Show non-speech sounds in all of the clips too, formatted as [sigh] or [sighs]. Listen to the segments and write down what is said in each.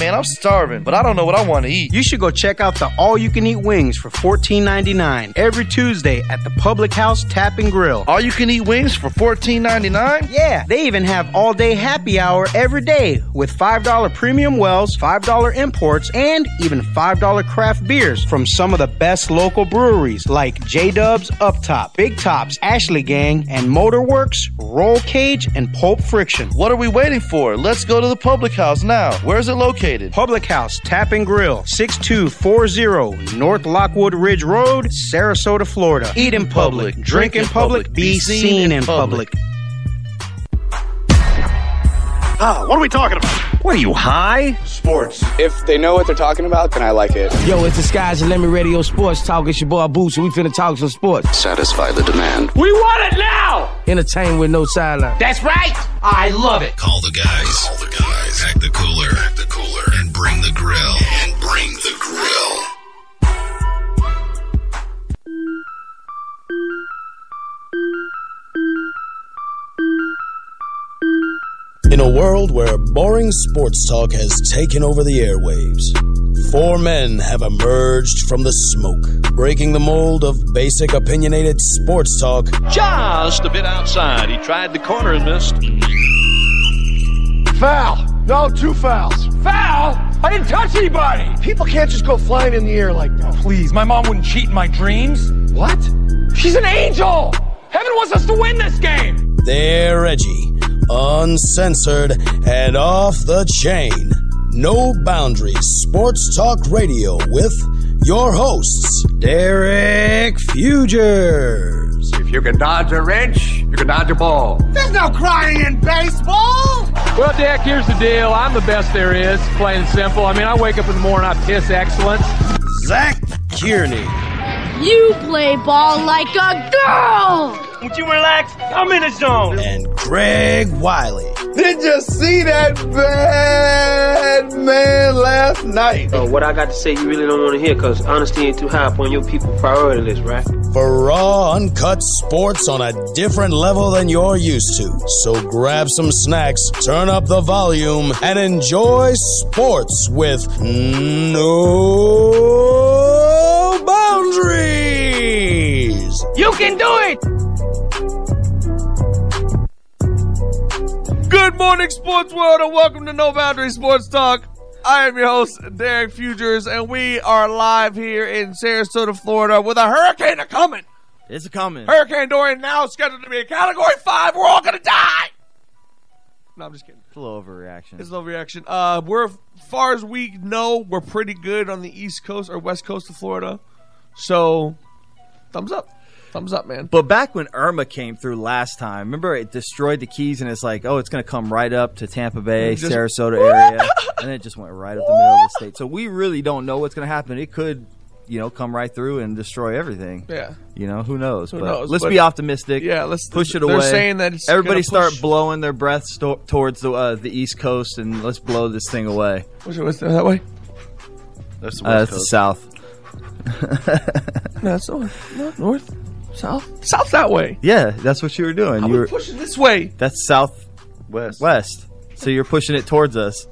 Man, I'm starving, but I don't know what I want to eat. You should go check out the All You Can Eat Wings for $14.99 every Tuesday at the Public House Tap and Grill. All you can eat wings for $14.99? Yeah, they even have all day happy hour every day with $5 premium wells, $5 imports, and even $5 craft beers from some of the best local breweries like J Dub's Up Top, Big Tops, Ashley Gang, and Motorworks, Roll Cage, and Pulp Friction. What are we waiting for? Let's go to the public house now. Where is it located? Public House Tap and Grill, 6240 North Lockwood Ridge Road, Sarasota, Florida. Eat in public, drink in public, be seen in public. Ah, what are we talking about? What are you high? Sports. If they know what they're talking about, then I like it. Yo, it's the Skies and Lemon Radio Sports Talk. It's your boy Boots, and we finna talk some sports. Satisfy the demand. We want it now! Entertain with no sideline. That's right! I love it! Call the guys. Call the guys. Pack the cooler. Pack the cooler. And bring the grill. And bring the grill. In a world where boring sports talk has taken over the airwaves, four men have emerged from the smoke, breaking the mold of basic opinionated sports talk Just a bit outside. He tried the corner and missed. Foul. No, two fouls. Foul? I didn't touch anybody! People can't just go flying in the air like that. Please, my mom wouldn't cheat in my dreams. What? She's an angel! Heaven wants us to win this game! They're edgy, uncensored, and off the chain. No Boundaries Sports Talk Radio with your hosts, Derek Fugers, If you can dodge a wrench, you can dodge a ball. Well, Dick, here's the deal. I'm the best there is, plain and simple. I mean, I wake up in the morning, I piss excellence. Zach Kearney, You play ball like a girl! Would you relax? I'm in a zone. and Craig Wiley. Did you see that bad man last night? what I got to say, you really don't want to hear, cause honesty ain't too high upon your people priority list, right? For raw, uncut sports on a different level than you're used to. So grab some snacks, turn up the volume, and enjoy sports with no boundaries. You can do it! Good morning, sports world, and welcome to No Boundary Sports Talk. I am your host, Derek Fugers, and we are live here in Sarasota, Florida, with a hurricane a coming. It's coming. Hurricane Dorian now scheduled to be a Category Five. We're all gonna die. No, I'm just kidding. It's a little overreaction. It's no reaction. Uh, we're as far as we know, we're pretty good on the East Coast or West Coast of Florida. So, thumbs up, thumbs up, man. But back when Irma came through last time, remember it destroyed the keys, and it's like, oh, it's going to come right up to Tampa Bay, Just- Sarasota area, and it just went right up the middle of the state. So we really don't know what's going to happen. It could, you know, come right through and destroy everything. Yeah. You know, who knows? but knows? let's But- be optimistic. Yeah, let's- push it they're away. saying that it's everybody gonna start push- blowing their breath sto- towards the uh, the East Coast, and let's blow this thing away. What's it, what's it that way? That's the Uh, West that's the Coast. South. No, it's north, north, north, south, south that way. Yeah, that's what you were doing. I You were was pushing this way. that's southwest. West. So you're pushing it towards us.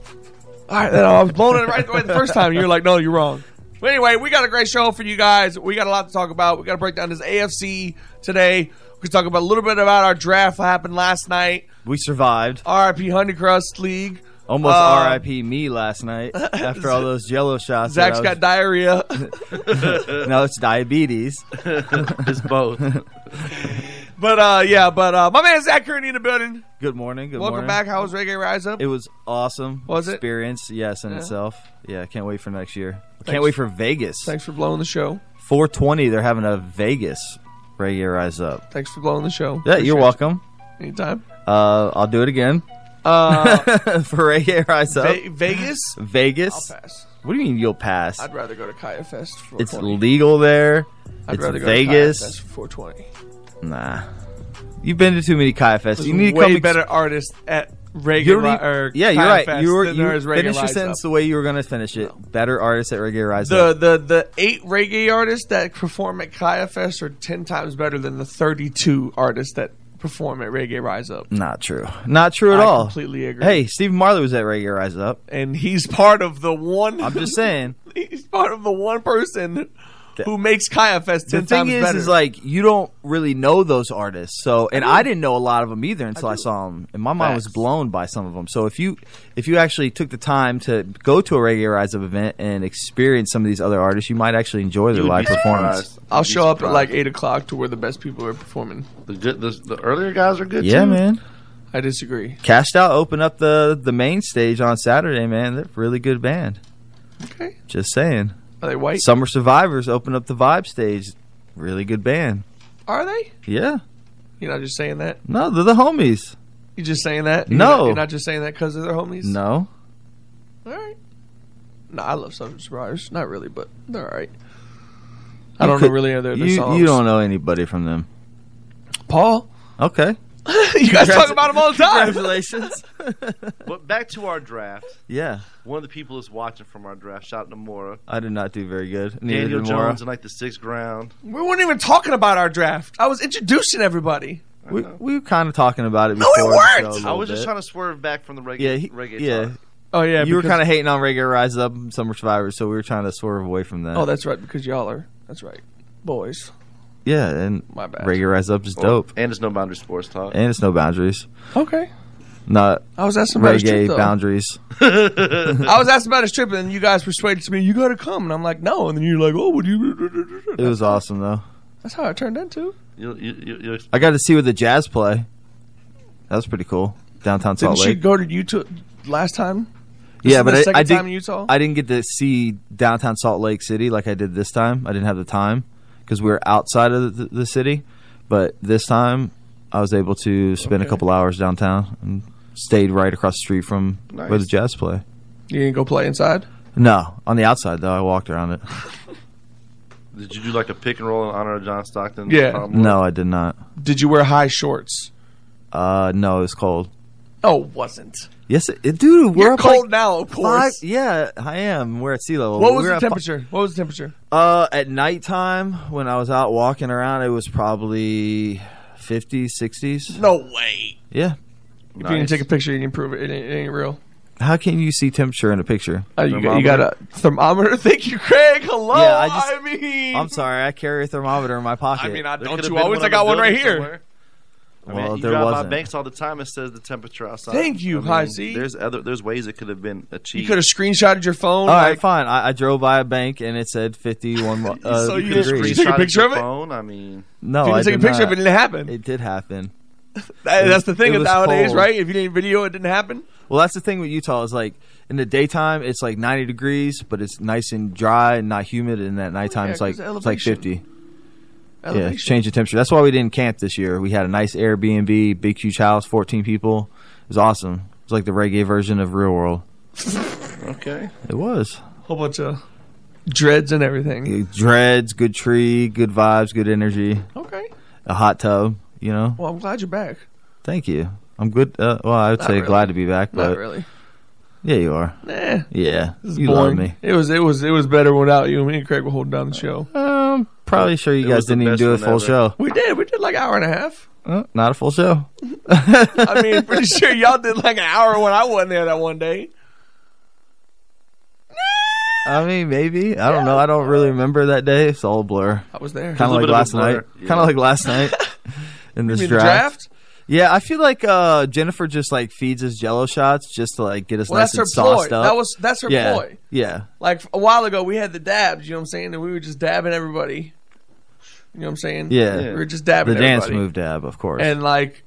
All right, then I was blowing it right away the first time. You're like, no, you're wrong. But anyway, we got a great show for you guys. We got a lot to talk about. We got to break down this AFC today. We can talk about a little bit about our draft that happened last night. We survived. RIP Honeycrust League. Almost Uh, RIP me last night [laughs] after all those Jello shots. that Zach's I got [laughs] diarrhea. was- no, it's diabetes. It's both. but uh, yeah, but uh, my man Zach Kearney in the building. Good morning. Good Welcome morning. back. How was Reggae Rise Up? It was awesome. Was it? experience? Yes, in Yeah. itself. Yeah, I can't wait for next year. I Can't wait for Vegas. Thanks for blowing the show. 420. They're having a Vegas regular rise up. Thanks for blowing the show. Yeah, you're welcome. Anytime. Uh, I'll do it again Uh, for regular rise up. Ve- Vegas? Vegas. I'll pass. What do you mean you'll pass? I'd rather go to Kaya Fest for it's 420. legal there. I'd it's rather go Vegas. to Kaya Fest for 420. Nah. You've been to too many Kai Fest. There's You need to way come ex- better artists at Reggae You Ri- already- or yeah, you're Kaya right. Fest you were than you there is Reggae finish your Rise sentence Up. the way you were going to finish it. Better artists at Reggae Rise The, Up. the the eight reggae artists that perform at Kaya Fest are ten times better than the thirty two artists that perform at Reggae Rise Up. Not true. Not true at I all. completely agree. Hey, Stephen Marley was at Reggae Rise Up, and he's part of the one. I'm just saying. [laughs] He's part of the one person who makes Kaya Fest The ten thing times is, better. is like you don't really know those artists. So, and I, didn't know a lot of them either until I, saw them, and my mind was blown by some of them. So, if you if you actually took the time to go to a Reggae Rise Up event and experience some of these other artists, you might actually enjoy their You would live be performance. I'll show up at like eight o'clock to where the best people are performing. The good, the, the earlier guys are good. yeah, too. man. I disagree. Cashed Out opened up the the main stage on Saturday, man. They're a really good band. Okay. Just saying. Are they white? Summer Survivors opened up the vibe stage. Really good band. Are they? Yeah. You're not just saying that. No, they're the homies. You're just saying that. You're No. not- you're not just saying that because they're their homies. No. All right. No, I love Summer Survivors. Not really, but they're all right. I don't know really are other there other you, songs. You don't know anybody from them. Paul. [laughs] Okay. you guys talk about them all the time. Congratulations. but back to our draft. Yeah. One of the people is watching from our draft. Shout out to Mora. [laughs] I did not do very good. Neither Daniel did Mora. Jones in like the sixth round. We weren't even talking about our draft. I was introducing everybody. We, we were kind of talking about it No, before. we the show a weren't. little bit. trying to swerve back from the reggae. Yeah, he- reggae yeah. talk. Oh, yeah, You were because- kind of hating on Regular Rise Up and Summer Survivors, so we were trying to swerve away from that. Oh, that's right, because y'all are. That's right. Boys. yeah, and My bad. Regular Rise Up is dope, And it's no boundary sports talk. and it's no boundaries. Okay. Not I was asking about his reggae trip, though. boundaries. I was asked about his trip, and you guys persuaded me, you got to come. And I'm like, no. And then you're like, oh, would you? [laughs] It was awesome though. That's how it turned into. You, you, you, you, I got to see where the jazz play. That was pretty cool. Downtown Didn't Salt she Lake. go to Utah last time? This yeah, is but the I, second I did. time in Utah. I didn't get to see downtown Salt Lake City like I did this time. I didn't have the time because we were outside of the, the city. But this time, I was able to spend a Okay. couple hours downtown and stayed right across the street from where the Nice. jazz play. you didn't go play inside. No, on the outside though, I walked around it. Did you do like a pick and roll in honor of John Stockton? Yeah. Um, No, I did not. Did you wear high shorts? Uh, no, it was cold. No, it wasn't. Yes, it, it- dude, we're You're up cold like now, of course. Five, yeah, I am. We're at sea level. What We're was the at fi- temperature? what was the temperature? Uh, at nighttime, when I was out walking around, it was probably 50s, 60s. No way. Yeah. If you didn't take a picture, you didn't prove it. It ain't, it ain't real. How can you see temperature in a picture? Uh, you, got, you got a thermometer. [laughs] Thank you, Craig. Hello. Yeah, I, I just- Oh, mean, I'm sorry, I carry a thermometer in my pocket. I mean, I don't. could've You been always. one I on the got one right building here. somewhere. I mean, Well, you there drive by wasn't. banks all the time. It says the temperature outside. Thank you, I mean, Hi, see? There's other. There's ways it could have been achieved. You could have screenshotted your phone. All right, like, fine. I, I drove by a bank and it said 51. mo- [laughs] Uh, So you degrees. just- Did you take a picture your of it? Phone. I mean, No, you didn't I take a did picture of not. it, it didn't happen. It did happen. that- it that's the was- thing it was nowadays, cold. right? If you didn't video, it didn't happen. Well, that's the thing with Utah is like in the daytime it's like 90 degrees, but it's nice and dry and not humid. And at nighttime yeah, it's like 'cause it's like elevation. 50. Yeah, Elevation. change the temperature. That's why we didn't camp this year. We had a nice Airbnb, big huge house, 14 people. It was awesome. It was like the reggae version of Real World. okay. It was. Whole bunch of dreads and everything. Dreads, good tree, good vibes, good energy, Okay. a hot tub, you know. Well, I'm glad you're back. Thank you. I'm good. Uh, well, I would Not say really. glad to be back, but Not really. yeah, you are. Nah. Yeah. This is You boring. love me. It was. It was. It was better without you. Me and Craig were holding down the show. Um, Probably sure you It guys was the didn't even best do a one full ever. show. Uh, [laughs] we did. We did like an hour and a half. Uh, not a full show. I mean, pretty [laughs] sure y'all did like an hour when I wasn't there that one day. I mean, maybe. I don't know. I don't really remember that day. It's all a blur. I was there. Kind It was a bit of like of a last blur, night. yeah. Kind of like last night in this mean the draft. draft? Yeah, I feel like uh, Jennifer just like feeds us Jello shots just to like get us Well, nice that's her and sauced ploy. up. That was- that's her yeah. ploy. Yeah, Like a while ago, we had the dabs. You know what I'm saying? And we were just dabbing everybody. You know what I'm saying? yeah. We were just dabbing the dance everybody. move dab, of course. And like,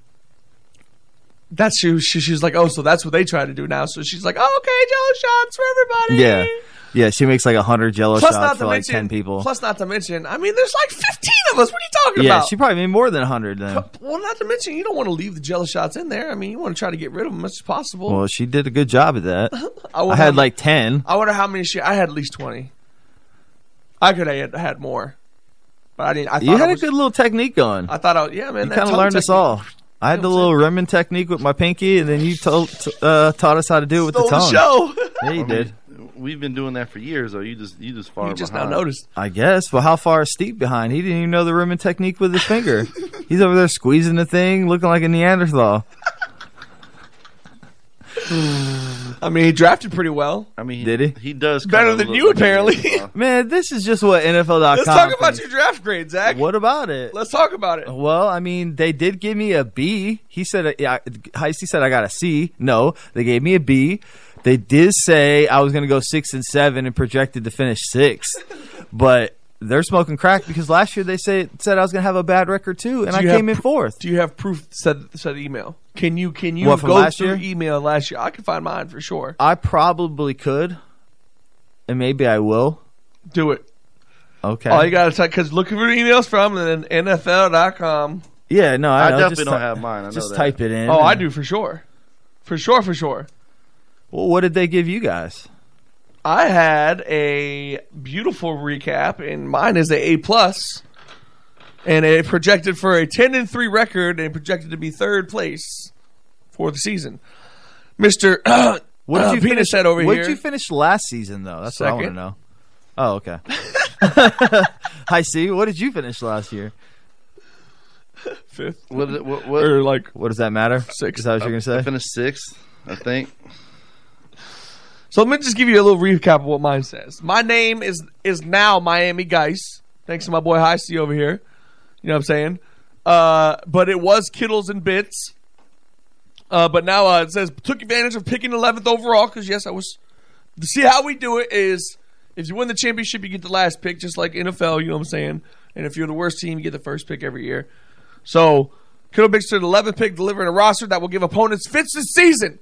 that's she, she. She's like, oh, so that's what they try to do now. So she's like, oh, okay, Jello shots for everybody. yeah, yeah. She makes like a hundred Jello Plus, shots not for to like mention, ten people. Plus, not to mention, I mean, there's like 15 of us. What are you talking yeah, about? she probably made more than a hundred then. well, not to mention, you don't want to leave the jello shots in there. I mean, you want to try to get rid of them as much as possible. Well, she did a good job [laughs] at that. I I, would had have- like ten. I wonder how many she. I had at least 20. I could have had- had more, but I didn't. I thought You I had was- a good little technique going. I thought, I, yeah, man, you that kind of tongue learned technique- us all. I had the little Remen technique with my pinky, and then you told, uh, taught us how to do it with Stole the the tongue. show. [laughs] Yeah, you did. we've been doing that for years. Though you just you just far You just now behind. noticed. I guess. Well, how far is Steve behind? He didn't even know the Riemann technique with his [laughs] finger. He's over there squeezing the thing, looking like a Neanderthal. I mean, he drafted pretty well. I mean, Did he? He Uh, does better than you apparently. Man, this is just what NFL.com. Let's talk about your draft grade, Zach. What about it? Let's talk about it. Well, I mean, they did give me a B. He said, yeah, Heisty said I got a C. No, they gave me a B. They did say I was going to go six and seven and projected to finish [laughs] sixth, but they're smoking crack because last year they say, said I was going to have a bad record too, and Do I you have came in pr- fourth. Do you have proof? Said said email. Can you can you What, from go last through year? email last year? I can find mine for sure. I probably could, and maybe I will. Do it. Okay. All Oh, you got to type because looking for emails from and then NFL.com. yeah, no, I, I know, definitely just don't ty- have mine, I know just that. type it in. Oh, I do for sure, for sure, for sure. Well, what did they give you guys? I had a beautiful recap, and mine is a A plus, and it projected for a ten and three record, and projected to be third place for the season. Mister, What [clears throat] did you Penis finish said over What here? did you finish last season though? That's what I want to Second. know. Oh, [laughs] okay. I see. What did you finish last year? Fifth. What, did- what, [laughs] what, or like What does that matter? Six. Is that what you're gonna say? I finished sixth, I think. So let me just give you a little recap of what mine says. My name is is now Miami Geis, thanks to my boy High C over here. You know what I'm saying? Uh, but it was Kittles and Bits. Uh, but now uh, it says took advantage of picking 11th overall because yes, I was. See how we do it is if you win the championship, you get the last pick, just like NFL. You know what I'm saying? And if you're the worst team, you get the first pick every year. So Kittle Bits to the 11th pick, delivering a roster that will give opponents fits this season.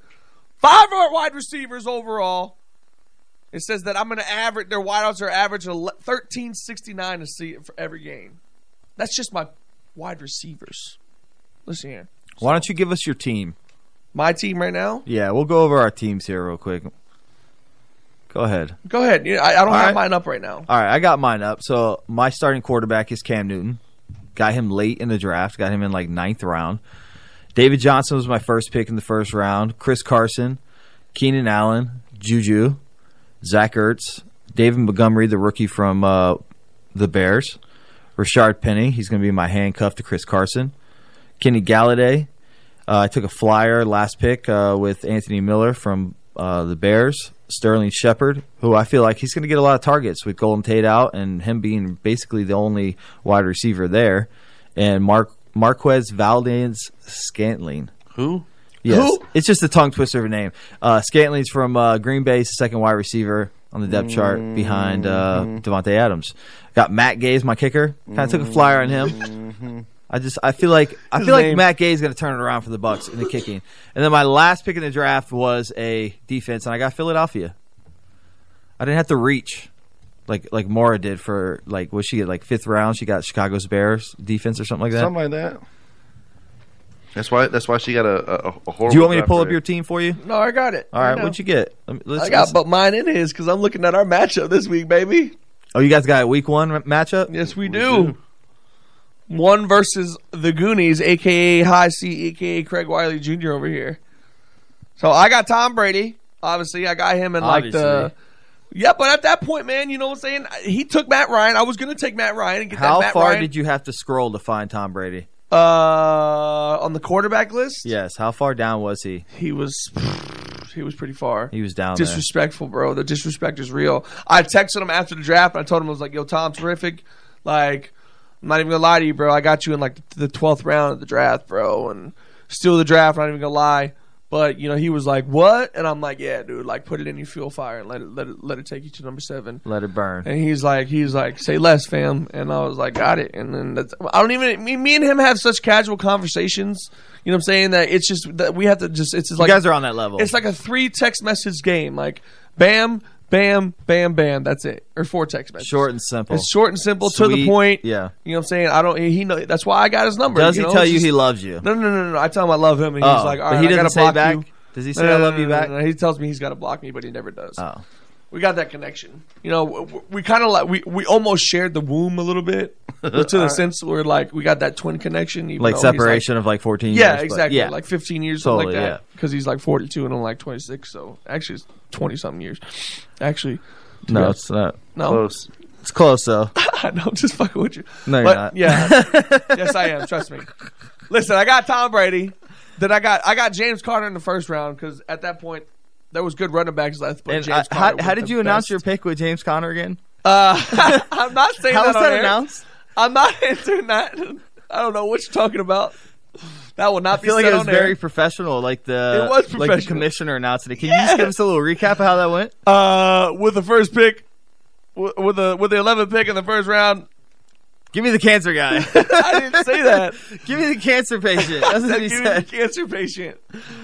Five are wide receivers overall. It says that I'm going to average their wideouts are average ele- 1369 to see for every game. That's just my wide receivers. Listen here. Why don't you give us your team? My team right now? Yeah, we'll go over our teams here real quick. Go ahead. Go ahead. You- I, I don't All have right. mine up right now. All right, I got mine up. So my starting quarterback is Cam Newton. Got him late in the draft. Got him in like ninth round. David Johnson was my first pick in the first round. Chris Carson, Keenan Allen, Juju, Zach Ertz, David Montgomery, the rookie from uh, the Bears, Rashard Penny. He's going to be my handcuff to Chris Carson. Kenny Galladay. Uh, I took a flyer last pick uh, with Anthony Miller from uh, the Bears. Sterling Shepard, who I feel like he's going to get a lot of targets with Golden Tate out and him being basically the only wide receiver there. And Mark Marquez Valdez Scantling. Who? Yes. Who? It's just a tongue twister of a name. Uh, Scantling's from uh, Green Bay, he's the second wide receiver on the depth chart behind uh, Mm-hmm. Devontae Adams. Got Matt Gay's my kicker. Kind of took a flyer on him. I just I feel like I Mm-hmm. His feel like name- Matt Gay is going to turn it around for the Bucks in the kicking. And then my last pick in the draft was a defense, and I got Philadelphia. I didn't have to reach like like Mora did for like was she at like fifth round? She got Chicago's Bears defense or something like that. Something like that. That's why. That's why she got a a, a horrible. Do you want me to draft pull up grade. your team for you? No, I got it. All right, now. what'd you get? Let me- let's- I got let's- but mine and his because I'm looking at our matchup this week, baby. oh, you guys got a week one matchup? Yes, we do. One versus the Goonies, aka High C, aka Craig Wiley Jr. over here. So I got Tom Brady. Obviously, I got him in like the. Obviously. Yeah, but at that point, man, you know what I'm saying? He took Matt Ryan. I was gonna take Matt Ryan and get How that Matt far Ryan. did you have to scroll to find Tom Brady? uh, on the quarterback list, Yes. How far down was he? he was [sighs] he was pretty far. He was down there. disrespectful, bro. The disrespect is real. I texted him after the draft and I told him I was like, "Yo, Tom, terrific. Like, I'm not even gonna lie to you, bro. I got you in like the twelfth round of the draft, bro, and still the draft. Not even gonna lie." But you know, he was like, "What?" And I'm like, "Yeah, dude. Like, put it in your fuel fire and let it let it let it take you to number seven. Let it burn. And he's like, he's like, say less, fam. And I was like, got it. And then that's, I don't even me, me and him have such casual conversations. You know what I'm saying? That it's just that we have to just it's just You like guys are on that level. It's like a three text message game. Like, bam, bam, bam, bam. That's it. Or four text messages. Short and simple. It's short and simple to the Sweet. point. Yeah. You know what I'm saying? I don't. He know. That's why I got his number. Does he know? tell It's you just- he loves you? No, no, no, no, no. I tell him I love him, and Oh, he's like, all but right, he I doesn't gotta say block back? you. Does he No, say, no, "I no, love you" no, no, back? no, no. He tells me he's got to block me, but he never does. Oh. we got that connection. You know, w- w- we kind of like we, we almost shared the womb a little bit, but to [laughs] the Alright. sense where like we got that twin connection, even Like though he's, separation of, like, 14 Yeah, years, but- exactly. yeah. Like fifteen years, Totally, something like yeah. that. Because he's like forty two and I'm like twenty six, so actually it's twenty something years. Actually, to be No, honest. it's not. No, Close. It's close though. [laughs] no, I'm just fucking with you. No, you're But, not. [laughs] Yeah, yes, I am. Trust me. Listen, I got Tom Brady. Then I got I got James Carter in the first round because at that point there was good running backs left. But And James I- Conner how, how was did the you announce best. your pick with James Conner again? Uh, [laughs] I'm not saying How that was on that air. announced? I'm not [laughs] answering that. I don't know what you're talking about. That will not I feel be like said it was on air. very professional, like the It was like the professional. commissioner announced it. Can you just give us a little recap of how that went? Uh, with the first pick, w- with the with the 11th pick in the first round. Give me the cancer [laughs] guy. I didn't say that. Give me the cancer patient. [laughs] That's what he Give me said. [laughs] the cancer patient.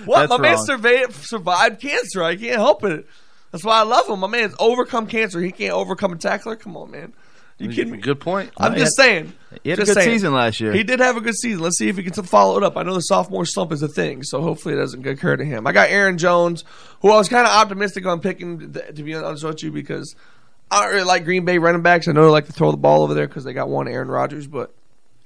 What That's my man wrong. survived, survived cancer. I can't help it. That's why I love him. My man's overcome cancer. He can't overcome a tackler. Come on, man. You kidding me? Good point. I'm No, just he had- saying. he had a Just good saying. season last year. He did have a good season. Let's see if he can t- follow it up. I know the sophomore slump is a thing, so hopefully it doesn't occur to him. I got Aaron Jones, who I was kind of optimistic on picking, th- to be honest with you, because I don't really like Green Bay running backs. I know they like to throw the ball over there because they got one Aaron Rodgers, but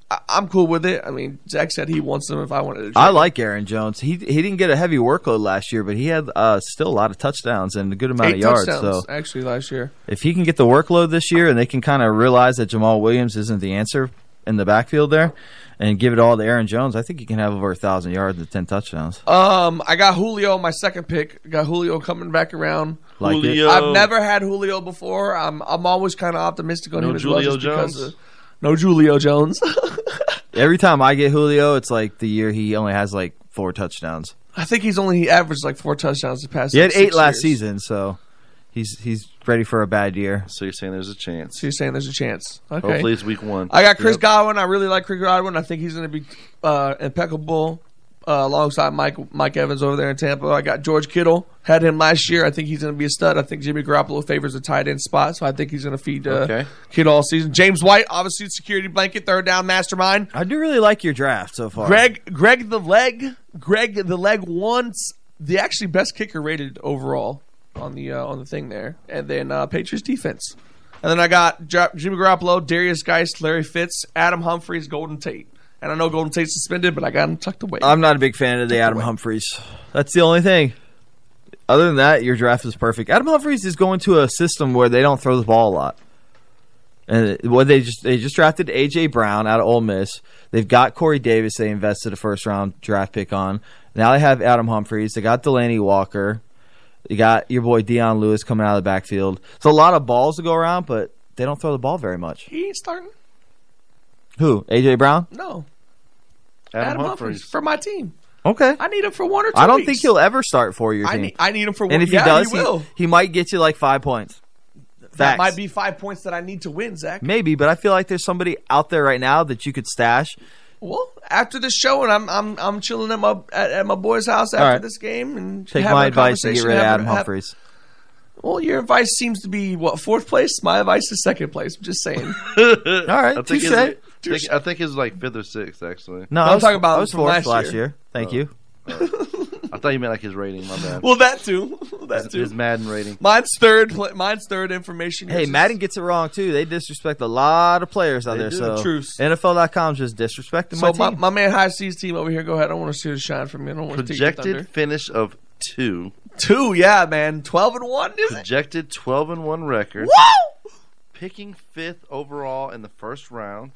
I- I'm cool with it. I mean, Zach said he wants them if I wanted to. I like Aaron Jones. He he didn't get a heavy workload last year, but he had uh, still a lot of touchdowns and a good amount Eight of yards. touchdowns, So actually, last year. if he can get the workload this year and they can kind of realize that Jamal Williams isn't the answer in the backfield there and give it all to Aaron Jones, I think he can have over a thousand yards and ten touchdowns. Um, I got Julio my second pick. Got Julio coming back around. Like it. Julio. I've never had Julio before. I'm I'm always kind of optimistic on No him as Julio well, just because Jones? of- no Julio Jones. [laughs] Every time I get Julio, it's like the year he only has like four touchdowns. I think he's only he averaged like four touchdowns the past. He had like, eight six last years. season, so he's he's ready for a bad year. So you're saying there's a chance. So you're saying there's a chance. Okay. Hopefully it's week one. I got Chris Yep. Godwin. I really like Chris Godwin. I think he's going to be uh, impeccable uh, alongside Mike Mike Evans over there in Tampa. I got George Kittle. Had him last year. I think he's going to be a stud. I think Jimmy Garoppolo favors the tight end spot, so I think he's going to feed uh, Okay. Kittle all season. James White, obviously security blanket, third down mastermind. I do really like your draft so far. Greg Greg the leg Greg the leg once the actually best kicker rated overall on the uh, on the thing there, and then uh, Patriots defense, and then I got Ja- Jimmy Garoppolo, Darius Geist, Larry Fitz, Adam Humphries, Golden Tate, and I know Golden Tate's suspended, but I got him tucked away. I'm not a big fan of the Adam Humphreys. That's the only thing. Other than that, your draft is perfect. Adam Humphreys is going to a system where they don't throw the ball a lot. And what they just they just drafted AJ Brown out of Ole Miss. They've got Corey Davis. They invested a first round draft pick on. Now they have Adam Humphreys. They got Delaney Walker. They got your boy Deion Lewis coming out of the backfield. It's a lot of balls to go around, but they don't throw the ball very much. he ain't starting. Who? AJ Brown? No, Adam, Adam Humphries. Humphries for my team. Okay. I need him for one or two. I don't weeks. think he'll ever start for your I team. need- I need him for one- And if yeah, he does, he he, will. he might get you like five points. That Facts. might be five points that I need to win, Zach. Maybe, but I feel like there's somebody out there right now that you could stash. Well, after the show, and I'm I'm I'm chilling at my at, at my boy's house after All right. this game, and Take having my a advice and get conversation, rid of having- Adam ha- Humphreys. Well, your advice seems to be what fourth place. My advice is second place. I'm just saying. [laughs] All right, I think, touche. his, I, Touche. think, I think his like fifth or sixth actually. No, I I'm was, talking about I was from fourth last year. last, year. Thank Oh. you. I thought you meant like his rating. My bad. well, that too. [laughs] that his, too. his Madden rating. mine's third. pla- Mine's third. Information. Hey, Madden gets it wrong too. They disrespect a lot of players out They there. do. So Truths. NFL.com's just disrespecting So my my, team. my man High Seas team over here. Go ahead. I don't want to see the shine from you. I don't want to take your Projected thunder. finish of two. Two. Yeah, man. Twelve and one. Is it? Projected twelve and one record. Woo! Picking fifth overall in the first round.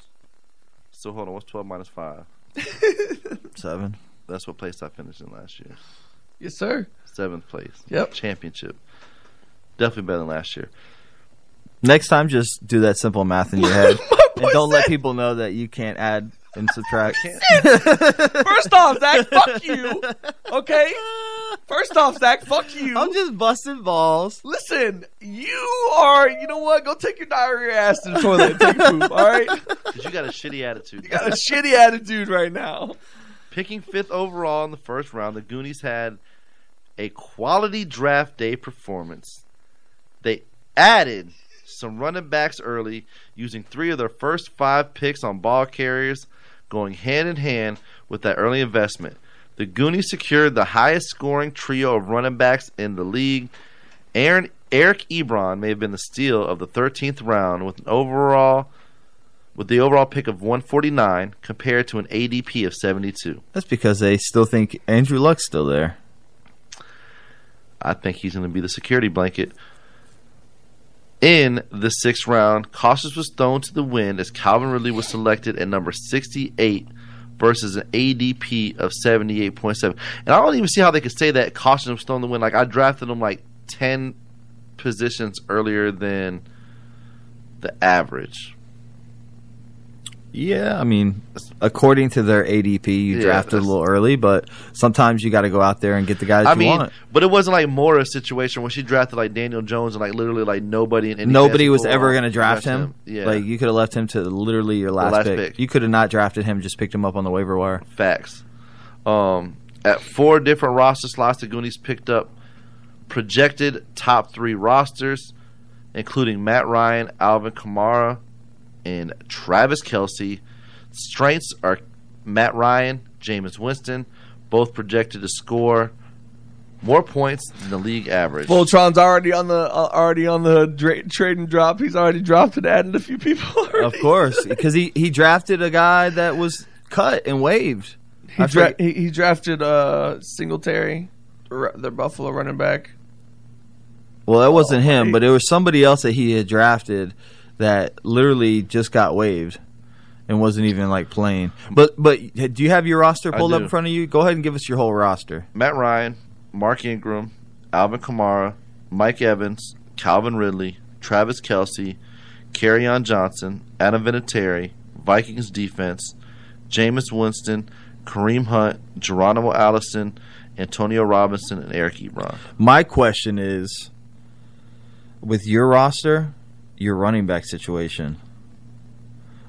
So hold on, what's twelve minus five? Seven. That's what place I finished in last year. Yes, [laughs] sir. Seventh place. Yep. Championship. Definitely better than last year. Next time, just do that simple math [laughs] in your head, and don't let people know that you can't add and subtract. [laughs] First off, Zach, fuck you. Okay. First off, Zach, fuck you. I'm just busting balls. Listen, you are. You know what? Go take your diarrhea ass to the toilet. And take a poop. All right. 'Cause you got a shitty attitude. You got a shitty attitude right now. Picking fifth overall in the first round, the Goonies had a quality draft day performance. They added some running backs early, using three of their first five picks on ball carriers, going hand in hand with that early investment. The Goonies secured the highest scoring trio of running backs in the league. Aaron Eric Ebron may have been the steal of the 13th round with an overall with the overall pick of 149 compared to an ADP of 72. That's because they still think Andrew Luck's still there. I think he's going to be the security blanket. In the sixth round, Cautious was thrown to the wind as Calvin Ridley was selected at number 68 versus an ADP of 78.7. And I don't even see how they could say that Cautious was thrown to the wind. Like, I drafted him like 10 positions earlier than the average. Yeah, I mean, according to their ADP, you Yeah, drafted a that's- little early, but sometimes you got to go out there and get the guys I you mean, want. but it wasn't like Mora's situation when she drafted like Daniel Jones and like literally like nobody in any Nobody fantasy was football ever going to draft him. Yeah, Like you could have left him to literally your last, last pick. pick. You could have not drafted him, just picked him up on the waiver [laughs] wire. facts. Um, at four different roster slots, the Goonies picked up projected top three rosters, including Matt Ryan, Alvin Kamara, and Travis Kelsey. Strengths are Matt Ryan, Jameis Winston, both projected to score more points than the league average. Voltron's already on the uh, already on the dra- trade and drop. He's already dropped and added a few people. [laughs] Of course, because he, he drafted a guy that was cut and waived. He, I dra- forget- he, he drafted uh, Singletary, r- their Buffalo running back. well, that Oh, wasn't him, but it was somebody else that he had drafted that literally just got waived and wasn't even like playing. But but do you have your roster I pulled up do. in front of you? Go ahead and give us your whole roster. Matt Ryan, Mark Ingram, Alvin Kamara, Mike Evans, Calvin Ridley, Travis Kelsey, Carryon Johnson, Adam Vinatieri, Vikings defense, Jameis Winston, Kareem Hunt, Geronimo Allison, Antonio Robinson, and Eric Ebron. My question is with your roster, your running back situation.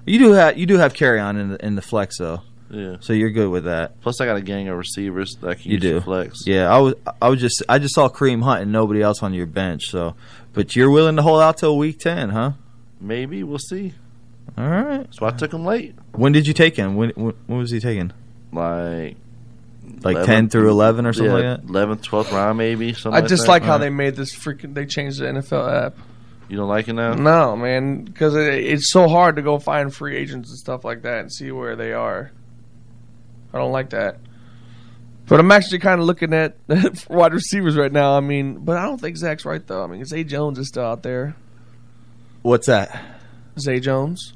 You do have you do have carry on in the, in the flex though. Yeah. So you're good with that. Plus, I got a gang of receivers that I can You use to do. flex. Yeah, I was I was just I just saw Kareem Hunt and nobody else on your bench. So, but you're willing to hold out till week 10, huh? Maybe we'll see. All right. So I took him late, When did you take him? When when, when was he taken? like Like 10 through 11 or something like that? 11th, 12th round, maybe. Something I just like how that. they made this freaking. They changed the NFL app. You don't like it now? No, man, because it, it's so hard to go find free agents and stuff like that and see where they are. I don't like that. But I'm actually kind of looking at [laughs] wide receivers right now. I mean, but I don't think Zach's right though. I mean, Zay Jones is still out there. What's that? Zay Jones.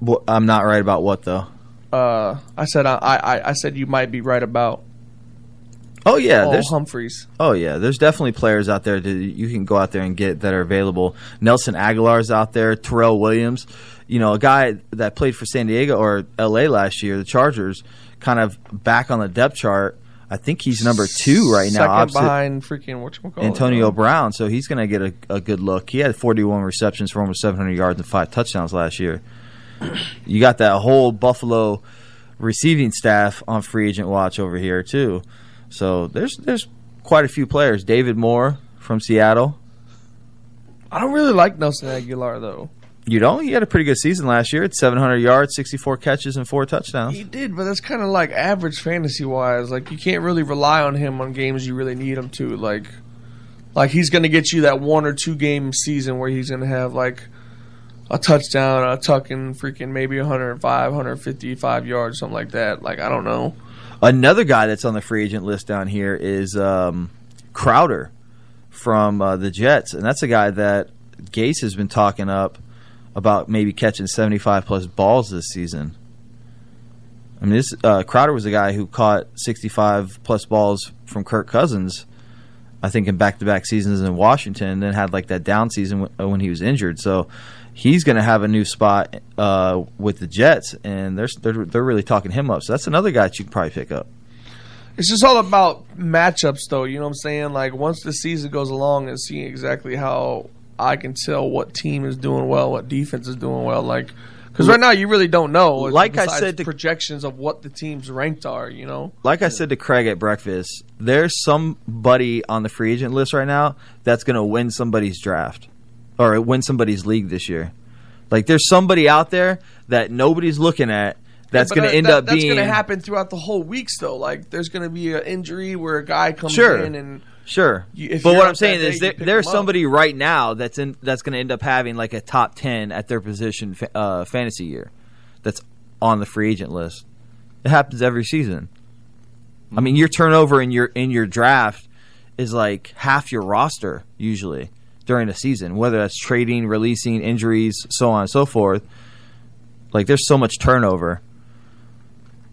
Wha- I'm not right about what though. Uh, I said I, I I said you might be right about. Oh yeah, Paul there's Humphreys. Oh yeah, there's definitely players out there that you can go out there and get that are available. Nelson Aguilar's out there, Terrell Williams, you know, a guy that played for San Diego or L.A. last year, the Chargers, kind of back on the depth chart. I think he's number two right now, Second opposite behind freaking what you call Antonio Brown. So he's going to get a, a good look. He had 41 receptions for almost 700 yards and five touchdowns last year. You got that whole Buffalo receiving staff on free agent watch over here too. So there's there's quite a few players. David Moore from Seattle. I don't really like Nelson Aguilar though. You know he had a pretty good season last year. It's 700 yards, 64 catches, and four touchdowns. He did, but that's kind of like average fantasy wise. Like you can't really rely on him on games you really need him to. Like, like he's going to get you that one or two game season where he's going to have like a touchdown, a tuck, and freaking maybe 105, 155 yards, something like that. Like I don't know. Another guy that's on the free agent list down here is um, Crowder from uh, the Jets, and that's a guy that Gase has been talking up about maybe catching seventy-five plus balls this season. I mean, this uh, Crowder was a guy who caught sixty-five plus balls from Kirk Cousins, I think, in back-to-back seasons in Washington, and then had like that down season when, uh, when he was injured. So. He's going to have a new spot uh, with the Jets, and they're, they're they're really talking him up. So that's another guy that you can probably pick up. It's just all about matchups, though. You know what I'm saying? Like once the season goes along and seeing exactly how I can tell what team is doing well, what defense is doing well, like. Because right now you really don't know. Like I besides said to- projections of what the teams ranked are. You know, like I said to Craig at breakfast, there's somebody on the free agent list right now that's going to win somebody's draft or win somebody's league this year. Like there's somebody out there that nobody's looking at that's But uh, going that- to end that- up that's being going to happen throughout the whole weeks though. Like there's going to be an injury where a guy comes Sure. in and Sure, You- if but you're what up I'm saying that is day, you there, pick there's them up. somebody right now that's in that's going to end up having like a top ten at their position fa- uh, fantasy year, that's on the free agent list. It happens every season. I mean, your turnover in your in your draft is like half your roster usually during a season, whether that's trading, releasing, injuries, so on and so forth. Like there's so much turnover.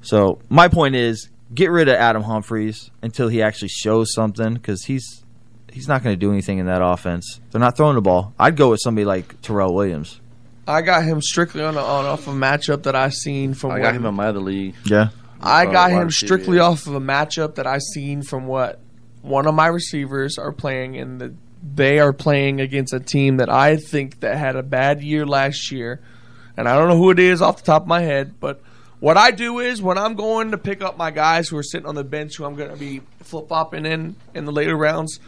So my point is, get rid of Adam Humphreys until he actually shows something because he's he's not going to do anything in that offense. They're not throwing the ball. I'd go with somebody like Terrell Williams. I got him strictly on, a, on off a matchup that I seen from. I when, got him in my other league. Yeah, I Uh, wide got him receiver, strictly yeah. off of a matchup that I seen from what one of my receivers are playing in the they are playing against a team that I think that had a bad year last year. And I don't know who it is off the top of my head, but what I do is when I'm going to pick up my guys who are sitting on the bench who I'm going to be flip-flopping in in the later rounds,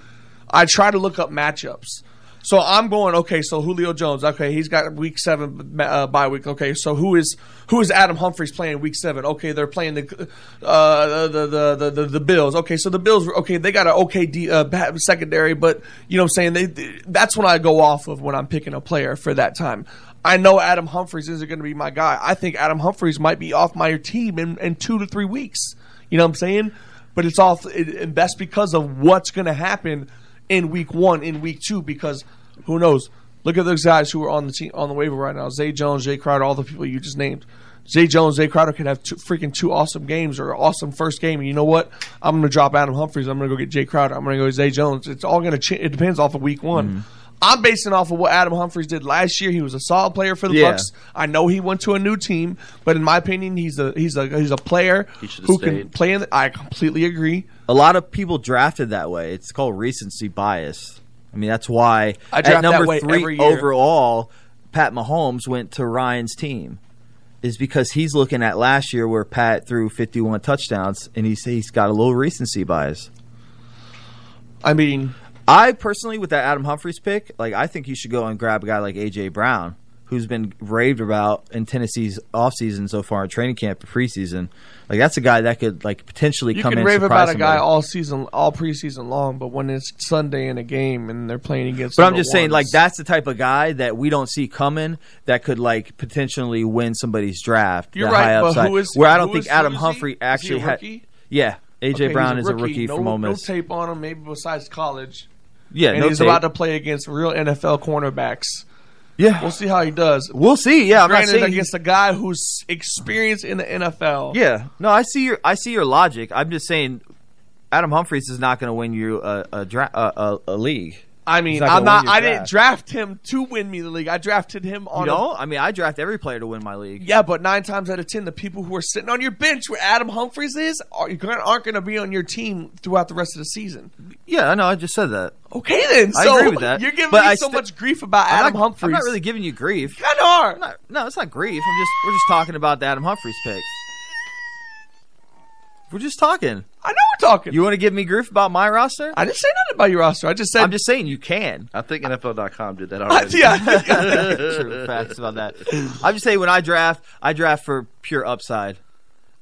I try to look up matchups. So I'm going okay. So Julio Jones, okay, he's got Week Seven uh, bye week. Okay, so who is who is Adam Humphreys playing Week Seven? Okay, they're playing the uh, the, the, the the the Bills. Okay, so the Bills, okay, they got an okay D, uh, ba- secondary, but you know what I'm saying they, they- that's when I go off of when I'm picking a player for that time. I know Adam Humphreys isn't going to be my guy. I think Adam Humphreys might be off my team in, in two to three weeks. You know what I'm saying? But it's all, it, and that's because of what's going to happen in week one, in week two, because who knows? Look at those guys who are on the team on the waiver right now: Zay Jones, Jay Crowder, all the people you just named. Zay Jones, Zay Crowder could have two, freaking two awesome games or an awesome first game. And you know what? I'm going to drop Adam Humphries. I'm going to go get Jay Crowder. I'm going to go Zay Jones. It's all going to. Ch- it depends off of week one. I'm basing off of what Adam Humphries did last year. He was a solid player for the Yeah. Bucks. I know he went to a new team, but in my opinion, he's a he's a he's a player should've who can stayed. play in. The, I completely agree. A lot of people drafted that way. It's called recency bias. I mean, that's why I draft at number that way every three year. overall, Pat Mahomes went to Ryan's team. Is because he's looking at last year where Pat threw 51 touchdowns, and he's he's got a little recency bias. I mean, I personally, with that Adam Humphreys pick, like I think you should go and grab a guy like AJ Brown, who's been raved about in Tennessee's offseason so far in training camp and preseason. Like that's a guy that could like potentially You come can in. rave surprise about a guy somebody. all season, all preseason long, but when it's Sunday in a game and they're playing against, But I'm number just saying, ones- like that's the type of guy that we don't see coming that could like potentially win somebody's draft. You're that right, high but upside, who is- where I who don't think is- Adam who is he? Humphrey Is he a actually had. rookie? Yeah, AJ Okay, he's Brown a is a rookie no, from Ole Miss. No tape on him, maybe besides college. Yeah, and no he's tape. about to play against real NFL cornerbacks. Yeah, we'll see how he does. We'll see. Yeah, I'm not Granted, saying he- against a guy who's experienced in the NFL. Yeah. No, I see your I see your logic. I'm just saying, Adam Humphries is not going to win you a a, dra- a, a, a league. I mean, He's not I'm gonna not. win your I didn't draft. draft him to win me the league. I drafted him You on. a- know, I mean, I draft every player to win my league. yeah, but nine times out of ten, the people who are sitting on your bench where Adam Humphries is are, aren't going to be on your team throughout the rest of the season. Yeah, I know. I just said that. Okay, then. I so agree with that. You're giving But me I so sti- much grief about I'm Adam not, Humphries. I'm not really giving you grief. Kind of are. no, it's not grief. I'm just we're just talking about the Adam Humphries pick. We're just talking. I know we're talking. You want to give me grief about my roster? I didn't say nothing about your roster. I just said I'm just saying you can. I think NFL.com [laughs] did that already. yeah. [laughs] True facts about that. I'm just saying when I draft, I draft for pure upside.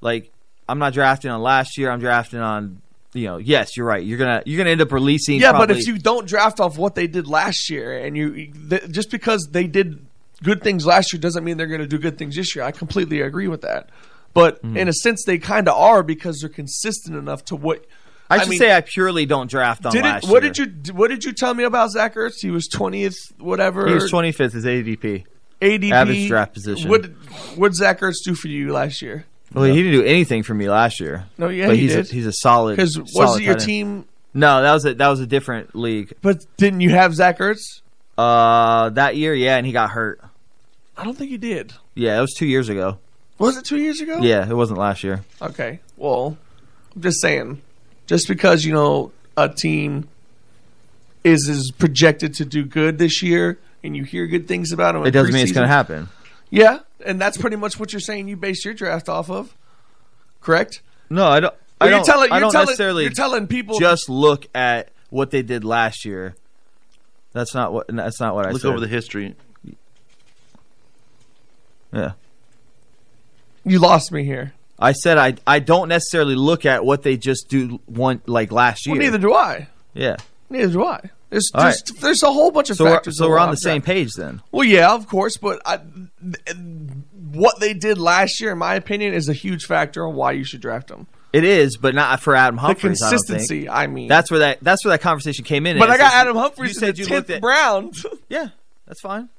Like I'm not drafting on last year. I'm drafting on you know. Yes, you're right. You're gonna you're gonna end up releasing. yeah, but probably- if you don't draft off what they did last year, and you th- just because they did good things last year doesn't mean they're going to do good things this year. I completely agree with that. But Mm-hmm. in a sense, they kind of are because they're consistent enough to what. I should mean, say I purely don't draft on did last it, what year. did you what did you tell me about Zach Ertz? He was twentieth, whatever. He was 25th as ADP. ADP average draft position. What did- what did Zach Ertz do for you last year? Well, he didn't do anything for me last year. No, yeah, but he he's did. A, he's a solid. 'Cause was solid it your tight end. team- No, that was a that was a different league. But didn't you have Zach Ertz? Uh, that year, yeah, and he got hurt. I don't think you did. Yeah, that was two years ago. Was it two years ago? Yeah, it wasn't last year. Okay. Well, I'm just saying, just because you know a team is is projected to do good this year, and you hear good things about them, It doesn't mean it's going to to happen. Yeah, and that's pretty much what you're saying. You base your draft off of, correct? No, I don't. Well, I you're don't, telling- I you're don't telling- necessarily. you're telling people- Just look at what they did last year. That's not what. That's not what I Look said. over the history. yeah. You lost me here. I said I. I don't necessarily look at what they just do one like last year. Well, neither do I. Yeah. Neither do I. There's All there's, there's a whole bunch of So we're, factors. so that we're will on the opt out. same page then. Well, yeah, of course, but I, th- what they did last year, in my opinion, is a huge factor on why you should draft them. It is, but not for Adam Humphries. consistency, I mean. that's where that that's where that conversation came in. But and I it got says- Adam Humphries You in said the you tenth looked at. [laughs] round. Yeah, that's fine.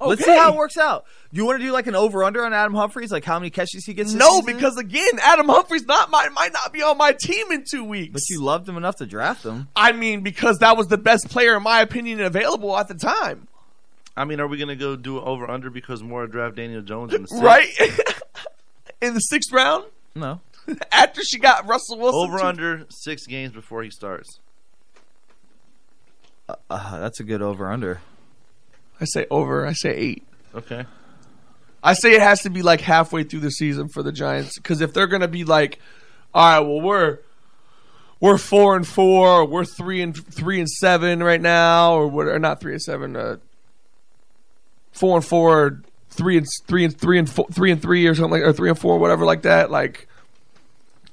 Let's see how it works out. You want to do like an over under on Adam Humphries, like how many catches he gets? this No, season? because again, Adam Humphries not my, might not be on my team in two weeks. but you loved him enough to draft him. I mean, because that was the best player, in my opinion, available at the time. I mean, are we gonna go do over under because Mora draft Daniel Jones in the sixth? Right? [laughs] in the sixth round? No. After she got Russell Wilson. Over too. under six games before he starts. Uh, that's a good over under. I say over. I say eight. Okay. I say it has to be like halfway through the season for the Giants because if they're going to be like, all right, well we're we're four and four, we're three and three and seven right now, or what? Or not three and seven, uh, four and four, three and three and three and four, three and three or something, like, or three and four, whatever like that. Like,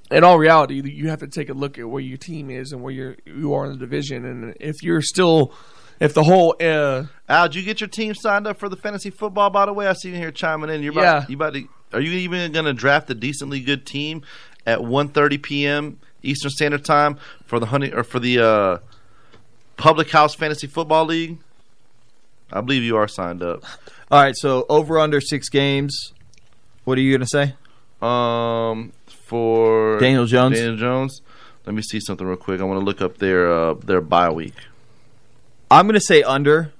in all reality, you have to take a look at where your team is and where you you are in the division, and if you're still, if the whole uh, Al, did you get your team signed up for the fantasy football? By the way, I see you here chiming in. You're about, Yeah. you about to, are you even going to draft a decently good team at 1.30 p.m. Eastern Standard Time for the honey or for the uh, Public House Fantasy Football League? I believe you are signed up. All right, so over under six games. What are you gonna say? Um, for Daniel Jones? Daniel Jones. Let me see something real quick. I want to look up their uh, their bye week. I'm gonna say under.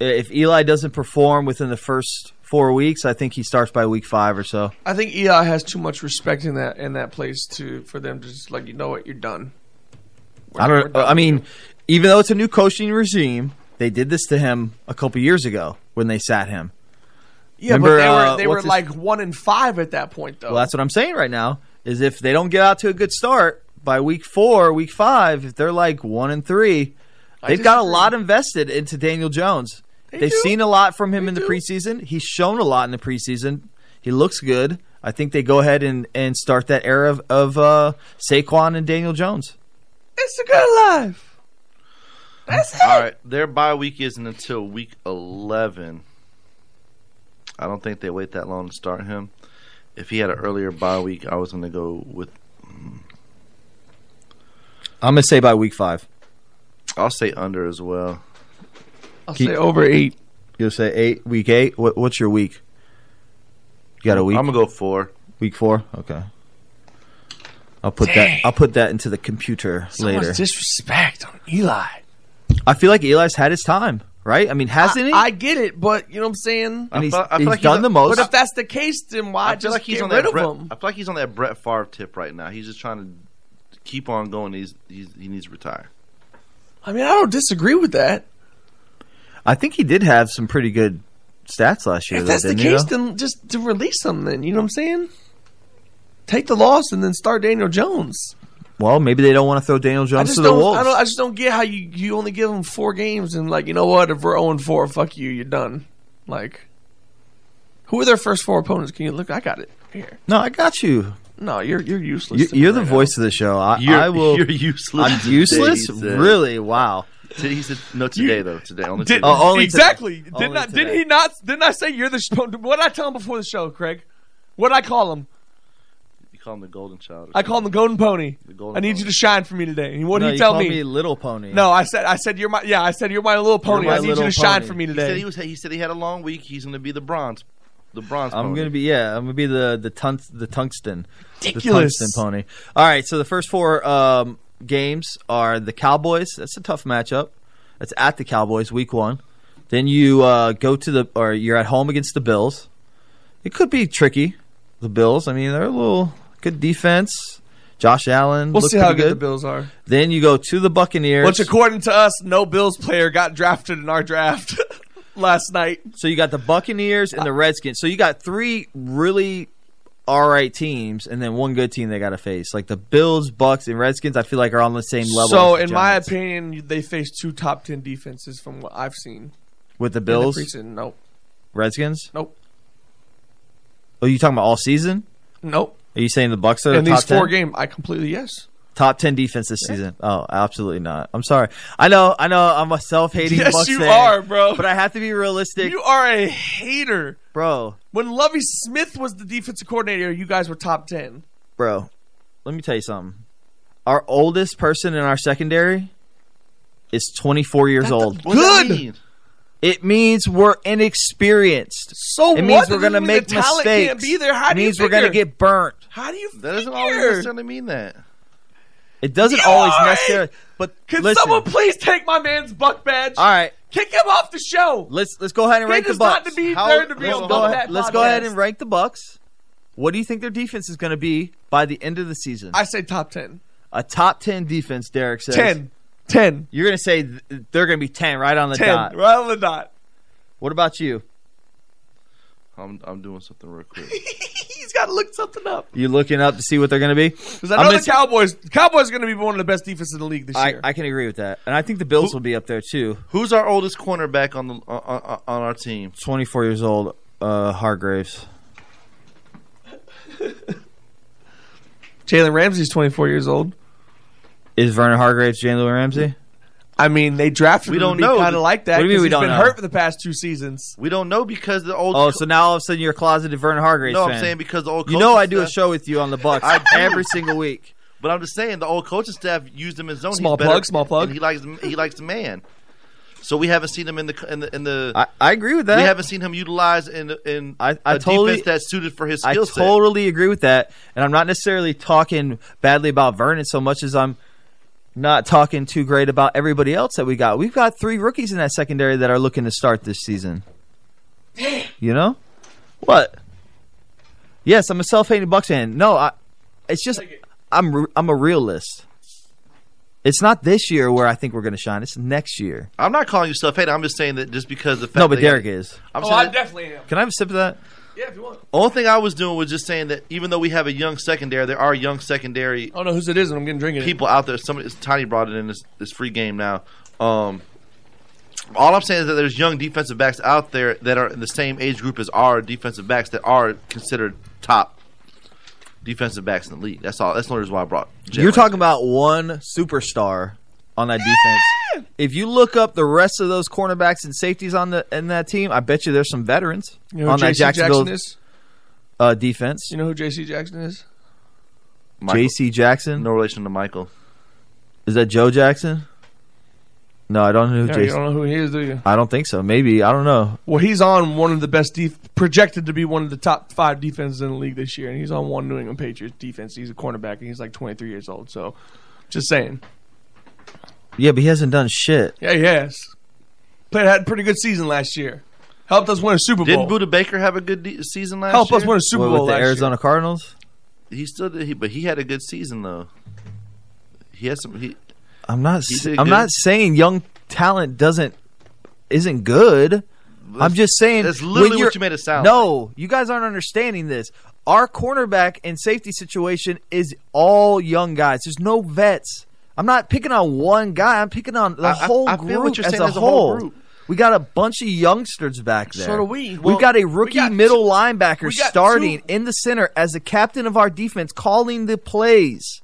I- If Eli doesn't perform within the first four weeks, I think he starts by week five or so. I think Eli has too much respect in that in that place to for them to just like you know what you're done. I don't. I mean, even though it's a new coaching regime, they did this to him a couple years ago when they sat him. Yeah, but Remember, they were uh, they what's were his- like one and five at that point though. Well, that's what I'm saying right now. Is if they don't get out to a good start by week four, week five, if they're like one and three, they've got a lot invested into Daniel Jones. They have seen a lot from him in the preseason. He's shown a lot in the preseason. He looks good. I think they go ahead and, and start that era of, of uh, Saquon and Daniel Jones. It's a good life. That's it. All right, their bye week isn't until week eleven. I don't think they wait that long to start him. If he had an earlier bye week, I was going to go with. I'm gonna say by week five. I'll say under as well. I'll Keep- say over eight. You'll say eight week eight. What, what's your week? You got a week? I'm gonna go four. Week four. Okay. I'll put Dang. that. I'll put that into the computer So much later. disrespect on Eli. I feel like Eli's had his time, right? I mean, hasn't I, he? I get it, but you know what I'm saying. And he's- I feel- I feel he's like he's done on- the most. But if that's the case, then why I feel just like he's get on rid that. of Brett, him? I feel like he's on that Brett Favre tip right now. He's just trying to keep on going. He's, he's he needs to retire. I mean, I don't disagree with that. I think he did have some pretty good stats last year. if though, that's the didn't he, case, though? then just to release him. Then you know what I'm saying. Take the loss and then start Daniel Jones. well, maybe they don't want to throw Daniel I Jones just to the don't. wolves. I, don't I just don't get how you you only give them four games and like you know what if we're zero four, fuck you, you're done. Like, who are their first four opponents? Can you look? I got it here. no, I got you. No, you're you're useless. You're, to me you're the right now. voice of the show. I, You're- I [laughs] will. you're useless I'm today, [laughs] useless. he said. really? Wow. Today- He said no today though. Today only. Did, today. Oh, only today. exactly. Only Did not? Did today. he not? Didn't I say you're the? sh- What did I tell him before the show, Craig? What did I call him? you call him the golden child. I called him the Golden Pony. Golden I need you to shine for me today. And what no, did he you tell called me? me Little Pony. No, I said I said you're my yeah. I said you're my little pony. my I need you to little shine pony. for me He said today. he was. He said he had a long week. He's going to be the bronze. The bronze. I'm pony. gonna be yeah. I'm gonna be the the tun- the tungsten, Ridiculous. the tungsten pony. All right. So the first four um, games are the Cowboys. That's a tough matchup. That's at the Cowboys, week one. Then you uh, go to the or you're at home against the Bills. It could be tricky. The Bills. I mean, they're a little good defense. Josh Allen. We'll looked see how pretty good the Bills are. Then you go to the Buccaneers. Which, according to us, no Bills player got drafted in our draft [laughs] last night. So you got the Buccaneers and the Redskins. So you got three really all right teams, and then one good team they got to face. Like the Bills, Bucks, and Redskins. I feel like are on the same level. So, as the in my Giants. opinion, they faced two top ten defenses from what I've seen. with the in Bills, preseason. nope, Redskins. Nope. Are you talking about all season? nope. Are you saying the Bucks are the in these top four 10? games, I completely yes. Top ten defense this season. Oh, absolutely not. I'm sorry. I know. I know. I'm a self-hating. Yes, Bucks you fan, are, bro. But I have to be realistic, You are a hater. bro. When Lovey Smith was the defensive coordinator, you guys were top ten. Bro, let me tell you something. Our oldest person in our secondary is 24 years old. What does that mean? It means we're inexperienced. So it what? means That we're doesn't gonna mean make the talent mistakes. can't be there. How it do you means we're gonna figure? get burnt. How do you? That doesn't always figure? necessarily mean that. It doesn't You always all right? necessarily. But Can listen, someone please take my man's buck badge? all right, Kick him off the show. let's let's go ahead and He rank the does not Bucks. to be How- there to be hold on on, Buck Go ahead- Bad let's go ahead Podcast. and rank the Bucks. What do you think their defense is going to be by the end of the season? I say top ten. A top ten defense, Derek says. Ten. Ten. You're going to say th- they're going to be ten, right on the Ten. dot. Right on the dot. [laughs] What about you? I'm I'm doing something real quick. [laughs] He's got to look something up. You looking up to see what they're going to be? Because I I'm know gonna the Cowboys. Cowboys are going to be one of the best defenses in the league this I, year. I can agree with that, and I think the Bills will be up there too. Who's our oldest cornerback on the on, on, on our team? Twenty four years old, uh, Hargraves. Jalen Ramsey's 24 years old. Is Vernon Hargraves Jalen Ramsey? I mean, they drafted We him don't to be know. kind of like that. What do you mean 'cause we he's don't been know? hurt for the past two seasons. We don't know because the old. Oh, so now all of a sudden you're a closeted Vernon Hargraves no, fan. I'm saying because the old. you know coaching I do a uh, staff- show with you on the Bucks every single week. but I'm just saying the old coaching staff used him in zone. Small He's better- plug, small plug. and he likes he likes the man. So we haven't seen him in the in the in the. I, I agree with that. we haven't seen him utilized in in I- I a totally- defense that's suited for his I skill set. totally agree with that, and I'm not necessarily talking badly about Vernon so much as I'm not talking too great about everybody else that we got. We've got three rookies in that secondary that are looking to start this season. You know what? Yes, I'm a self-hating Bucks fan. No, I, it's just I'm re- I'm a realist. It's not this year where I think we're going to shine. It's next year. I'm not calling you stuff hater. I'm just saying that just because the fact No, but that they- Derek is. I'm Oh, saying I that- definitely am. Can I have a sip of that? Yeah, if you want. only thing I was doing was just saying that even though we have a young secondary, there are young secondary I don't know whose it is, and I'm getting drinking it. people out there. Somebody, Tiny brought it in this, this free game now. Um, all I'm saying is that there's young defensive backs out there that are in the same age group as our defensive backs that are considered top defensive backs in the league. That's all. That's the only reason why I brought. Jalen. You're talking about one superstar on that defense. If you look up the rest of those cornerbacks and safeties on the in that team, I bet you there's some veterans You know on who that JC Jacksonville Jackson is? uh, defense. You know who JC Jackson is? Michael. J.C. Jackson No relation to Michael. is that Joe Jackson? No, I don't know who Yeah, you Jason. don't know who he is, do you? I don't think so. Maybe I don't know. Well, he's on one of the best, def- projected to be one of the top five defenses in the league this year, and he's on one New England Patriots defense. He's a cornerback, and he's like 23 years old. So, just saying. Yeah, but he hasn't done shit. Yeah, he has. Played had a pretty good season last year. Helped us win a Super Bowl. Didn't Buda Baker have a good de- season last Helped year? us win a Super What, Bowl with the last Arizona Cardinals. He still did, he, but he had a good season though. He has some. He, I'm not. He s- did I'm good. not saying young talent doesn't isn't good. I'm just saying that's literally when what you're- you made it sound No, you guys aren't understanding this. Our cornerback and safety situation is all young guys. There's no vets. I'm not picking on one guy. I'm picking on the I- I- whole I feel group what you're as, saying a as a whole whole. group. We got a bunch of youngsters back there. So do we. We've Well, got a we rookie got middle two- linebacker we got starting two- in the center as the captain of our defense, calling the plays.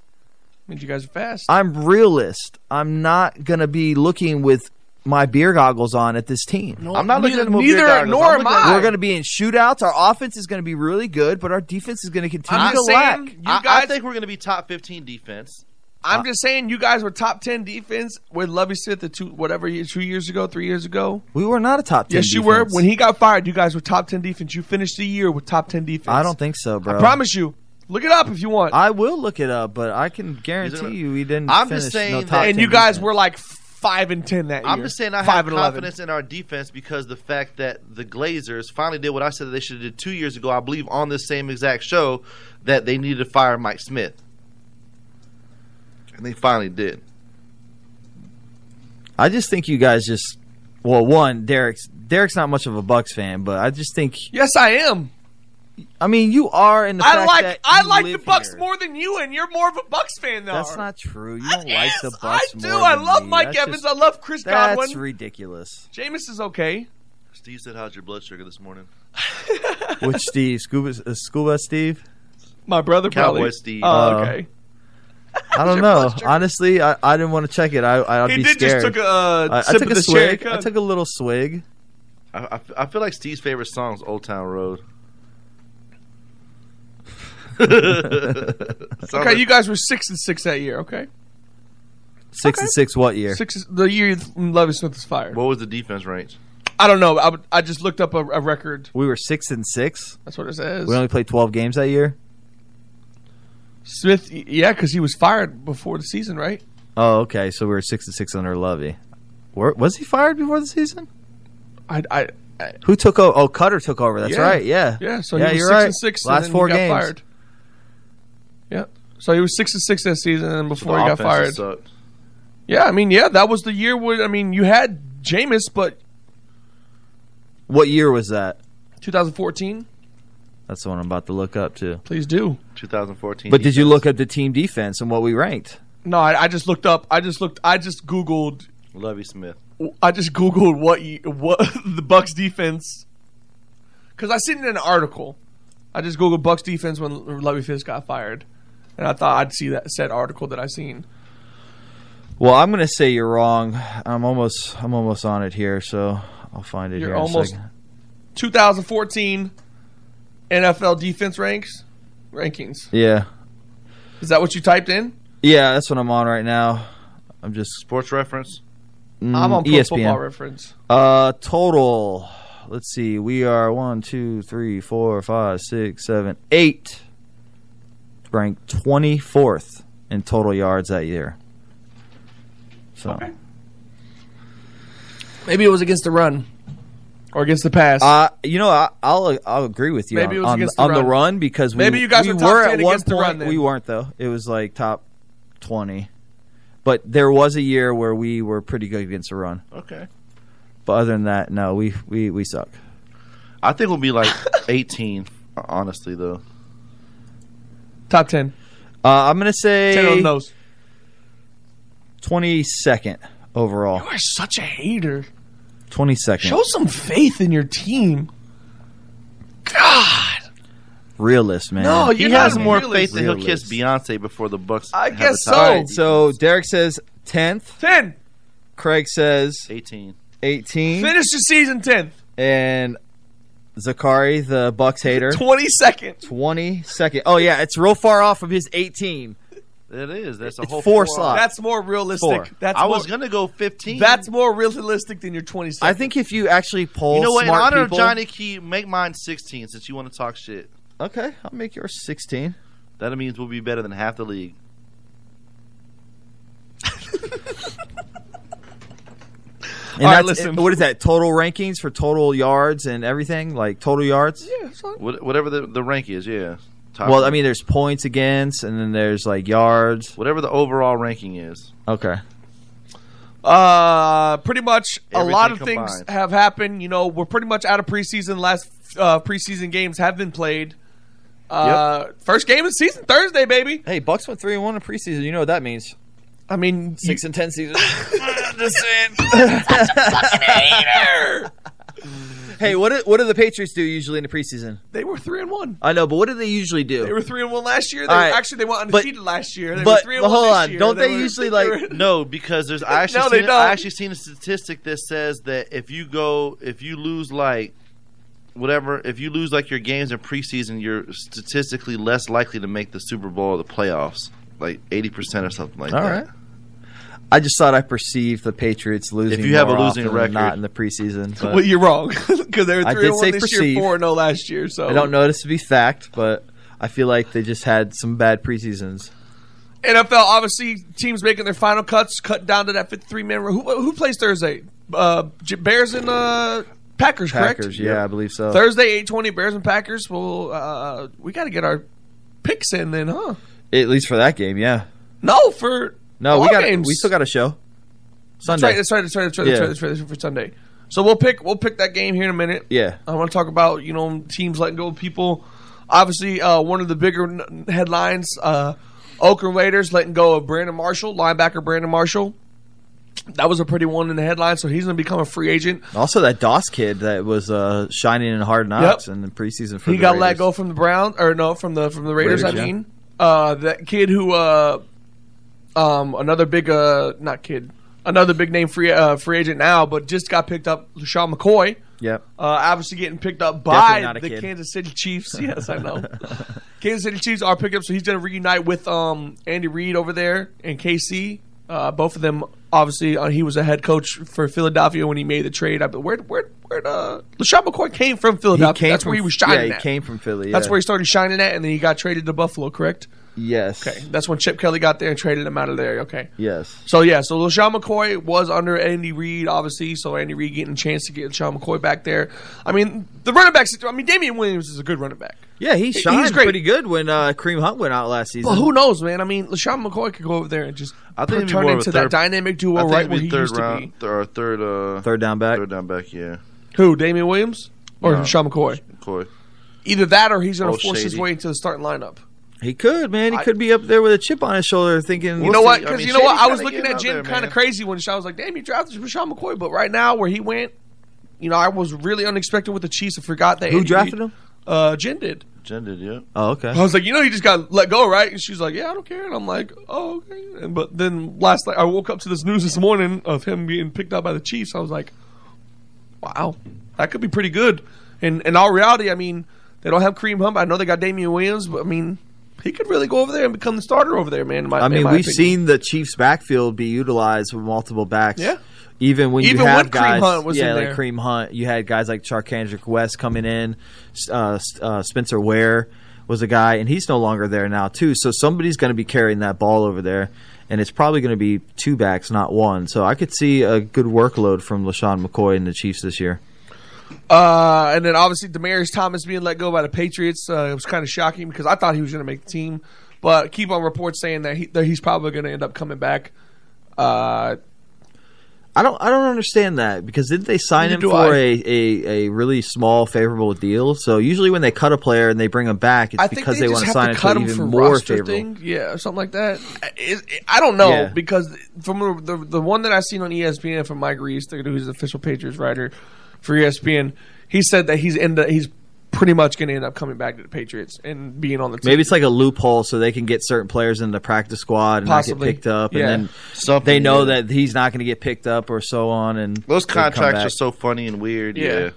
Means you guys are fast. I'm realist. I'm not gonna be looking with my beer goggles on at this team. I'm not looking neither, at the neither nor am I. We're gonna be in shootouts. Our offense is gonna be really good, but our defense is gonna continue I'm to just saying, lack. you I, guys. I think we're going to be top 15 defense. I'm just saying, you guys were top ten defense with Lovey Smith the two whatever year- two years ago, three years ago. We were not a top ten. Yes, you were. defense. When he got fired, you guys were top ten defense. You finished the year with top ten defense. I don't think so, bro. I promise you. Look it up if you want. I will look it up, but I can guarantee He's gonna- you we didn't. I'm just finish no saying top that- and 10 you guys defense. were like five and ten that year. I'm just saying I five have and 11. confidence in our defense because the fact that the Glazers finally did what I said they should have did two years ago. I believe on this same exact show that they needed to fire Mike Smith, and they finally did. I just think you guys just. Well, one, Derek's Derek's not much of a Bucks fan, but I just think. Yes, I am. I mean, you are in the. I fact like that I you like the live Bucks here. more than you, and you're more of a Bucks fan than That's I are. not true. You don't like the Yes, Bucks. I do. more I than love me. Mike That's Evans. just- I love Chris That's Godwin. ridiculous. Jameis is okay. Steve said, "How's your blood sugar this morning?" [laughs] Which Steve? Scuba, uh, Scuba Steve? My brother Cowboy Uh, probably. Uh, Steve. Oh, okay. I don't know. Honestly, I, I didn't want to check it. I I'd He be did just scared. took a, uh, I- I sip took of a this cherry swig. I Coke. took a little swig. I, I, I feel like Steve's favorite song is Old Town [laughs] Road. Okay, you guys were six and six that year. Okay, Six and six. What year? six is- the year Lovey Smith was fired. What was the defense range? I don't know. I, would- I just looked up a, a record. We were six and six. That's what it says. We only played twelve games that year. Smith, yeah, because he was fired before the season, right? Oh, okay. So we were six and six under Lovey. Where, was he fired before the season? I, I, I Who took over? Oh, Cutter took over. That's Yeah. right. Yeah. Yeah. So yeah, he was you're six right. and six. and Last then four he got games. Fired. Yeah. So he was six and six that season, and before the he got offense fired. just sucked. Yeah, I mean, yeah, that was the year where I mean you had Jameis, but What year was that? 2014. That's the one I'm about to look up to. Please do. 2014. But did you look up the team defense and what we ranked? No, I, I just looked up. I just looked. I just googled. Lovey Smith. I just googled what ye- what [laughs] the Bucks defense because I seen it in an article. I just googled Bucks defense when Lovey Fisk got fired, and I thought I'd see that said article that I seen. Well, I'm gonna say you're wrong. I'm almost I'm almost on it here, so I'll find it You're here. in a almost- second. 2014 NFL defense ranks rankings. Yeah. Is that what you typed in? Yeah, that's what I'm on right now. I'm just Sports reference. I'm on Pro ESPN. Football Reference. Uh, total. Let's see. We are one, two, three, four, five, six, seven, eight. Ranked 24th in total yards that year. So Maybe it was against the run or against the pass. Uh, you know, I, I'll I'll agree with you Maybe it on, was on, against on the the run. run because we, Maybe you guys we were top were 10 at one against the run point then. we weren't though. It was like top twenty, but there was a year where we were pretty good against the run. Okay. But other than that, no, we we, we suck. I think we'll be [laughs] like 18, honestly, though. Top 10. Uh, I'm gonna say 10 on those. twenty second overall. You are such a hater. Twenty second. Show some faith in your team. Realist man. No, he you're not has a more realist. faith that he'll kiss Realist. Beyonce before the Bucks. I have guess a top so. All ten right, so Derek says tenth. Ten. Craig says 18. eighteen. Finish the season 10th, And Zakari, the Bucks hater. 22nd. Twenty second. Oh yeah, it's real far off of his eighteen. It is. That's a It's whole four slot. That's more realistic. Four. That's I more, was gonna go 15. That's more realistic than your 22nd. I think if you actually poll, you know what? In smart honor people- of Johnny Key, make mine 16 since you want to talk shit. Okay, I'll make yours sixteen. That means we'll be better than half the league. And All right, that's- listen. What is that? Total rankings for total yards and everything, like total yards. Yeah, it's fine. What, whatever the, the rank is, yeah. Top Well, I mean, there's points against, and then there's like yards. whatever the overall ranking is. Okay. Uh, pretty much a lot of Everything things combined. have happened. You know, we're pretty much out of preseason. Last uh, preseason games have been played. Uh, First game of the season, Thursday, baby. Hey, Bucks went three and one in preseason. You know what that means? I mean, Six and ten [laughs] season. Just hey, what do, what do the Patriots do usually in the preseason? they were three and one. I know, but what do they usually They do? were three and one last year. They All were, right. Actually, they went But- undefeated last year. They were but- three and but one hold this on. year. Don't they were- [laughs] usually, like- were- No, because there's I actually [laughs] No, they seen, don't. I actually seen a statistic that says that if you go if you lose like whatever if you lose like your games in preseason, you're statistically less likely to make the Super Bowl or the playoffs, like eighty percent or something like All that. right. I just thought I perceived the Patriots losing. If you have a more losing often than record. not in the preseason, but Well, you're wrong [laughs] because they were I three did and one say this perceive. year, four and zero last year. So I don't know this to be fact, but I feel like they just had some bad preseasons. NFL obviously teams making their final cuts, cut down to that fifty-three man. Who who plays Thursday? Uh, J- Bears and uh, Packers, correct? Packers, yeah, I believe so. Thursday, eight twenty. Bears and Packers. Well, uh, we got to get our picks in then, huh? At least for that game, yeah. No, for No, we all got games. we still got a show. That's Sunday. right. That's right. That's right. That's right. That's right. Yeah. That's right. That's right for Sunday. So we'll pick we'll pick that game here in a minute. Yeah. I want to talk about you know teams letting go of people. Obviously, uh, one of the bigger n- headlines: uh, Oakland Raiders letting go of Brandon Marshall, linebacker Brandon Marshall. That was a pretty one in the headline. So he's going to become a free agent. Also, that Doss kid that was uh, shining in hard knocks in the preseason for he the got let Raiders. go from the Browns, or no, from the from the Raiders. Raiders, I yeah. mean, uh, that kid who uh, um, another big uh, not kid, another big name free uh, free agent now, but just got picked up, LaShawn McCoy. Yep. Uh, obviously getting picked up Definitely by not a the kid. Kansas City [laughs] Chiefs. Yes, I know. Kansas City Chiefs are picked up, so he's going to reunite with um, Andy Reid over there and KC. Uh, both of them, obviously, uh, he was a head coach for Philadelphia when he made the trade. I, but where, where, where? Uh, LaShawn McCoy came from Philadelphia. came That's where from- he was yeah, shining. he at. came from Philly, That's yeah. where he started shining at, and then he got traded to Buffalo. Correct. Yes. Okay, that's when Chip Kelly got there and traded him out of there. Okay. Yes. So yeah, so LaShawn McCoy was under Andy Reid, obviously. So Andy Reid getting a chance to get LaShawn McCoy back there. I mean, the running back situ I mean, Damian Williams is a good running back. Yeah, he He's shined great. pretty good when uh, Kareem Hunt went out last season. But who knows, man? I mean, LaShawn McCoy could go over there and just I think he'd be turn more of a into that third- dynamic I duo think right he'd where be he third used round. to be. Th- or third, uh, third down back. Third down back, yeah. Who, Damian Williams or No. LaShawn McCoy? McCoy. Either that or he's going Old to force his Shady. way into the starting lineup. He could, man. He I- could be up there with a chip on his shoulder, thinking. You know what? Because you know what? I was looking at Jim kind of crazy when Sean was like, "Damn, you drafted Rashawn McCoy," but right now where he went, you know, I was really unexpected with the Chiefs. I forgot that Who Andy drafted Reid- him? Uh, Jen did. Jen did, yeah. Oh, okay. I was like, you know, he just got let go, right? And she's like, yeah, I don't care. And I'm like, oh, okay. And, but then last night, I woke up to this news this morning of him being picked up by the Chiefs. I was like, wow, that could be pretty good. And in all reality, I mean, they don't have Kareem Hump. I know they got Damian Williams, but I mean, he could really go over there and become the starter over there, man. in my- I in mean, my we've opinion. seen the Chiefs' backfield be utilized with multiple backs. Yeah. Even when Even you have when Kareem guys, Hunt was yeah, in like there. Kareem Hunt, you had guys like Charkandrick West coming in. S- Uh, S- uh, Spencer Ware was a guy, and he's no longer there now too. So somebody's going to be carrying that ball over there, and it's probably going to be two backs, not one. So I could see a good workload from Lashawn McCoy and the Chiefs this year. Uh, and then obviously Demarius Thomas being let go by the Patriots. Uh, it was kind of shocking because I thought he was going to make the team, but keep on reports saying that, he, that he's probably going to end up coming back. Uh, I don't I don't understand that because didn't they sign Neither him do for I. a, a, a really small favorable deal? So usually when they cut a player and they bring him back, it's I think because they, want just to have to sign him cut to him for even more roster favorable. thing, yeah, or something like that. I, it- I don't know Yeah. because from the the one that I seen on E ESPN from Mike Reese, who's the official Patriots writer for E ESPN, he said that he's end he's pretty much going to end up coming back to the Patriots and being on the team. Maybe it's like a loophole so they can get certain players in the practice squad and not Possibly. get picked up, Yeah. and then Something, they know yeah. that he's not going to get picked up or so on. And Those they come contracts back. are so funny and weird. Yeah. Yeah.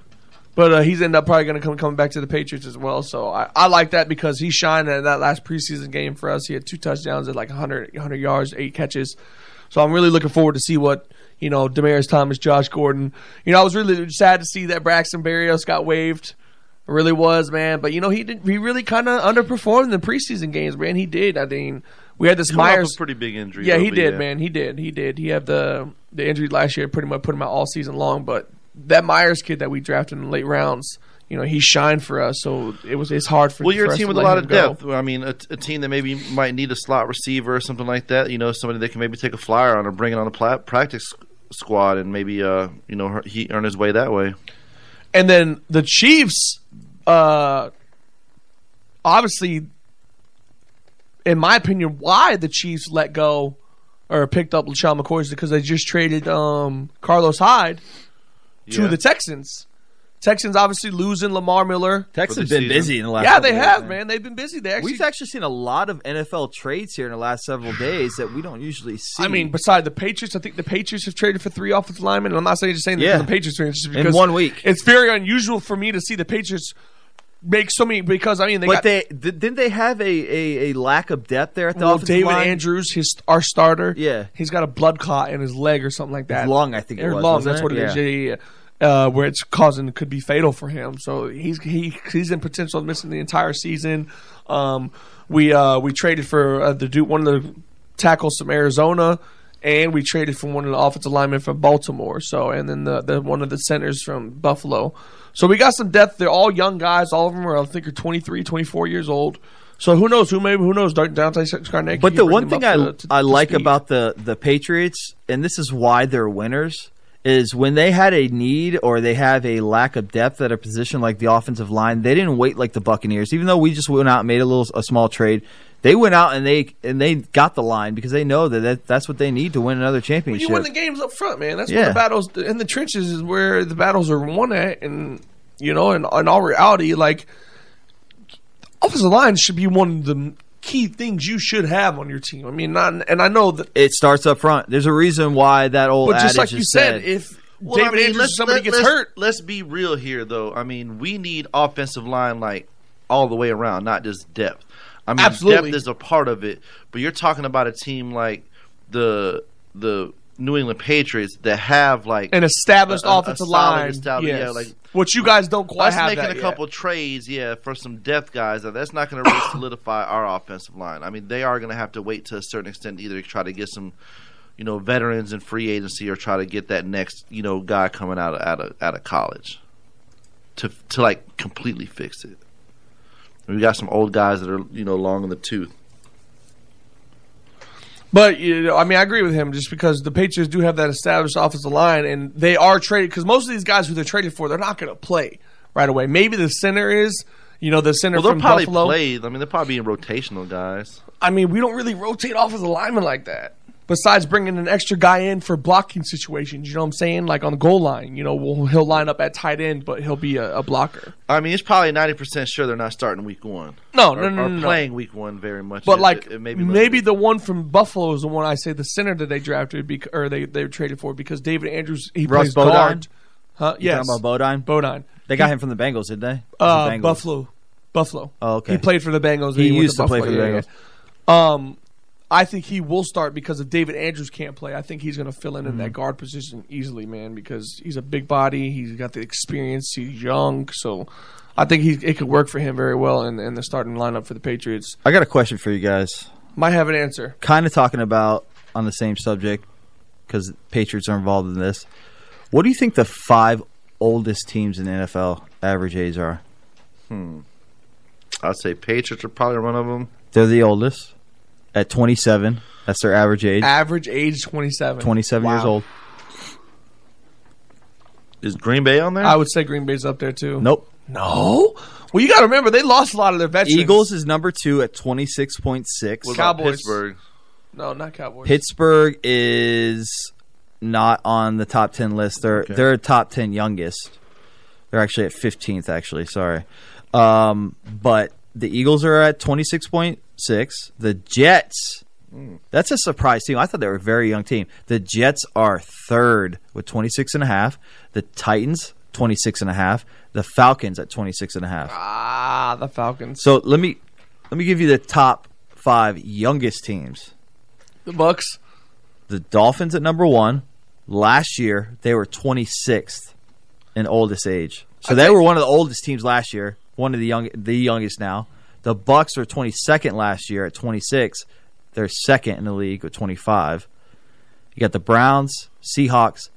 But uh, he's ended up probably going to come coming back to the Patriots as well. So I, I like that because he shined in that last preseason game for us. He had two touchdowns at like 100, 100 yards, eight catches. So I'm really looking forward to see what you know Damaris Thomas, Josh Gordon. You know, I was really sad to see that Braxton Berrios got waived. I really was, man. But you know, he did, he really kind of underperformed in the preseason games, man. He did. I mean, we had this Coming off a Myers pretty big injury, Yeah, though, he but did, yeah. man. He did. He did. He had the the injury last year, pretty much put him out all season long. But that Myers kid that we drafted in the late rounds, you know, he shined for us. So it was it's hard for Well, you're for a us team to with a let lot him of go. depth. I mean, a, a team that maybe might need a slot receiver or something like that. You know, somebody they can maybe take a flyer on or bring it on a pla- practice squad and maybe uh you know her- he earn his way that way. And then the Chiefs, uh, obviously, in my opinion, why the Chiefs let go or picked up LaShawn McCoy is because they just traded um, Carlos Hyde to Yeah. the Texans. Texans obviously losing Lamar Miller. Texans been busy in the last. Yeah, couple they years, have, man. They've been busy. They actually We've actually seen a lot of NFL trades here in the last several days that we don't usually see. I mean, beside the Patriots, I think the Patriots have traded for three offensive linemen. And I'm not saying just saying that Yeah. the Patriots are interested In because one week. It's very unusual for me to see the Patriots make so many because I mean they but got they di- didn't they have a, a, a lack of depth there at the well, offensive David line? Andrews, his our starter. Yeah. he's got a blood clot in his leg or something like that. lung, I think it Or was, lung, wasn't that's it? what it is. Yeah. yeah, yeah. Uh, where it's causing could be fatal for him. So he's he he's in potential of missing the entire season. Um, we uh, we traded for uh, the dude, one of the tackles from Arizona. And we traded for one of the offensive linemen from Baltimore, so and then the, the one of the centers from Buffalo. So we got some depth. They're all young guys. All of them are, I think, are 23, 24 years old. So who knows? Who maybe who knows? Dante Scarnecchia. But you the bring one him thing up I to- to- I to like speed. about the the Patriots, and this is why they're winners, is when they had a need or they have a lack of depth at a position like the offensive line, they didn't wait like the Buccaneers. Even though we just went out and made a little a small trade, they went out and they and they got the line because they know that, that that's what they need to win another Well, championship. you win the games up front, man. That's where Yeah. the battles in the trenches is where the battles are won at, and you know, in, in all reality, like offensive line should be one of the key things you should have on your team. I mean, not, and I know that, It starts up front. There's a reason why that old but just adage like is you said, if David Andrews or somebody gets let's- hurt, Let's be real here, though. I mean, we need offensive line like all the way around, not just depth. I mean, Absolutely. depth is a part of it, but you're talking about a team like the the New England Patriots that have like an established a- a- a offensive solid line, estab- yes. yeah, like what you guys don't quite us have making that a yet. couple trades, yeah, for some depth guys. uh, That's not going [coughs] to really solidify our offensive line. I mean, they are going to have to wait to a certain extent, to either try to get some, you know, veterans in free agency, or try to get that next, you know, guy coming out of out of, out of college to to like completely fix it. We got some old guys that are you know long in the tooth. But you know, I mean, I agree with him just because the Patriots do have that established offensive line, and they are traded because most of these guys who they're traded for, they're not going to play right away. Maybe the center is, you know, the center Well, they'll from probably Buffalo. play. I mean, they're probably being rotational guys. I mean, we don't really rotate offensive linemen like that. Besides bringing an extra guy in for blocking situations, you know what I'm saying? Like on the goal line, you know, we'll, he'll line up at tight end, but he'll be a, a blocker. I mean, it's probably ninety percent sure they're not starting week one. No, or, no, no, or no, no. playing week one very much. But It- like it- it may be limited. maybe the one from Buffalo is the one I say the center that they drafted bec- or they they traded for because David Andrews he plays Russ Bodine? guard. Huh? You Yes. talking about Bodine? Bodine. They got He- him from the Bengals, did they? Uh, The Bengals. Buffalo. Buffalo. Oh, okay. He played for the Bengals. and He went used to play Buffalo. for the Yeah, yeah, Bengals. yeah. Um, I think he will start because if David Andrews can't play, I think he's going to fill in in that Mhm. guard position easily, man. Because he's a big body, he's got the experience, he's young, so I think he it could work for him very well in, in the starting lineup for the Patriots. I got a question for you guys. Might have an answer. Kind of talking about on the same subject because Patriots are involved in this. What do you think the five oldest teams in the NFL average age are? Hmm. I'd say Patriots are probably one of them. They're the oldest at 27. That's their average age. Average age twenty seven. 27 years old. Is Green Bay on there? I would say Green Bay's up there too. Nope. No. Well, you got to remember they lost a lot of their veterans. Eagles is number two at 26.6. Cowboys. No, not Cowboys. Pittsburgh is not on the top ten list. They're they're top ten youngest. They're actually at fifteenth. Actually, sorry, um, but the Eagles are at twenty six point six. The Jets. That's a surprise team. I thought they were a very young team. The Jets are third with 26 and a half. The Titans 26 and a half. The Falcons at 26 and a half. Ah, the Falcons. So let me let me give you the top 5 youngest teams. The Bucks. The Dolphins at number one. Last year they were 26th in oldest age, so they were one of the oldest teams last year. One of the young, the youngest now. The Bucks were 22nd last year at 26. They're second in the league with 25. You got the Browns, Seahawks,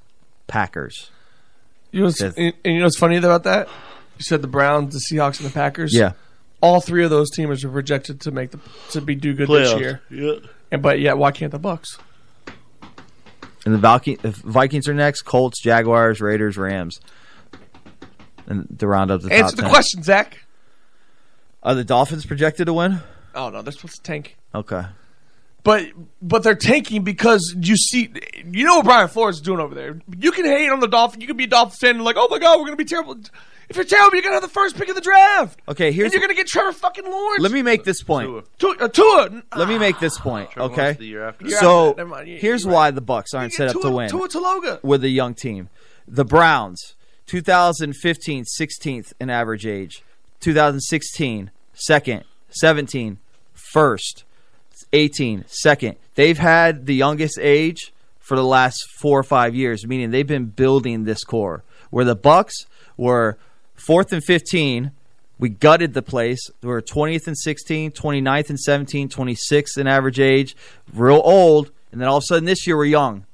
Packers. You know, what's- Fifth. and, and you know what's funny about that? You said the Browns, the Seahawks, and the Packers. Yeah. All three of those teams are projected to make the to be do good Playoffs. this year. Yeah. And but yeah, why can't the Bucks? And the Valky- the Vikings are next. Colts, Jaguars, Raiders, Rams. And to round up the top Answer the 10. question, Zach. Are the Dolphins projected to win? Oh no, they're supposed to tank. Okay. But but they're tanking because you see, you know what Brian Flores is doing over there. You can hate on the Dolphins. You can be a Dolphins fan and like, oh my god, we're gonna be terrible. If you're terrible, you're gonna have the first pick of the draft. Okay, here's and you're gonna get Trevor fucking Lawrence. Let me make this point. Tua. Uh, Tua. Let me make this point. Lawrence Okay. Ah, the year after. You're So after- never mind, you- here's why the Bucks aren't set up to win Tua Taloga. with a young team. The Browns, 2015, 16th in average age. 2016, second. 17, first. 18, second. They've had the youngest age for the last four or five years, meaning they've been building this core. Where the Bucks were fourth and 15, we gutted the place. We were 20th and 16, 29th and 17, 26th in average age, real old. And then all of a sudden this year we're young.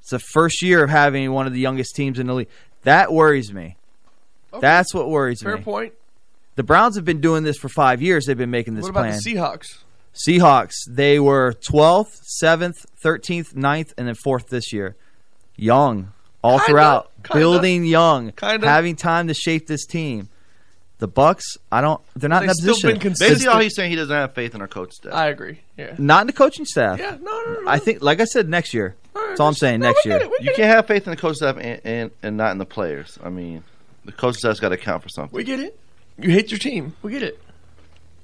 It's the first year of having one of the youngest teams in the league. That worries me. That's what worries Fair me. point. The Browns have been doing this for five years. They've been making this What about plan. the Seahawks? Seahawks, they were 12th, 7th, 13th, 9th, and then 4th this year. Young, all throughout. kinda, building young. kinda. Having time to shape this team. The Bucks, I don't, they're not in that position. Basically, all he's saying he doesn't have faith in our coach staff. I agree. Yeah. Not in the coaching staff. Yeah, no, no, I think, like I said, next year. That's all I'm saying, next year. You can't have faith in the coach staff and, and, and not in the players. I mean, the coach staff's got to count for something. We get it. You hate your team. We get it.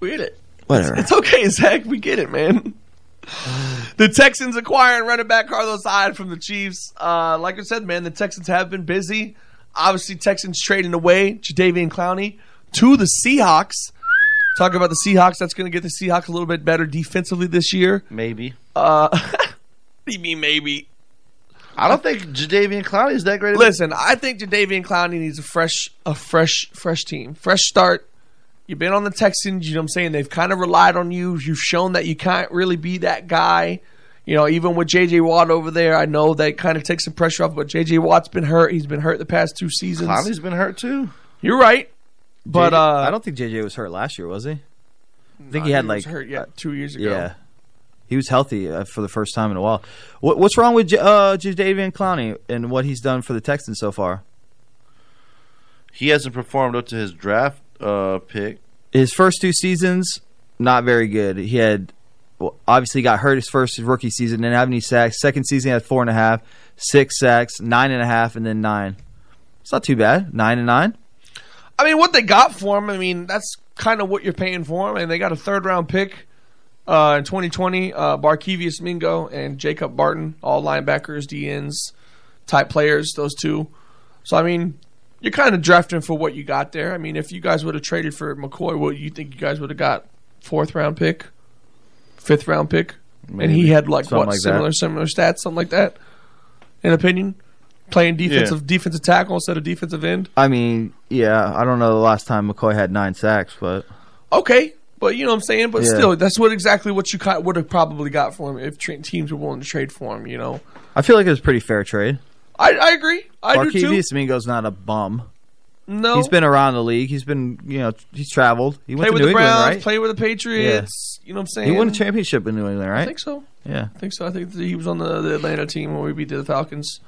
We get it. Whatever. It's okay, Zach. We get it, man. The Texans acquiring running back Carlos Hyde from the Chiefs. Uh, like I said, man, the Texans have been busy. Obviously, Texans trading away Jadavian Clowney to the Seahawks. Talk about the Seahawks. That's going to get the Seahawks a little bit better defensively this year. Maybe. Uh, [laughs] what do you mean maybe? I don't think Jadavian Clowney is that great. Listen, I think Jadavian Clowney needs a fresh, a fresh, fresh team, fresh start. You've been on the Texans. You know what I'm saying? They've kind of relied on you. You've shown that you can't really be that guy. You know, even with JJ Watt over there, I know that kind of takes some pressure off. But JJ Watt's been hurt. He's been hurt the past two seasons. Clowney's been hurt too. You're right, but JJ uh, I don't think JJ was hurt last year, was he? I think he had like was hurt yeah two years ago. yeah, he was healthy uh, for the first time in a while. What, what's wrong with J- uh, Jadavian Clowney and what he's done for the Texans so far? He hasn't performed up to his draft uh, pick. His first two seasons, not very good. He had well, obviously got hurt his first rookie season, didn't have any sacks. Second season, he had four and a half, six sacks, nine and a half, and then nine. It's not too bad. Nine and nine. I mean, what they got for him, I mean, that's kind of what you're paying for him. And they got a third round pick uh, in 2020, uh, Barkevius Mingo and Jacob Barton, all linebackers, DNs, type players, those two. So, I mean, you're kind of drafting for what you got there. I mean, if you guys would have traded for McCoy, what you think you guys would have got? Fourth round pick, fifth round pick, and Maybe. he had like Something what like that. similar similar stats, something like that. In opinion, playing Yeah. defensive defensive tackle instead of defensive end. I mean, yeah, I don't know the last time McCoy had nine sacks, but Okay, but you know what I'm saying. But Yeah. still, that's what exactly what you ca- would have probably got for him if tra- teams were willing to trade for him. You know, I feel like it was a pretty fair trade. I, I agree. I do too. Barkevius Mingo's not a bum. No, He's been around the league. He's been, you know, he's traveled. He play went to with New the England, Browns, right? play with the Patriots. You know what I'm saying. He won a championship in New England, right? I think so. Yeah. I think so. I think that he was on the, the Atlanta team when we beat the Falcons.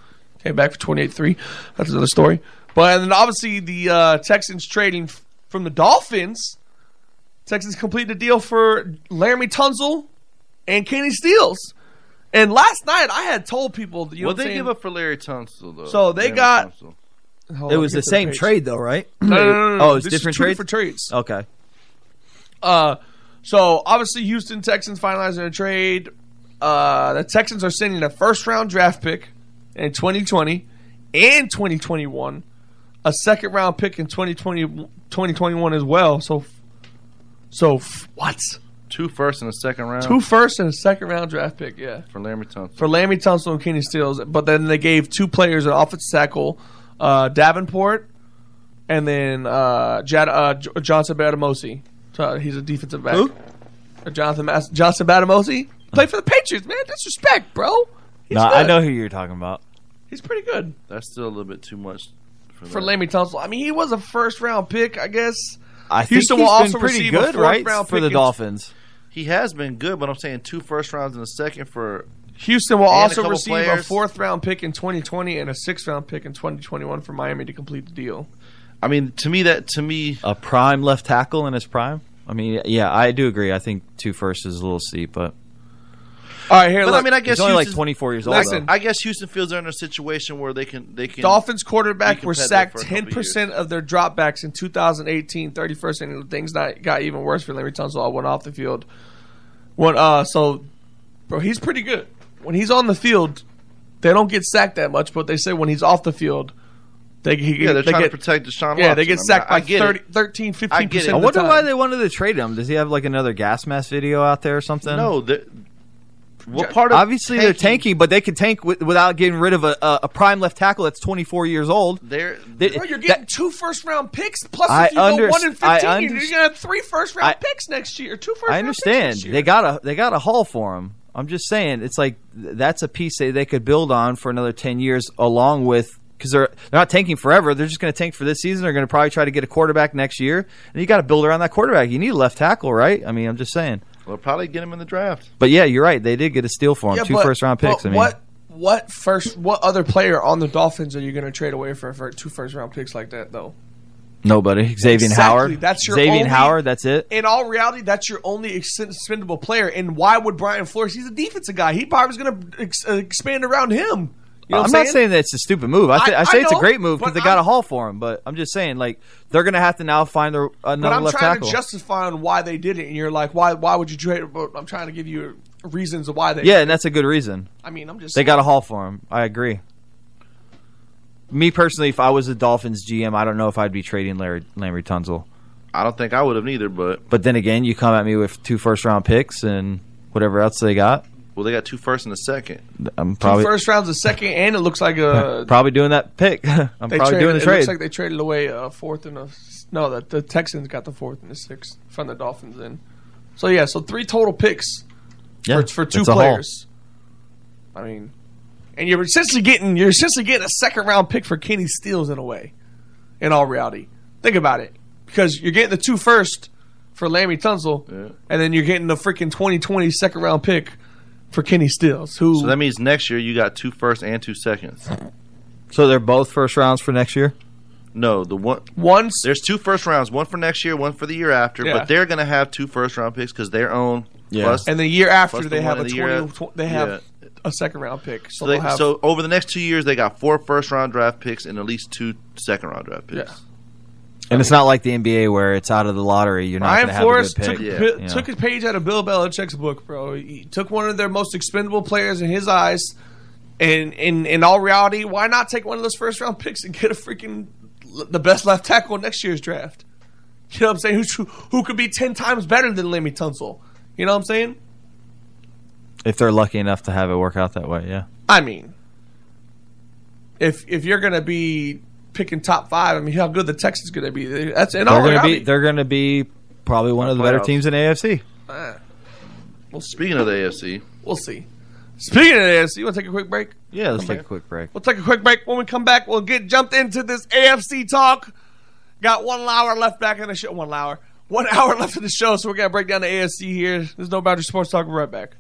Came back for 28-3. That's another story. But and then obviously the uh, Texans trading f- from the Dolphins. Texans completed a deal for Laramie Tunzel and Kenny Steeles. And last night I had told people, you know, what what I'm they saying? give up for Larry Tunsil though? So they Larry got- Tunsil. Hold it on, was get the to same page. trade though, right? [clears throat] No, no, no, no, no. Oh, it's This is different two trades. different trades. Okay. Uh, so obviously Houston Texans finalizing a trade. Uh, the Texans are sending a first round draft pick in 2020 and 2021, a second round pick in 2020 2021 as well. So, so f- what? Two first and a second round. Two first and a second round draft pick. Yeah, for Larry Tunsil. for Laramie Tunsil and Kenny Steeles. But then they gave two players an offensive tackle, uh, Davenport, and then uh, Jad- uh, J- Johnson Batamosi. So uh, he's a defensive back. Who? Uh, Jonathan Mas- Johnson Batamosi played for the Patriots, man. Disrespect, bro. He's No, I good. know who you're talking about. He's pretty good That's still a little bit too much for, for that. Laramie Tunsil. I mean, he was a first round pick, I guess. I Houston think will he's also been pretty receive a good, fourth right, round for pick the in- Dolphins. He has been good, but I'm saying two first rounds and a second for Houston will and a also couple receive a players. fourth round pick in 2020 and a sixth round pick in 2021 for Miami to complete the deal. I mean, to me, that to me, A prime left tackle in his prime. I mean, yeah, I do agree. I think two first is a little steep, but All right, here. But look, I mean, I guess he's only like Houston's- 24 years old. Listen, though. I guess Houston feels they're in a situation where they can they can Dolphins quarterback be were competitive sacked for a couple 10% of their dropbacks in 2018, 31st, and things not, got even worse for Larry Tunsil. I went off the field. When, uh, so, bro, he's pretty good. When he's on the field, they don't get sacked that much, but they say when he's off the field, they, he, Yeah, they're they trying get, to protect Deshaun. Yeah, they Watson. I get mean, sacked I- I by get it. 30, 13, 15% I get it. I of the wonder time. why they wanted to trade him. Does he have like another gas mask video out there or something? No, um, the, what part of Obviously, they're tanking, but they could tank wi- without getting rid of a, a, a prime left tackle that's 24 years old. They're, They- Bro, you're that- getting two first round picks. Plus, I if you under- go one and I fifteen, you're underst- going to have three first round I- picks next year. Two first. I round picks next understand year. they got a they got a haul for him. I'm just saying it's like th- that's a piece that they could build on for another 10 years, along with because they're they're not tanking forever. They're just going to tank for this season. They're going to probably try to get a quarterback next year, and you got to build around that quarterback. You need a left tackle, right? I mean, I'm just saying. We'll probably get him in the draft. But yeah, you're right. They did get a steal for him, Yeah, two but- first round but picks. I mean, what what first what other player on the Dolphins are you going to trade away for, for two first round picks like that though? nobody. Xavier Exactly. Howard. That's your Xavier only- Howard. That's it. In all reality, that's your only ex- expendable player. And why would Brian Flores? He's a defensive guy. He probably was going to ex- uh, expand around him. know what I'm I'm not saying? saying that it's a stupid move. I, th- I- I, say I it's a know, great move because but they got a haul for him. But I'm just saying, like, they're going to have to now find their, But another I'm left trying tackle. to justify on why they did it, and you're like, why? Why would you trade? But I'm trying to give you reasons of why they. yeah, and that's a good reason. I mean, I'm just. They got a haul for him. I agree. Me personally, if I was the Dolphins GM, I don't know if I'd be trading Larry Landry Tunzel. I don't think I would have neither, but But then again, you come at me with two first round picks and whatever else they got. well, they got two first and a second. I'm Two probably first rounds, a second, and it looks like a. probably doing that pick. [laughs] I'm they probably traded, doing the it trade. Looks like they traded away a fourth and a. s- No, the, the Texans got the fourth and the sixth from the Dolphins in. So yeah, so three total picks yeah, for, for two it's a haul. players. I mean, and you're essentially getting you're essentially getting a second round pick for Kenny Steals in a way. In all reality, think about it because you're getting the two first for Lammy Tunzel, and then you're getting the freaking 2020 second round pick for Kenny Steals, who So that means next year you got two first and two seconds. So they're both first rounds for next year. No, the one once there's two first rounds, one for next year, one for the year after. Yeah. But they're gonna have two first round picks because their own. Yeah. plus- and the year after plus the they one have in a the 20, year af- tw- they have Yeah. a second round pick, So, so, they, they'll have so over the next two years, they got four first round draft picks and at least two second round draft picks. And it's not like the NBA where it's out of the lottery. You're not Brian going to have a Flores good pick. took, Yeah. pi- You know. took a page out of Bill Belichick's book, bro. He took one of their most expendable players in his eyes, and in in all reality, why not take one of those first round [laughs] picks and get a freaking l- the best left tackle in next year's draft? You know what I'm saying? Who who could be ten times better than Lemmy Tunsil? You know what I'm saying? if they're lucky enough to have it work out that way. Yeah, I mean, if if you're gonna be picking top five, I mean, how good the Texans gonna be? That's in all they're going to reality. be. They're going to be probably one of the better Playoffs. teams in AFC. Ah, we'll see. Speaking of the AFC, We'll see. Speaking of this, you want to take a quick break? Yeah, let's Okay. take a quick break. We'll take a quick break. When we come back, we'll get jumped into this AFC talk. Got one hour left back in the show. One hour. One [laughs] hour left in the show, so we're going to break down the AFC here. There's no boundary sports talk. We're right back.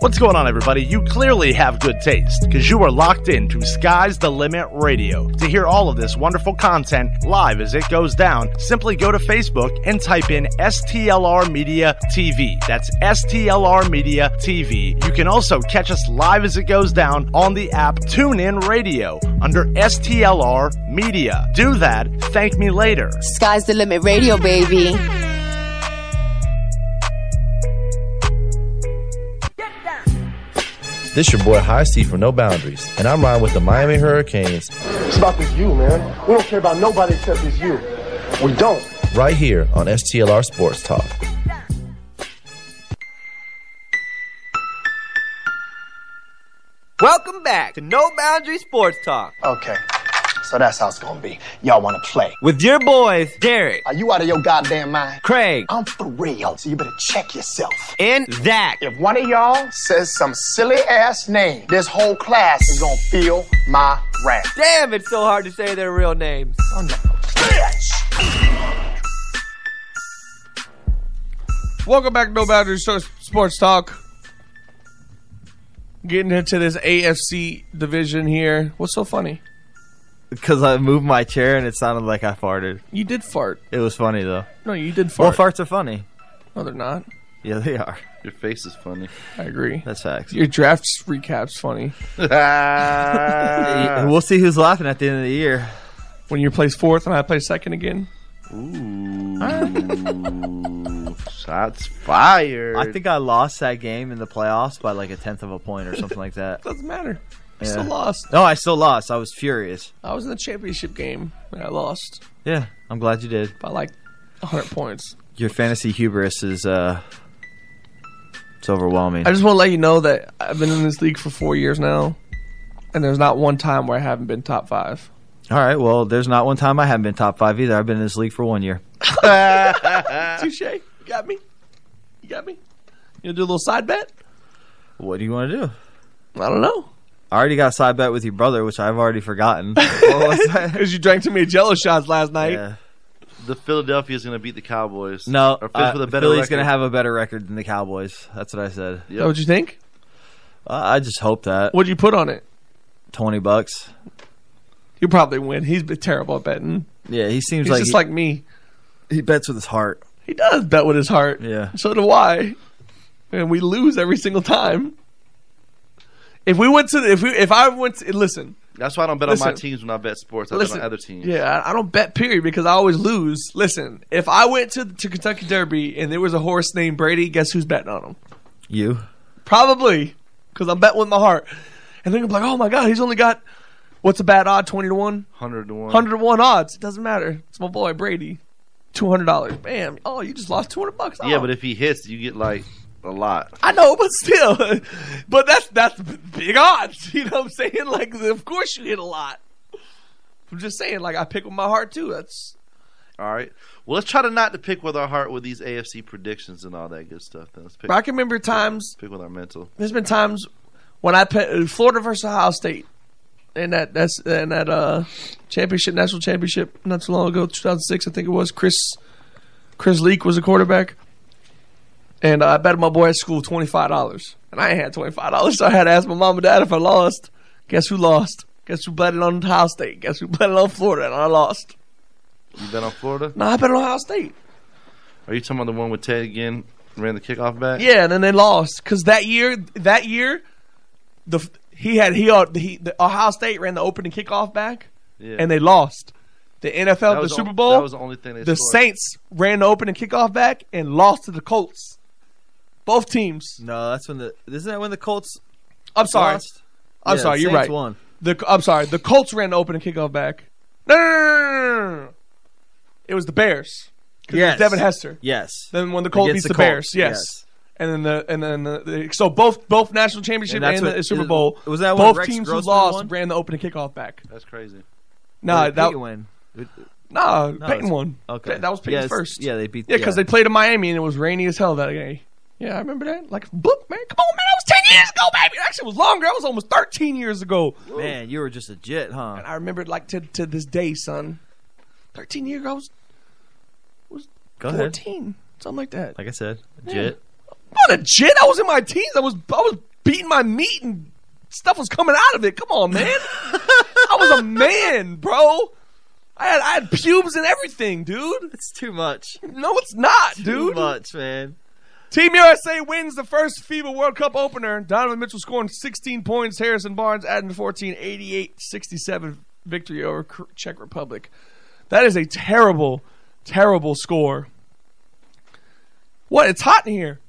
What's going on, everybody? You clearly have good taste because you are locked in to Sky's the Limit Radio. To hear all of this wonderful content live as it goes down, simply go to Facebook and type in STLR Media TV. That's STLR Media TV. You can also catch us live as it goes down on the app TuneIn Radio under STLR Media. Do that. Thank me later. Sky's the limit radio, baby. This your boy High C from No Boundaries, and I'm riding with the Miami Hurricanes It's about this you, man. We don't care about nobody except this you. We don't. right here on STLR Sports Talk. Welcome back to No Boundary Sports Talk. Okay, so that's how it's gonna be. Y'all wanna play. With your boys, Derek. Are you out of your goddamn mind? Craig. I'm for real, so you better check yourself. And Zach. If one of y'all says some silly ass name, this whole class is gonna feel my wrath. Damn, it's so hard to say their real names. Oh no. Welcome back to No Boundaries Sor- Sports Talk. Getting into this AFC division here. What's so funny? Because I moved my chair and it sounded like I farted. You did fart. It was funny though. No, you did Well, fart. farts are funny. No, they're not. Yeah, they are. Your face is funny. I agree. That's facts. Your draft recap's funny. Uh, we'll see who's laughing at the end of the year. When you place fourth and I play second again. Ooh, shots fired. I think I lost that game in the playoffs by like a tenth of a point or something like that. Doesn't matter. I still lost. No, I still lost. I was furious. I was in the championship game and I lost Yeah, I'm glad you did. by like 100 points. Your fantasy hubris is uh, it's overwhelming. I just want to let you know that I've been in this league for four years now, and there's not one time where I haven't been top five. All right. Well, there's not one time I haven't been top five either. I've been in this league for one year. Touche. You got me. You got me. You gonna do a little side bet? What do you want to do? I don't know. [laughs] I already got a side bet with your brother, which I've already [laughs] forgotten. Because you drank too many Jello shots last night. the Philadelphia is going to beat the Cowboys. no, or finish uh, with a better Philly's going record. to have a better record than the Cowboys. That's what I said. Is that what you think? Uh, I just hope that. What'd you put on it? Twenty bucks. You probably win. He's been terrible at betting. Yeah, he seems He's like just he- like me. He bets with his heart. He does bet with his heart. Yeah. So do I. And we lose every single time. If we went to, if we, if I went to, listen, That's why I don't bet on my Listen. teams when I bet sports. I listen, bet on other teams. yeah, I- I don't bet period because I always lose. Listen, if I went to to Kentucky Derby and there was a horse named Brady, guess who's betting on him? You. Probably because I'm betting with my heart. And then I'm like, oh my god, he's only got what's a bad odd twenty to one, 100 to 1. hundred to one odds. It doesn't matter. It's my boy Brady, two hundred dollars. Bam! Oh, you just lost two hundred bucks. Yeah, Oh. but if he hits, you get like a lot. I know, but still, [laughs] but that's that's big odds. [laughs] You know what I'm saying? Like, of course you hit a lot. I'm just saying, like I pick with my heart too. That's All right. Well, let's try to not to pick with our heart with these AFC predictions and all that good stuff. Then let's pick. But I can remember times. Pick with our mental. There's been times when I put Florida versus Ohio State in that that's in that uh championship national championship not too long ago, 2006 I think it was. Chris Chris Leak was a quarterback, and uh, I bet my boy at school twenty five dollars, and I ain't had twenty five dollars, so I had to ask my mom and dad if I lost. Guess who lost? Guess who betted on Ohio State? Guess who betted on Florida? And I lost. You bet on Florida? No, I bet on Ohio State. Are you talking about the one with Ted again? Ran the kickoff back. Yeah, and then they lost because that year, that year, the he had he, uh, he the Ohio State ran the opening kickoff back, Yeah. and they lost. The That NFL, the was the Super on- Bowl, that was the only thing they the scored. Saints ran the opening kickoff back and lost to the Colts. Both teams. No, that's when the isn't that when the Colts? I'm sorry. lost? I'm Yeah, sorry. You're Saints right. won. The I'm sorry. The Colts ran the opening kickoff back. No, no, no, no, no, no, no. It was the Bears. 'Cause it was Yes. Devin Hester. Yes. Then when the Colts Against beats the the, Bears, Colts, yes. yes. And then the and then the, the- so both both national championship And and, that's the what- Super is- Bowl. was that when both Rex teams Grossman who lost won? Uh, ran the opening kickoff back? That's crazy. No, Or did Uh, that- Peyton win. Nah, No, Peyton it's- won. okay. that, that was Peyton's Yes, first. yeah, they beat- Yeah, because yeah. they played in Miami and it was rainy as hell that day. Yeah, I remember that. Like, book man, come on, man, that was ten years ago, baby. Actually, it was longer. That was almost thirteen years ago. Man, you were just a jit, huh? And I remember it like to to this day, son. Thirteen years ago, I was Go ahead. fourteen, something like that. Like I said, Yeah. jit. I'm not a jit. I was in my teens. I was I was beating my meat and stuff was coming out of it. Come on, man. I was a man, bro. I had I had pubes and everything, dude. It's too much. No, it's not, Too dude. much, man. Team USA wins the first FIBA World Cup opener. Donovan Mitchell scoring 16 points. Harrison Barnes adding 14, 88-67 victory over Cr- Czech Republic. That is a terrible, terrible score. What? It's hot in here.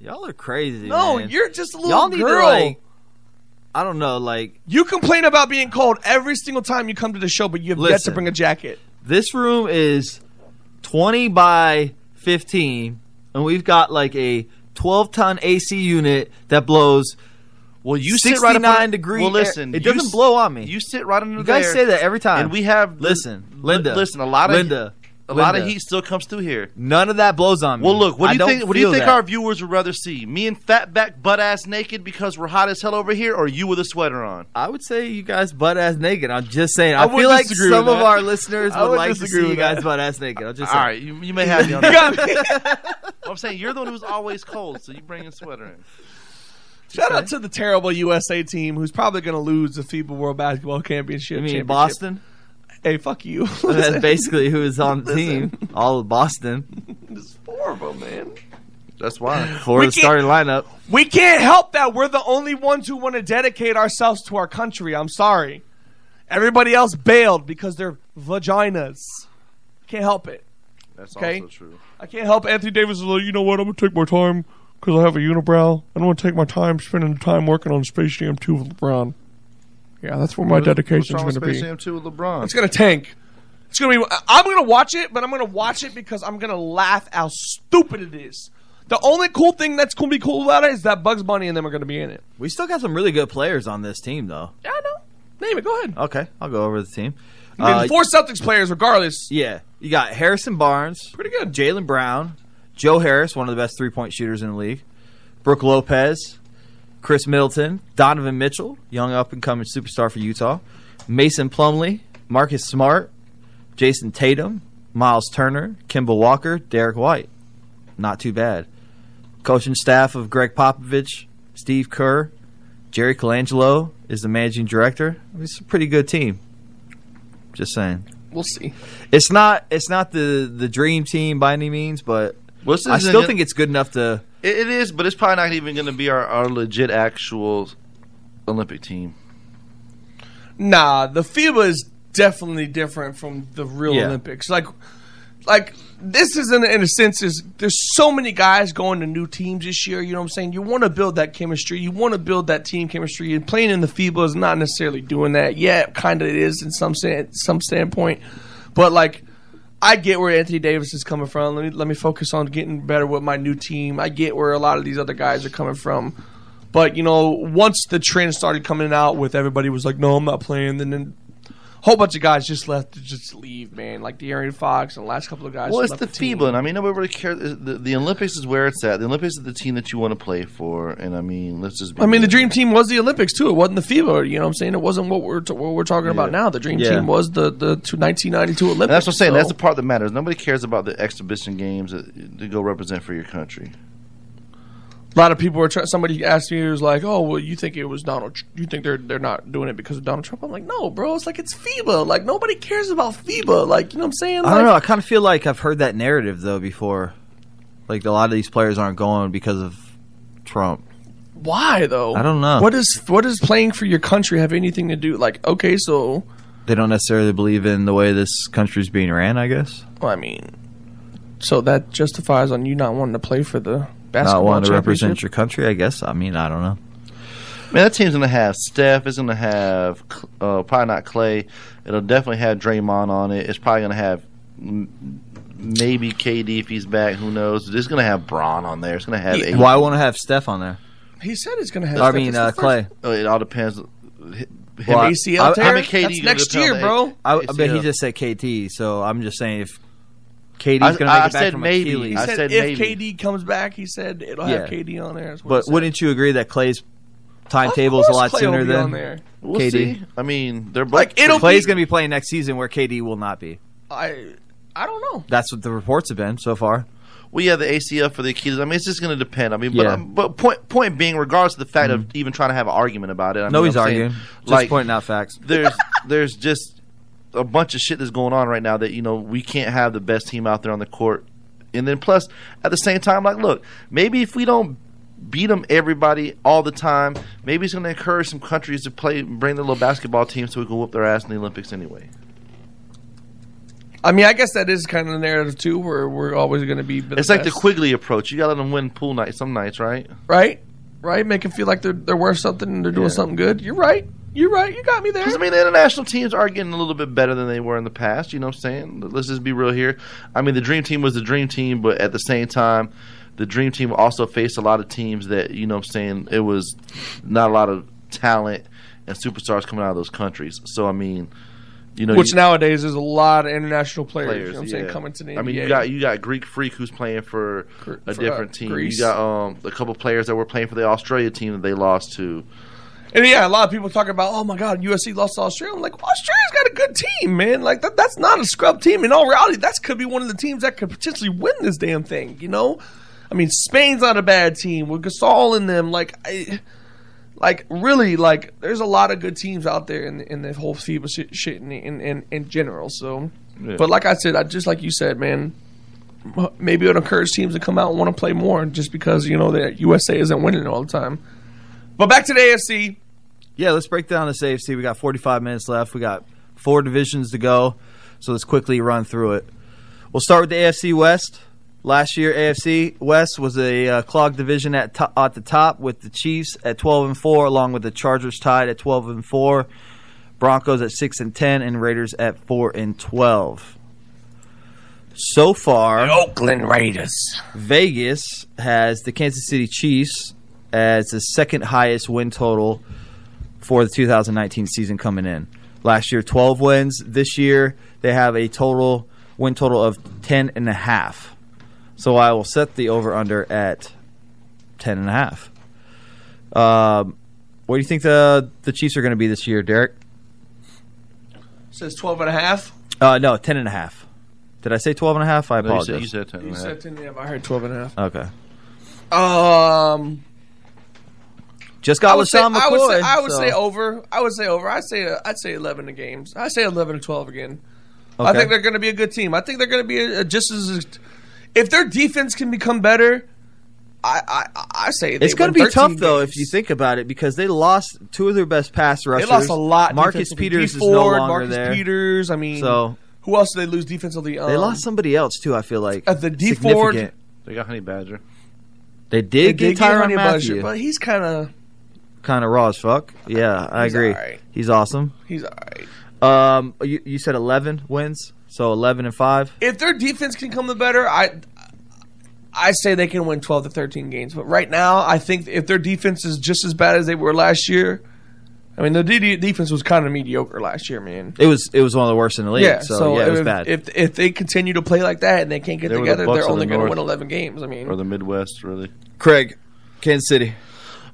Y'all are crazy. No, man. you're just a little Y'all need to, girl. like, I don't know. Like You complain about being cold every single time you come to the show, but you have yet to Listen. bring a jacket. [laughs] this room is twenty by fifteen, and we've got like a twelve ton AC unit that blows. Well, you sit right sixty up nine on- degree. Well, air- listen, it you doesn't s- blow on me. You sit right under You there. guys say that every time. And we have listen, Linda. li- listen, a lot of Linda. a lot of Linda. heat still comes through here. None of that blows on me. Well, look, what I do you don't think? What do you feel think that. our viewers would rather see? Me and fatback butt ass naked because we're hot as hell over here, or you with a sweater on? I would say you guys butt ass naked. I'm just saying. I, I would feel like disagree some with of that. our [laughs] listeners I would, would like to disagree see you with guys that. butt ass naked. I'm just All saying. right, you, you may have me [laughs] on that. [laughs] I'm saying you're the one who's always cold, so you bring a sweater in. Shout out to the terrible USA team who's probably going to lose the FIBA World Basketball Championship. You championship. [laughs] mean Boston? Uh-huh. Hey, fuck you. [laughs] That's basically who is on the team. All of Boston. Horrible, man. That's why. Florida We can't- starting lineup. We can't help that we're the only ones who want to dedicate ourselves to our country. I'm sorry. Everybody else bailed because they're vaginas. Can't help it. That's Okay. also true. I can't help Anthony Davis. Is like, you know what? I'm gonna take my time because I have a unibrow. I don't want to take my time spending time working on Space Jam 2 with LeBron. Yeah, that's where my What's- dedication's what's wrong going to with Space be. Jam 2 with LeBron. It's gonna tank. It's gonna be. I- I'm gonna watch it, but I'm gonna watch it because I'm gonna laugh how stupid it is. The only cool thing that's gonna be cool about it is that Bugs Bunny and them are gonna be in it. We still got some really good players on this team, though. Yeah, I know. Name it. Go ahead. Okay, I'll go over the team. I mean, Uh, four Celtics players, regardless. Yeah, you got Harrison Barnes, pretty good. Jalen Brown, Joe Harris, one of the best three point shooters in the league. Brooke Lopez, Chris Middleton, Donovan Mitchell, young up and coming superstar for Utah, Mason Plumley, Marcus Smart, Jason Tatum, Miles Turner, Kimball Walker, Derek White. Not too bad. Coaching staff of Greg Popovich, Steve Kerr, Jerry Colangelo is the managing director. I mean, it's a pretty good team. Just saying. We'll see. It's not it's not the the dream team by any means, but What's I this- still think it's good enough to It, it is, but it's probably not even going to be our, our legit actual Olympic team. Nah, the FIBA is definitely different from the real Yeah. Olympics. Like, like this is in, in a sense is there's so many guys going to new teams this year. You know what I'm saying? You want to build that chemistry. You want to build that team chemistry. And playing in the FIBA is not necessarily doing that. Yeah, kind of it is in some stand, some standpoint, but like. I get where Anthony Davis is coming from. Let me let me focus on getting better with my new team. I get where a lot of these other guys are coming from. But you know, once the trend started coming out with everybody was like, "No, I'm not playing," then, then a whole bunch of guys just left to just leave, man. Like De'Aaron Fox and the last couple of guys. well, it's left the team. FIBA, and I mean, nobody really cares. The, the Olympics is where it's at. The Olympics is the team that you want to play for, and I mean, let's just. Be I mean, the dream team was the Olympics too. It wasn't the FIBA. You know what I'm saying? It wasn't what we're what we're talking about now. The dream Yeah. team was the the two- 1992 Olympics. And that's what I'm saying. That's so- the part that matters. Nobody cares about the exhibition games that, to go represent for your country. A lot of people were. Try- somebody asked me, it was like, "Oh, well, you think it was Donald? Tr- You think they're they're not doing it because of Donald Trump?" I'm like, "No, bro. It's like it's FIBA. Like nobody cares about FIBA. Like you know what I'm saying? I Like- don't know. I kind of feel like I've heard that narrative though before. Like a lot of these players aren't going because of Trump. Why though? I don't know. What is what does playing for your country have anything to do? Like, okay, so They don't necessarily believe in the way this country's being ran. I guess well, I mean, so that justifies on you not wanting to play for the not basketball wanting to represent championship. your country. I guess. I mean, I don't know. Man, that team's gonna have Steph. It's gonna have uh, probably not Clay. It'll definitely have Draymond on it. It's probably gonna have m- maybe KD if he's back. Who knows? It's gonna have Braun on there. It's gonna have. Why I want to have Steph on there? He said he's gonna have. I Steph. mean, It's the uh, first- Clay. Uh, it all depends. Him Well, I- ACL tear? That's next year, bro. I, I bet he ACL. just said KT. So I'm just saying if KD's I- going to make I it back said from maybe. Achilles, He said, if KD comes back, he said it'll have Yeah. KD on there. That's what he But said. wouldn't you agree that Clay's timetable course is a lot Clay will sooner be on than there. We'll KD? see. I mean, they're both Like, it'll Clay's be- going to be playing next season where KD will not be. I I don't know. That's what the reports have been so far. Well, yeah, the ACL for the Achilles. I mean, it's just going to depend. I mean, but Yeah. Mm-hmm. um, but point point being, regardless of the fact of even trying to have an argument about it, I No, mean, he's I'm saying, arguing. Just pointing out facts. There's there's just a bunch of shit that's going on right now that you know we can't have the best team out there on the court, and then plus at the same time, like, look, maybe if we don't beat them everybody all the time, maybe it's going to encourage some countries to play bring their little basketball team so we can whoop their ass in the Olympics anyway. I mean, I guess that is kind of the narrative too, where we're always going to be. the it's like the best. Quigley approach. You got to let them win pool night some nights, right? right, right, make them feel like they're they're worth something and they're doing something good. You're right. You're right. You got me there. I mean, the international teams are getting a little bit better than they were in the past. You know what I'm saying? Let's just be real here. I mean, the dream team was the dream team, but at the same time, the dream team also faced a lot of teams that, you know what I'm saying, it was not a lot of talent and superstars coming out of those countries. So, I mean, you know. Which you- nowadays is a lot of international players. you know what I'm saying yeah. coming to the NBA. I mean, you got you got Greek Freak who's playing for a for, uh, different team. Greece. You got um, a couple players that were playing for the Australia team that they lost to. and yeah, a lot of people talking about, oh my god, USC lost to Australia. I'm like, well, Australia's got a good team, man. Like that, that's not a scrub team. In all reality, that could be one of the teams that could potentially win this damn thing. You know, I mean, Spain's not a bad team with Gasol in them. Like, I, like really, like there's a lot of good teams out there in in the whole FIBA shit, shit in, in in in general. So, Yeah. but like I said, I just like you said, man. m- Maybe it'll encourage teams to come out and want to play more, just because you know that USA isn't winning all the time. But back to the AFC. Yeah, let's break down this AFC. We got 45 minutes left. We got four divisions to go. So let's quickly run through it. We'll start with the AFC West. Last year, AFC West was a uh, clogged division at, to- at the top with the Chiefs at 12 and 4, along with the Chargers tied at 12 and 4, Broncos at 6 and 10, and Raiders at 4 and 12. So far, Oakland Raiders. Vegas has the Kansas City Chiefs as the second highest win total for the 2019 season coming in. Last year, 12 wins. This year, they have a total win total of 10 and a half. So I will set the over under at 10 and a half. Um, what do you think the the Chiefs are going to be this year, Derek? Says 12 and a half. Uh, no, 10 and a half. Did I say 12 and a half? I No, you apologize. said- you said 10 and You said 10 and a half. I heard 12 and a half. Okay. Um, Just I got would, say, LaShawn McCoy. I would, say, I would so- say oh, over. I would say over. I say uh, I'd say 11 a games. I say 11 to 12 again. I Okay. think they're going to be a good team. I think they're going to be a, a- just as if their defense can become better I I, I say they It's going win to be 13 tough though if you think about it because they lost two of their best pass rushers. They lost a lot. Marcus defensively. Peters Dee is no Ford, longer Marcus there. Peters. I mean, So- who else did they lose defensively? they Um, lost somebody else too. I feel like at the D Ford- significant. They got Honey Badger. They They did did get Tyron Honey Badger, Matthew. but he's kind of kind of raw as fuck. Yeah, I He's agree. alright. He's awesome. he's all right. Um, you, you said eleven wins, so eleven and five. If their defense can come the better, I I say they can win twelve to thirteen games. But right now, I think if their defense is just as bad as they were last year, I mean their D- defense was kind of mediocre last year, man. It was it was one of the worst in the league. so, yeah, it was if, bad. If if they continue to play like that and they can't get They were the together, Bucks they're of the only going to North. win eleven games. I mean, or the Midwest, really. Craig, Kansas City.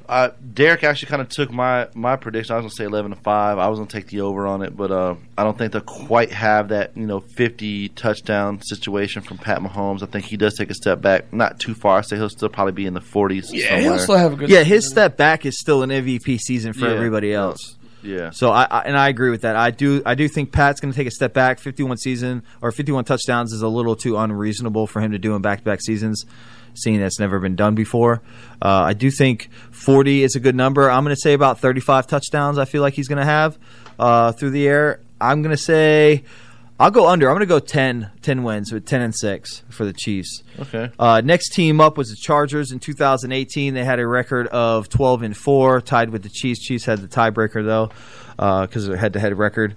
Uh, Derek actually kind of took my, my prediction. I was gonna say eleven to five. I was gonna take the over on it, but uh, I don't think they'll quite have that you know fifty touchdown situation from Pat Mahomes. I think he does take a step back, not too far. I say he'll still probably be in the forties. somewhere. Yeah, his step back is still an MVP season for Yeah. everybody else. Yeah. So I, I and I agree with that. I do I do think Pat's going to take a step back. Fifty-one season or fifty-one touchdowns is a little too unreasonable for him to do in back-to-back seasons, seeing that's never been done before. Uh, I do think forty is a good number. I'm going to say about thirty-five touchdowns. I feel like he's going to have uh, through the air. I'm going to say. I'll go under. I'm going to go 10, 10 wins with 10 and 6 for the Chiefs. Okay. Uh, next team up was the Chargers in 2018. They had a record of 12 and 4, tied with the Chiefs. Chiefs had the tiebreaker, though, because of their head to head record.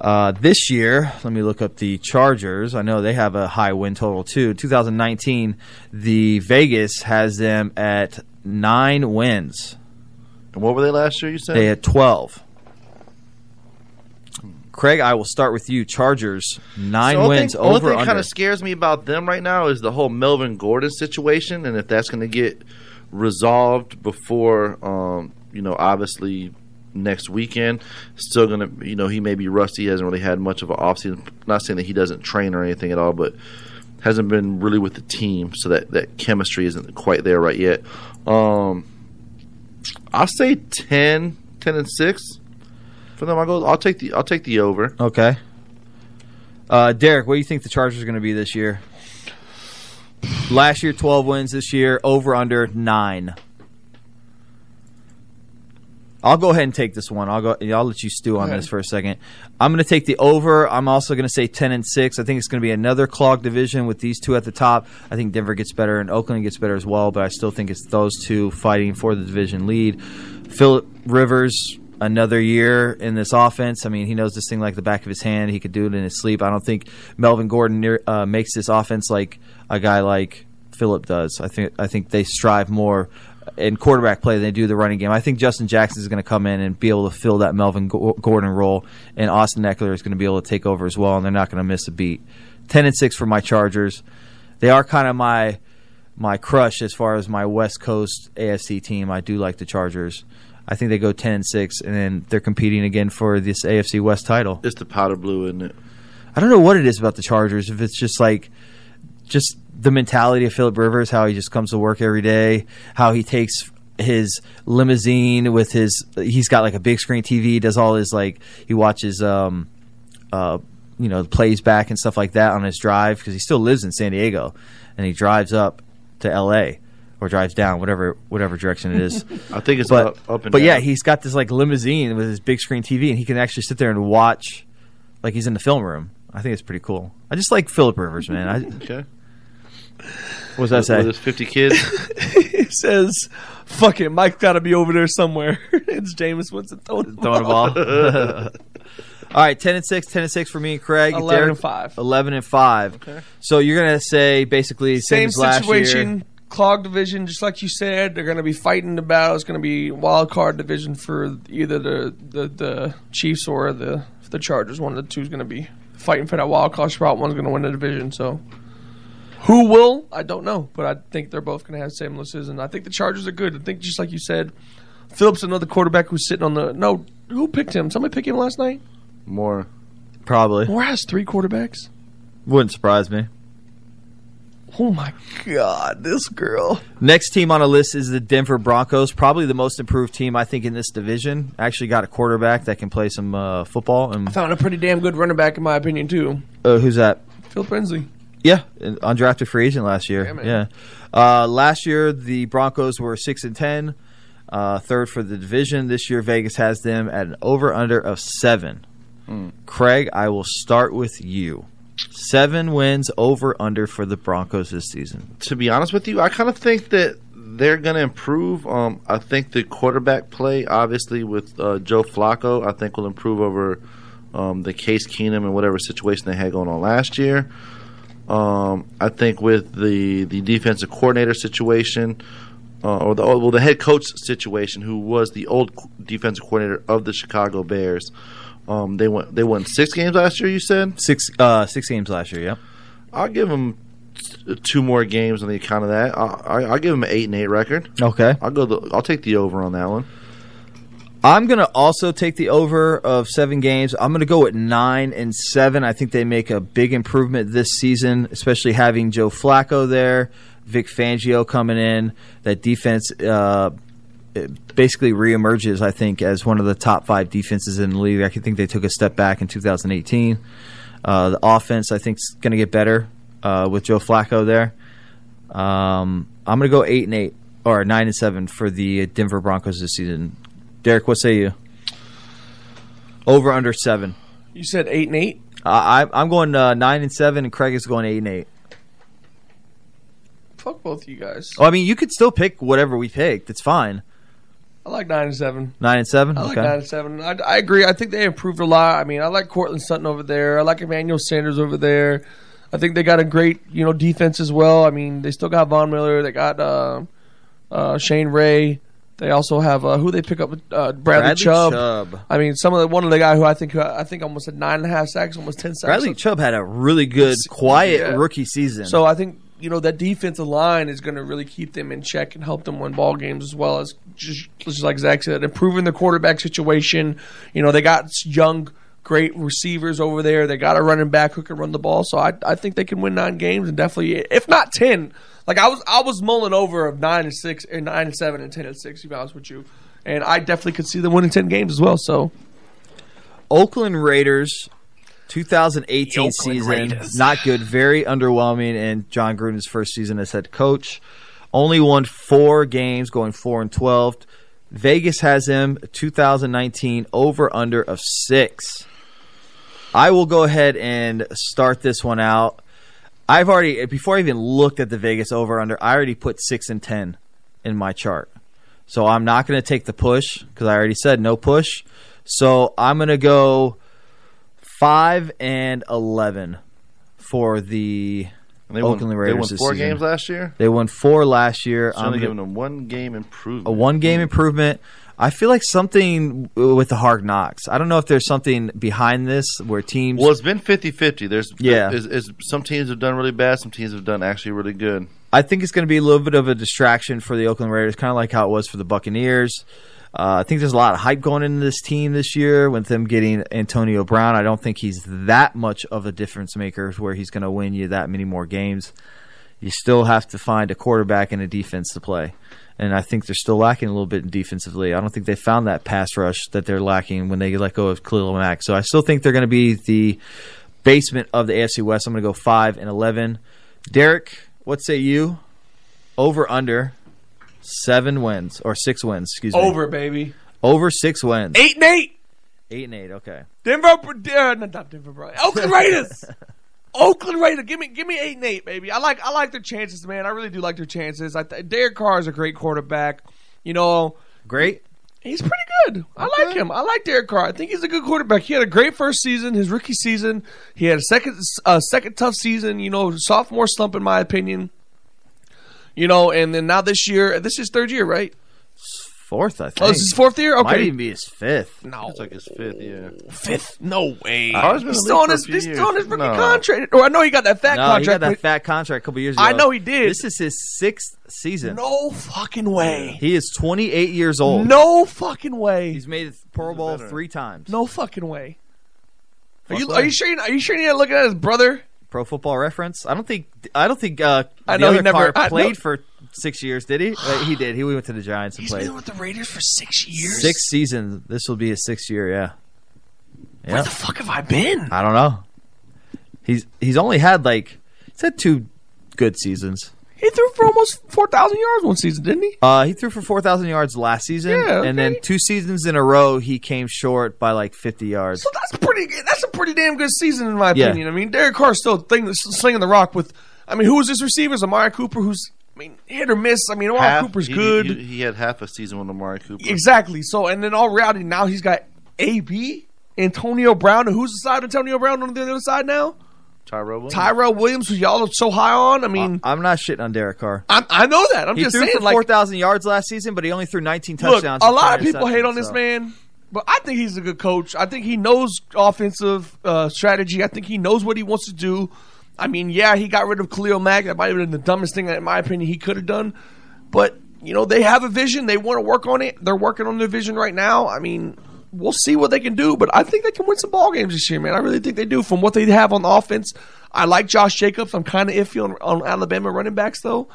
Uh, this year, let me look up the Chargers. I know they have a high win total, too. 2019, the Vegas has them at nine wins. And what were they last year, you said? They had 12. Craig, I will start with you. Chargers, nine So only wins thing, over Only thing under. kind of scares me about them right now is the whole Melvin Gordon situation, and if that's going to get resolved before, um, you know, obviously next weekend. Still going to, you know, he may be rusty. He hasn't really had much of an offseason. Not saying that he doesn't train or anything at all, but hasn't been really with the team, so that that chemistry isn't quite there right yet. Um, I'll say 10, 10 and six for them. I go. I'll take the. I'll take the over. Okay. Uh, Derek, what do you think the Chargers are going to be this year? Last year, 12 wins. This year, over under nine. I'll go ahead and take this one. I'll go. I'll let you stew on Okay. this for a second. I'm going to take the over. I'm also going to say 10 and six. I think it's going to be another clogged division with these two at the top. I think Denver gets better and Oakland gets better as well, but I still think it's those two fighting for the division lead. Philip Rivers, another year in this offense. I mean, he knows this thing like the back of his hand. He could do it in his sleep. I don't think Melvin Gordon near, uh, makes this offense like a guy like Philip does. I think I think they strive more in quarterback play than they do the running game. I think Justin Jackson is going to come in and be able to fill that Melvin Go- Gordon role, and Austin Eckler is going to be able to take over as well, and they're not going to miss a beat. Ten and six for my Chargers. They are kind of my my crush as far as my West Coast AFC team. I do like the Chargers. I think they go ten and six, and then they're competing again for this AFC West title. It's the powder blue, isn't it? I don't know what it is about the Chargers. If it's just like, just the mentality of Philip Rivers, how he just comes to work every day, how he takes his limousine with his. He's got like a big screen TV. Does all his like he watches, um, uh, you know, plays back and stuff like that on his drive because he still lives in San Diego, and he drives up to L.A. or drives down whatever whatever direction it is. I think it's but, up, up and but down. yeah, he's got this like limousine with his big screen TV, and he can actually sit there and watch, like he's in the film room. I think it's pretty cool. I just like Philip Rivers, [laughs] man. I, okay. What was that With say? his fifty kids. he says, "Fuck it, Mike's got to be over there somewhere." it's Jameis Winston throwing, the Throwing a ball. [laughs] All right, ten and six, 10 and six for me and Craig. 11 Derek, and five. Eleven and five. Okay. So you're gonna say basically Same same, as last situation, year. clogged division, just like you said. They're going to be fighting the battle. It's going to be wild card division for either the, the, the Chiefs or the the Chargers. One of the two is going to be fighting for that wild card spot. One's going to win the division. So, who will? I don't know, but I think they're both going to have same losses. And I think the Chargers are good. I think just like you said, Phillips another quarterback who's sitting on the no. Who picked him? Somebody picked him last night. More. Probably Moore has three quarterbacks. wouldn't surprise me. Oh my god, this girl. Next team on the list is the Denver Broncos, probably the most improved team I think in this division. Actually, got a quarterback that can play some uh, football. And Found a pretty damn good running back in my opinion too. uh, who's that? Phil Brinsley. Yeah, an undrafted free agent last year. Damn it. yeah, uh, last year the Broncos were six and ten, uh, third for the division. This year Vegas has them at an over under of seven. Hmm. Craig, I will start with you. Seven wins over under for the Broncos this season. to be honest with you, I kind of think that they're going to improve. Um, I think the quarterback play, obviously with uh, Joe Flacco, I think will improve over um, the Case Keenum and whatever situation they had going on last year. Um, I think with the the defensive coordinator situation, uh, or the oh, well the head coach situation, who was the old co- defensive coordinator of the Chicago Bears, um, they went they won six games last year. You said six uh, six games last year. Yep. I'll give them two more games on the account of that. I, I, I'll give them an eight and eight record. Okay. I'll go. The, I'll take the over on that one. I'm gonna also take the over of seven games. I'm gonna go at nine and seven. I think they make a big improvement this season, especially having Joe Flacco there, Vic Fangio coming in. That defense uh, it basically reemerges, I think, as one of the top five defenses in the league. I think they took a step back in 2018. Uh, the offense, I think, is gonna get better uh, with Joe Flacco there. Um, I'm gonna go eight and eight or nine and seven for the Denver Broncos this season. Derek, what say you? Over under seven. You said eight and eight. Uh, I, I'm going uh, nine and seven, and Craig is going eight and eight. Fuck both you guys. Oh, I mean, you could still pick whatever we picked. It's fine. I like nine and seven. Nine and seven. I like okay. nine and seven. I, I agree. I think they improved a lot. I mean, I like Cortland Sutton over there. I like Emmanuel Sanders over there. I think they got a great you know defense as well. I mean, they still got Von Miller. They got uh, uh, Shane Ray. They also have uh, who they pick up uh, Bradley, Bradley Chubb. Chubb. I mean, some of the one of the guy who I think I think almost had nine and a half sacks, almost ten sacks. Bradley Chubb had a really good, quiet Yeah. rookie season. So I think you know that defensive line is going to really keep them in check and help them win ball games as well as just, just like Zach said, improving the quarterback situation. You know they got young, great receivers over there. They got a running back who can run the ball. So I I think they can win nine games and definitely if not ten. Like I was I was mulling over of nine and six and nine and seven and ten and six. To be honest with you, and I definitely could see them winning ten games as well. So Oakland Raiders 2018 season not good, very underwhelming in John Gruden's first season as head coach. Only won 4 games going 4 and 12. Vegas has him 2019 over under of 6. I will go ahead and start this one out. I've already before I even looked at the Vegas over under, I already put 6 and 10 in my chart. So I'm not going to take the push because I already said no push. So I'm going to go five and eleven for the And they won- Oakland they Raiders. won this four season. games last year? They won four last year. So I'm only gonna- giving them Mm-hmm. one game improvement. a one game improvement. I feel like something w- with the hard knocks. I don't know if there's something behind this where teams. Well, it's been 50-50. There's Yeah. Is, is some teams have done really bad. Some teams have done actually really good. I think it's going to be a little bit of a distraction for the Oakland Raiders, kind of like how it was for the Buccaneers. Uh, I think there's a lot of hype going into this team this year with them getting Antonio Brown. I don't think he's that much of a difference maker where he's going to win you that many more games. You still have to find a quarterback and a defense to play. And I think they're still lacking a little bit defensively. I don't think they found that pass rush that they're lacking when they let go of Khalil Mack. So I still think they're going to be the basement of the AFC West. I'm going to go 5 and 11. Derek, what say you? Over under 7 wins or 6 wins, excuse me. over baby Over 6 wins. eight and eight. Eight and eight. Okay. Denver, uh, no, not Denver, bro. Oakland [laughs] Raiders. Oakland Raiders. Give me, give me eight and eight, baby. I like, I like their chances, man. I really do like their chances. I th- Derek Carr is a great quarterback. You know, great. He's pretty good. I like him. I like Derek Carr. I think he's a good quarterback. He had a great first season, his rookie season. He had a second, uh, second tough season. You know, sophomore slump in my opinion. You know, and then now this year, this is third year, right? Fourth, I think. Oh, this is fourth year. Okay, Might even be his fifth. No. It's like his fifth, yeah. Fifth? No way. Carr's Uh, been in the he's league still on for a his, few he's still on his years. rookie No. contract. Or I know he got that fat no, contract. he got that but- fat contract a couple years ago. I know he did. This is his sixth season. No fucking way. He is 28 years old. No fucking way. He's made it Pro Bowl three times. No fucking way. Are Fuck you way. are you sure? You're not, are you sure you're not looking at his brother? Pro Football Reference. I don't think. I don't think. Uh, I the know he other never- Carr I- played no. for six years. Did he? Uh, he did. He went to the Giants and He's played been with the Raiders for six years. six seasons. This will be his sixth year. Yeah. Where the fuck have I been? I don't know. He's he's only had like He's had two good seasons. He threw for almost 4,000 yards one season, didn't he? Uh, he threw for 4,000 yards last season. Yeah, And then two seasons in a row, he came short by like 50 yards. So that's pretty. good- That's a pretty damn good season in my Yeah. opinion. I mean, Derek Carr's still thing, slinging the rock with. I mean, who was his receivers? Amari Cooper, who's I mean hit or miss. I mean, Amari Half- Cooper's he- good. He, he had half a season with Amari Cooper. Exactly. So, and then all reality now he's got AB, Antonio Brown, and who's the side of Antonio Brown on the other side now? Tyrell Williams. Tyrell Williams, who y'all are so high on. I mean, I'm not shitting on Derek Carr. I, I know that. I'm he Mm. just threw saying, for like, 4,000 yards last season, but he only threw 19 look, touchdowns. a and lot four of people hate on interceptions, this so. man, but I think he's a good coach. I think he knows offensive uh, strategy. I think he knows what he wants to do. I mean, yeah, he got rid of Khalil Mack. That might have been the dumbest thing, in my opinion, he could have done. But you know, they have a vision. They want to work on it. They're working on the vision right now. I mean, we'll see what they can do. But I think they can win some ball games this year, man. I really think they do. From what they have on the offense, I like Josh Jacobs. I'm kind of iffy on, on Alabama running backs, though.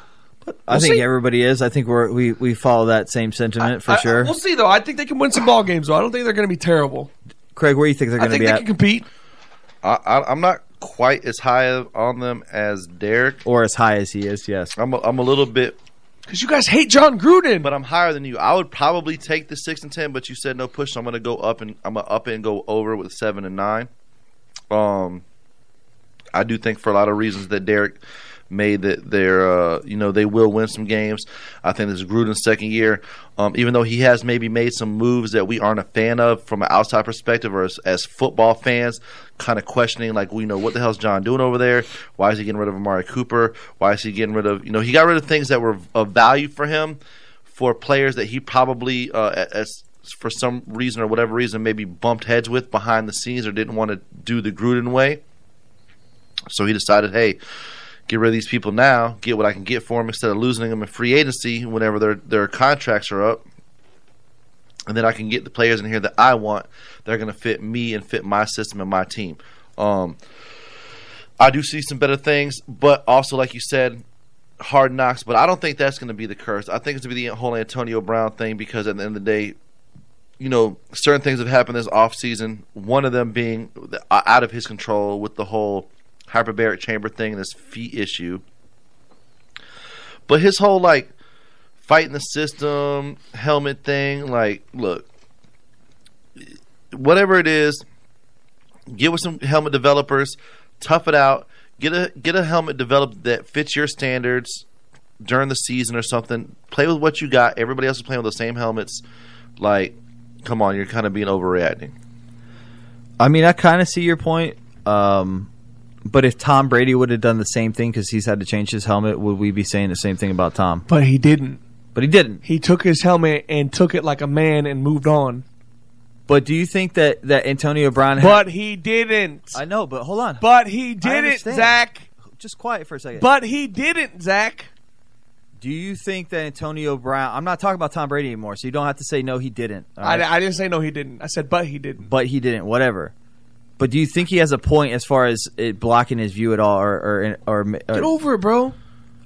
But I we'll think see. everybody is. I think we're, we we follow that same sentiment for I- I- sure. we'll see, though. I think they can win some ball games, though. I don't think they're going to be terrible. Craig, where do you think they're I going think to be they at? can compete. I, I, I'm not quite as high of- on them as Derek. Or as high as he is, yes. I'm a, I'm a little bit. Because you guys hate John Gruden. But I'm higher than you. I would probably take the 6 and 10, but you said no push, so I'm going to go up and I'm going to up and go over with 7 and 9. Um, I do think for a lot of reasons that Derek made that they're uh, you know they will win some games. I think this is Gruden's second year. Um, even though he has maybe made some moves that we aren't a fan of from an outside perspective or as, as football fans, kind of questioning like we know what the hell's John doing over there? Why is he getting rid of Amari Cooper? Why is he getting rid of you know he got rid of things that were of value for him for players that he probably uh, a- as for some reason or whatever reason maybe bumped heads with behind the scenes or didn't want to do the Gruden way. So he decided, hey, get rid of these people now, get what I can get for them instead of losing them in free agency whenever their their contracts are up. And then I can get the players in here that I want. They're going to fit me and fit my system and my team. Um, I do see some better things, but also, like you said, hard knocks. But I don't think that's going to be the curse. I think it's going to be the whole Antonio Brown thing because at the end of the day, you know, certain things have happened this offseason. One of them being the, uh, out of his control with the whole hyperbaric chamber thing and this feet issue. But his whole like fighting the system helmet thing, like, look, whatever it is, get with some helmet developers, tough it out, get a get a helmet developed that fits your standards during the season or something. Play with what you got. Everybody else is playing with the same helmets. Like, come on, you're kind of being overreacting. I mean, I kind of see your point. Um, but if Tom Brady would have done the same thing because he's had to change his helmet, would we be saying the same thing about Tom? But he didn't. But he didn't. He took his helmet and took it like a man and moved on. But do you think that, that Antonio Brown had- But he didn't. I know, but hold on. But he I didn't, understand. Zach. Just quiet for a second. But he didn't, Zach. do you think that Antonio Brown? I'm not talking about Tom Brady anymore, so you don't have to say no, he didn't. all right? I, I didn't say no, he didn't. I said, but he didn't. but he didn't. Whatever. But do you think he has a point as far as it blocking his view at all, or or, or, Get over it, bro.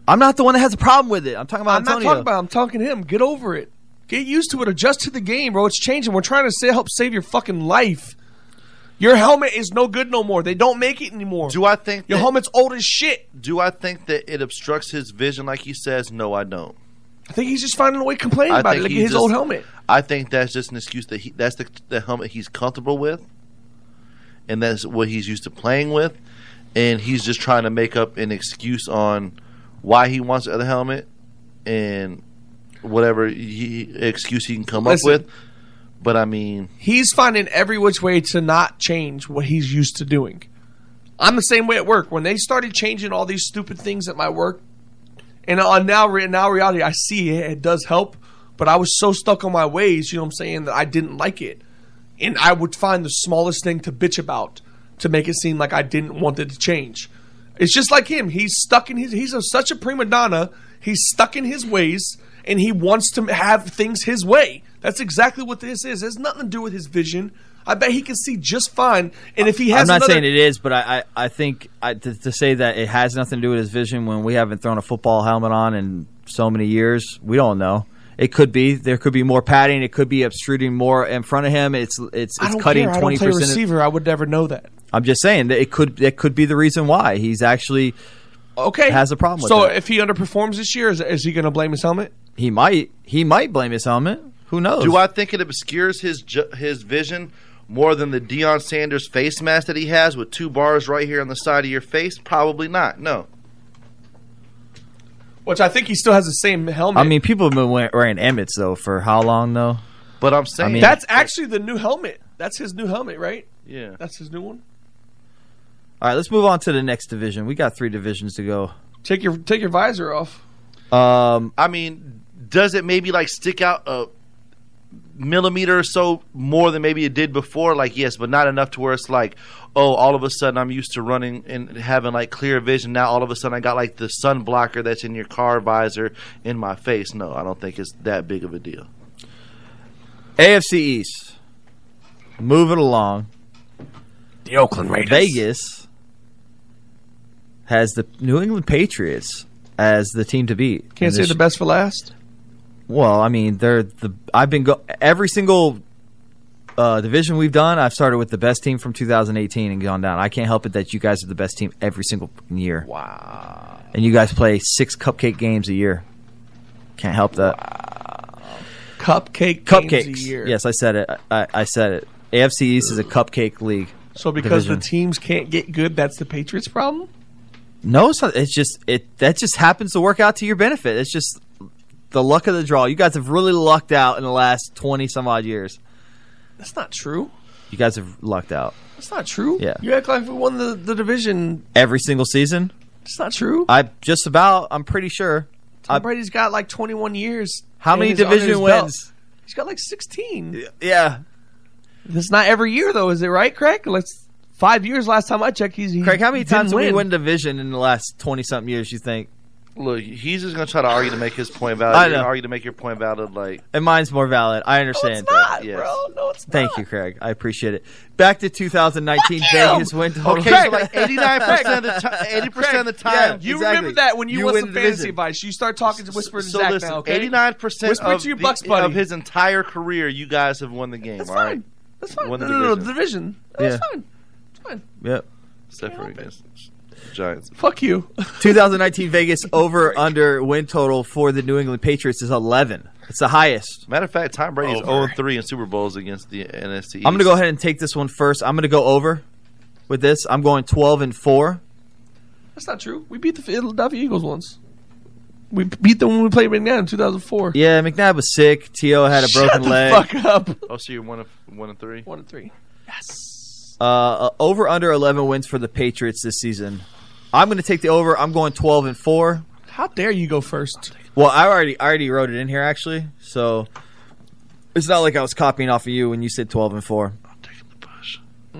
I'm not the one that has a problem with it. I'm talking about I'm not Antonio. talking about. I'm talking to him. Get over it. Get used to it. Adjust to the game, bro. It's changing. We're trying to sa- help save your fucking life. Your helmet is no good no more. They don't make it anymore. Do I think your that- helmet's old as shit? Do I think that it obstructs his vision like he says? No, I don't. I think he's just finding a way to complain I about it. think Look at he's his just- old helmet. I think that's just an excuse that he that's the, the helmet he's comfortable with, and that's what he's used to playing with, and he's just trying to make up an excuse on why he wants the other helmet and whatever he, excuse he can come Listen. up with. But I mean, He's finding every which way to not change what he's used to doing. I'm the same way at work. When they started changing all these stupid things at my work, and on now re- now reality, I see it, it does help. But I was so stuck on my ways, you know what I'm saying, that I didn't like it, and I would find the smallest thing to bitch about to make it seem like I didn't want it to change. It's just like him. He's stuck in his. He's a, such a prima donna. He's stuck in his ways, and he wants to have things his way. That's exactly what this is. It has nothing to do with his vision. I bet he can see just fine. And if he has, I'm not another, saying it is, but I, I, I think I, to, to say that it has nothing to do with his vision when we haven't thrown a football helmet on in so many years, we don't know. It could be there could be more padding. It could be obtruding more in front of him. It's it's I it's don't cutting care. twenty I don't play percent. receiver. I would never know that. I'm just saying that it could that could be the reason why he's actually Okay, has a problem with so that. if he underperforms this year, is, is he going to blame his helmet? He might. He might blame his helmet. Who knows? Do I think it obscures his ju- his vision more than the Deion Sanders face mask that he has with two bars right here on the side of your face? Probably not. No. Which I think he still has the same helmet. I mean, people have been wearing, wearing Emmets though for how long though? But I'm I mean, that's actually the new helmet. That's his new helmet, right? Yeah, that's his new one. all right. Let's move on to the next division. We got three divisions to go. Take your take your visor off. Um, I mean, does it maybe like stick out a millimeter or so more than maybe it did before? Like, yes, but not enough to where it's like, oh, all of a sudden I'm used to running and having like clear vision. Now all of a sudden I got like the sun blocker that's in your car visor in my face. No, I don't think it's that big of a deal. AFC East. Moving along. The Oakland Raiders. Vegas has the New England Patriots as the team to beat. Can't in say this- the best for last. Well, I mean, they're the. I've been go every single uh, division we've done. I've started with the best team from 2018 and gone down. I can't help it that you guys are the best team every single fucking year. Wow. And you guys play six cupcake games a year. Can't help that. Cupcake cupcakes. games a year. Yes, I said it. I, I said it. AFC East is a cupcake league. So because division. the teams can't get good, that's the Patriots' problem. No, it's, not, it's just it that just happens to work out to your benefit. It's just the luck of the draw. You guys have really lucked out in the last twenty some odd years. That's not true. You guys have lucked out That's not true. Yeah. You act like we won the, the division. every single season. It's not true. I just about. I'm pretty sure. Tom Brady's got like 21 years. How in many his- under division his belt. wins? He's got like 16. Yeah. It's not every year though, is it right, Craig? Let's five years. Last time I checked, he's he Craig, how many didn't times did we win? win division in the last twenty something years? You think? Look, he's just gonna try to argue to make his point valid. I You're gonna know. argue to make your point valid. Like, And mine's more valid. I understand that. yes. Thank you, Craig. I appreciate it. Back to 2019 Vegas win total. Okay, so like 89% of the time, 80% of the Craig, time. yeah, you remember that when you, want some fantasy advice, you start talking to Whisper and So Zach listen, now. Okay, 89% Whisper of, to your the- Bucks buddy. of his entire career, you guys have won the game, all right? That's fine. Won the no, no, no, division. division. Yeah. That's fine. Yep. Except for against Giants. Fuck you. 2019 Vegas over under win total for the New England Patriots is 11. It's the highest. Matter of fact, Tom Brady's 0 3 in Super Bowls against the NFC. I'm going to go ahead and take this one first. I'm going to go over with this. I'm going 12 and 4. [laughs] That's not true. We beat the Philadelphia Eagles once. We beat them when we played McNabb in 2004. Yeah, McNabb was sick. T.O. had a Shut broken the leg. fuck up. [laughs] Oh, so you're 1 of, one and 3? 1 and 3. Uh, uh, over under 11 wins for the Patriots this season. I'm going to take the over. I'm going 12 and 4. How dare you go first? Well, I already I already wrote it in here actually, so it's not like I was copying off of you when you said 12 and 4.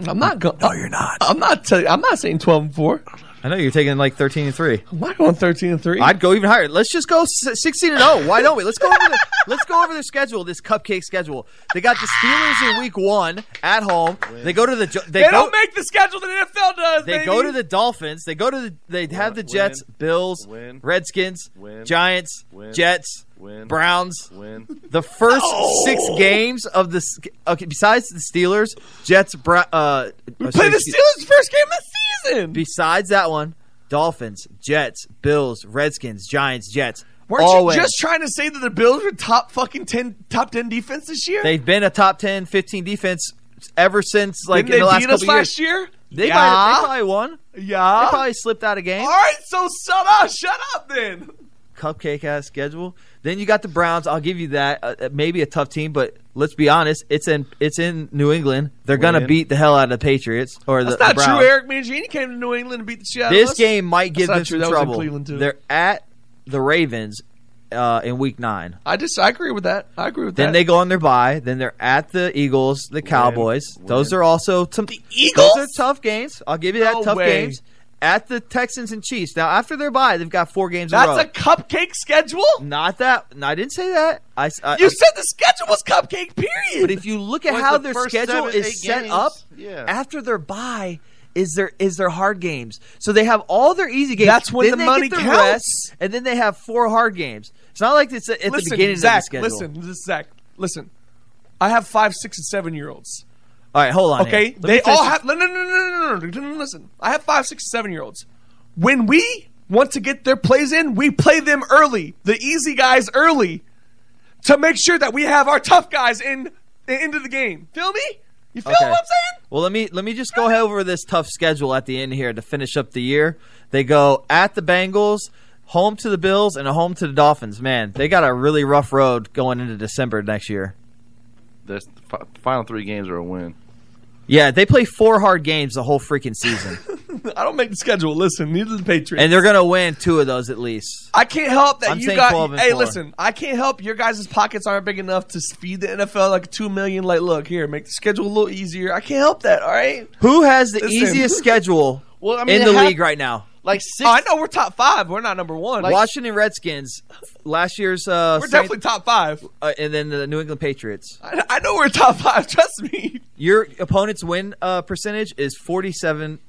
I'm not going. No, you're not. I'm not. Tell- I'm not saying 12 and 4. I know you're taking like 13 and 3. I'm not going 13 and 3. I'd go even higher. Let's just go s- 16 and 0. Why don't we? Let's go over the [laughs] let's go over their schedule, this cupcake schedule. They got the Steelers in week 1 at home. They go to the Jo- They, they, go don't make the schedule that NFL does. they go to the Dolphins. They go to the they have the Jets, Bills, Win. Redskins, Win. Giants, Win. Jets, Win. Browns. Win. The first six games of the s- okay, besides the Steelers, Jets, Bra- uh, we play the Steelers first game of the season. Besides that one, Dolphins, Jets, Bills, Redskins, Giants, Jets. Weren't always. you just trying to say that the Bills were top fucking 10 top 10 defense this year? They've been a top 10, 15 defense ever since like Didn't in they the last beat couple us last years. year? They, yeah. might, they probably won. yeah. They probably slipped out a game. All right, so shut up. Shut up then. cupcake ass schedule. Then you got the Browns. I'll give you that. Uh, uh, maybe a tough team, but let's be honest. It's in it's in New England. They're gonna Win. beat the hell out of the Patriots or the, That's not the Browns. true. Eric Mangini came to New England and beat the shit out of This us. game might give That's them not true. That was some in trouble. Cleveland, too. They're at the Ravens uh, in Week Nine. I just I agree with that. I agree with Then that. they go on their bye. Then they're at the Eagles, the Cowboys. Those are also some the Eagles? Those are tough games. I'll give you that. No tough way. games at the Texans and Chiefs. Now after their bye, they've got four games. in a, row. That's a cupcake schedule. Not that. no, I didn't say that. I, s- I- You I- said the schedule was cupcake. Period. But if you look at Was how the their first schedule seven, is eight set games- up, yeah. after their bye is their is their hard games. So they have all their easy games. That's when then the they money get their counts. rest, and then they have four hard games. It's not like it's at listen, the beginning Zach, of the schedule. Listen, this is Zach. Listen, I have five, six, and seven year olds. All right, hold on. here. Okay, Let me they finish all this. have no, no, no, no, no, no, no, no, no. Listen, I have five, six, seven year olds. When we want to get their plays in, we play them early, the easy guys early, to make sure that we have our tough guys in into the game. Feel me? You feel Okay. what I'm saying? Well, let me let me just go over this tough schedule at the end here to finish up the year. They go at the Bengals, home to the Bills, and a home to the Dolphins. Man, they got a really rough road going into December next year. That's the fi- final three games are a win. Yeah, they play four hard games the whole freaking season, I don't make the schedule. Listen, neither do the Patriots. and they're gonna win two of those at least. I can't help that I'm you saying 12 got. and Hey, four. listen, I can't help your guys' pockets aren't big enough to feed the NFL like two million. Like, look here, make the schedule a little easier. I can't help that. All right. Who has the Listen. easiest schedule Well, I mean, in the it hap- league right now? Like six. Oh, I know we're top five. We're not number one. Washington Redskins, last year's. Uh, We're definitely top five, uh, and then the New England Patriots. I, I know we're top five. [laughs] Trust me. Your opponent's win uh, percentage is forty-seven.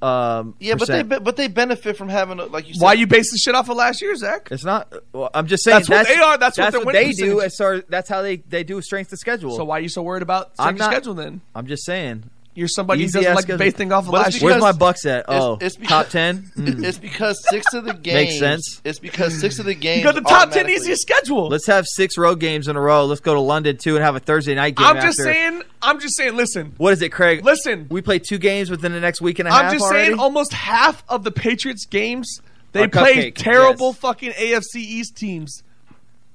Um, Yeah, but they percent. be- but they benefit from having a, like you said. Why you base the shit off of last year, Zach? It's not. Well, I'm just saying That's what they are. That's what their win they do. percentage- As far that's how they they do strength to schedule. So why you so worried about I'm changing not- schedule then? I'm just saying. You're somebody who Easy doesn't ass like to schedule. base things off of But it's last year. Where's because- my bucks at? It's- Oh, it's because- top ten. [laughs] Mm. It's because six of the games Makes sense. It's because six of the games. You got the top ten automatically- easiest schedule. Let's have six road games in a row. Let's go to London too and have a Thursday night game. I'm just after. saying. I'm just saying. Listen, What is it, Craig? Listen. we play two games within the next week and a half. I'm just already? saying. Almost half of the Patriots games they Are play cupcake, terrible fucking AFC East teams.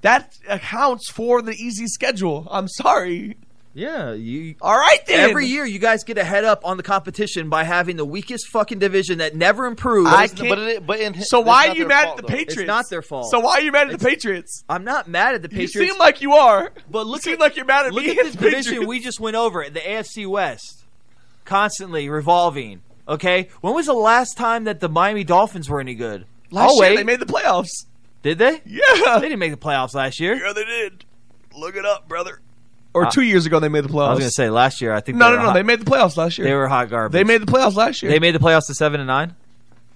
That accounts for the easy schedule. I'm sorry. Yeah, you. All right then. Every year, you guys get a head up on the competition by having the weakest fucking division that never improves. I can't- But it- but [laughs] in, So why are you mad at the Patriots? It's not their fault. So why are you mad at the Patriots? I'm not mad at the Patriots. You seem like you are. But look you seem like you're mad at Look me at and this the [laughs] division Patriots. we just went over it, the AFC West, constantly revolving. Okay, when was the last time that the Miami Dolphins were any good? Last oh year wait, they made the playoffs. did they? Yeah, they didn't make the playoffs last year. Yeah, they did. Look it up, brother. Or Uh, two years ago they made the playoffs. I was gonna say last year. I think no, they no, were no. hot- They made the playoffs last year. they were hot garbage. They made the playoffs last year. They made the playoffs to seven and nine.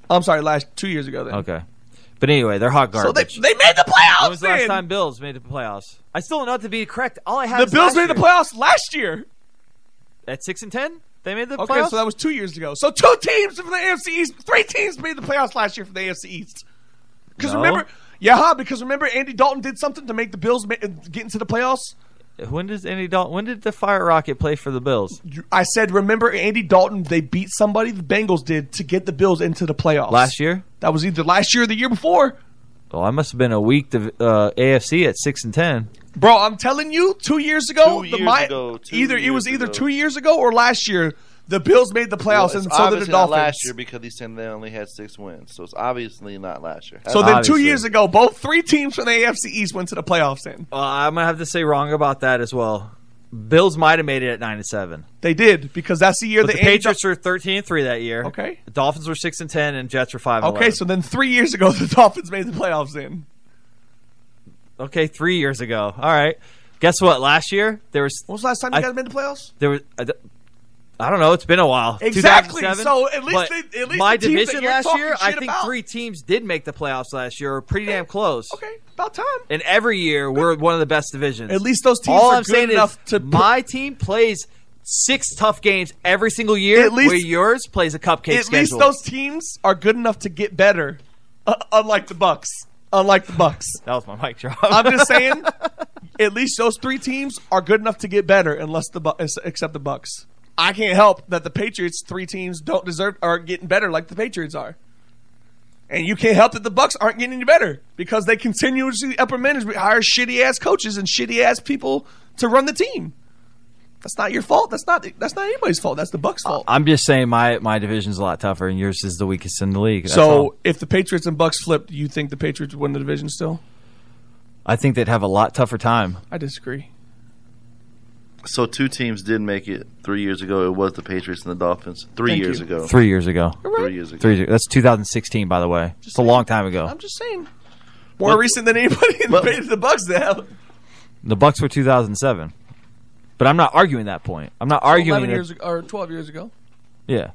I'm sorry, last two years ago. Then Okay, but anyway, they're hot so they, garbage. they made the playoffs. when was the last then. time Bills made the playoffs? I still don't know it to be correct. All I have the is Bills last made the year. playoffs last year? at six and ten. They made the Okay, playoffs. so that was two years ago. So two teams from the AFC East, three teams made the playoffs last year from the AFC East. Because No. remember, yeah, huh, because remember Andy Dalton did something to make the Bills ma- get into the playoffs. when does Andy Dalton? When did the Fire Rocket play for the Bills? You- I said, remember Andy Dalton? They beat somebody. The Bengals did to get the Bills into the playoffs Last year? That was either last year or the year before. Oh, I must have been a weak div- uh, AFC at six and ten. Bro, I'm telling you, two years Two ago, the years Mi- ago, two either it years was either ago. two years ago or last year. The Bills made the Well, playoffs, it's and so did the obviously not Dolphins. last year because he said they only had six wins, so it's obviously not last year. so then, two Obviously. years ago, both three teams from the AFC East went to the playoffs. Then Uh, I'm gonna have to say wrong about that as well. Bills might have made it at nine and seven. they did because that's the year But the, the Andy Patriots were thirteen and three that year. Okay. The Dolphins were six and ten, and Jets were five. Dal- And okay, so then three years ago, [laughs] the Dolphins made the playoffs. Then 11. okay, three years ago. All right. Guess what? Last year there was when was the last time you I- guys made the playoffs? there was. I d- I don't know. It's been a while. Exactly. 2007? So at least But they- at least my the teams that division you're last talking year, I shit think about- three teams did make the playoffs last year, or pretty damn close. Okay, about time. And every year we're one of the best divisions. At least those teams All are I'm good saying enough is to put- my team plays six tough games every single year. At least- where yours plays a cupcake at schedule. least those teams are good enough to get better, uh, unlike the Bucks. Unlike the Bucks. that was my mic drop. I'm just saying, at least those three teams are good enough to get better, unless the Bu- except the Bucks. I can't help that the Patriots three teams don't deserve are getting better like the Patriots are, and you can't help that the Bucks aren't getting any better because they continuously upper management hire shitty ass coaches and shitty ass people to run the team. That's not your fault. That's not that's not anybody's fault. That's the Bucks' fault. [laughs] I'm just saying my my division's a lot tougher, and yours is the weakest in the league. That's all. so if the Patriots and Bucks flipped, do you think the Patriots would win the division still? I think they'd have a lot tougher time. I disagree. So two teams did make it three years ago. It was the Patriots and the Dolphins. Three Thank years you. ago. Three years ago. Three years ago. Three. That's 2016, by the way. it's a long time ago. I'm just saying. More What- recent than anybody [laughs] in the, the Bucks to have. The Bucks were 2007, but I'm not arguing that point. I'm not arguing. 11 that- years ago, or 12 years ago yeah,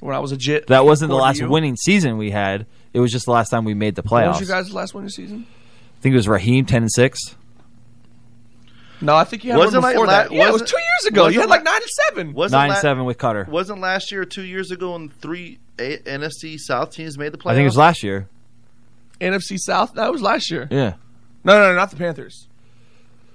when I was a jit. that wasn't the Before last you. winning season we had. It was just the last time we made the When playoffs. was you guys' last winning season? I think it was Raheem 10 and six. No, I think you had Wasn't one like before la- that. Yeah, it was wasn't- two years years ago. Wasn't you had la- like nine and seven. Wasn't la- with Cutter. Wasn't last year or two years ago when three a- NFC South teams made the playoffs? I think it was last year. NFC South. That was last year. Yeah. No, no, no, not the Panthers.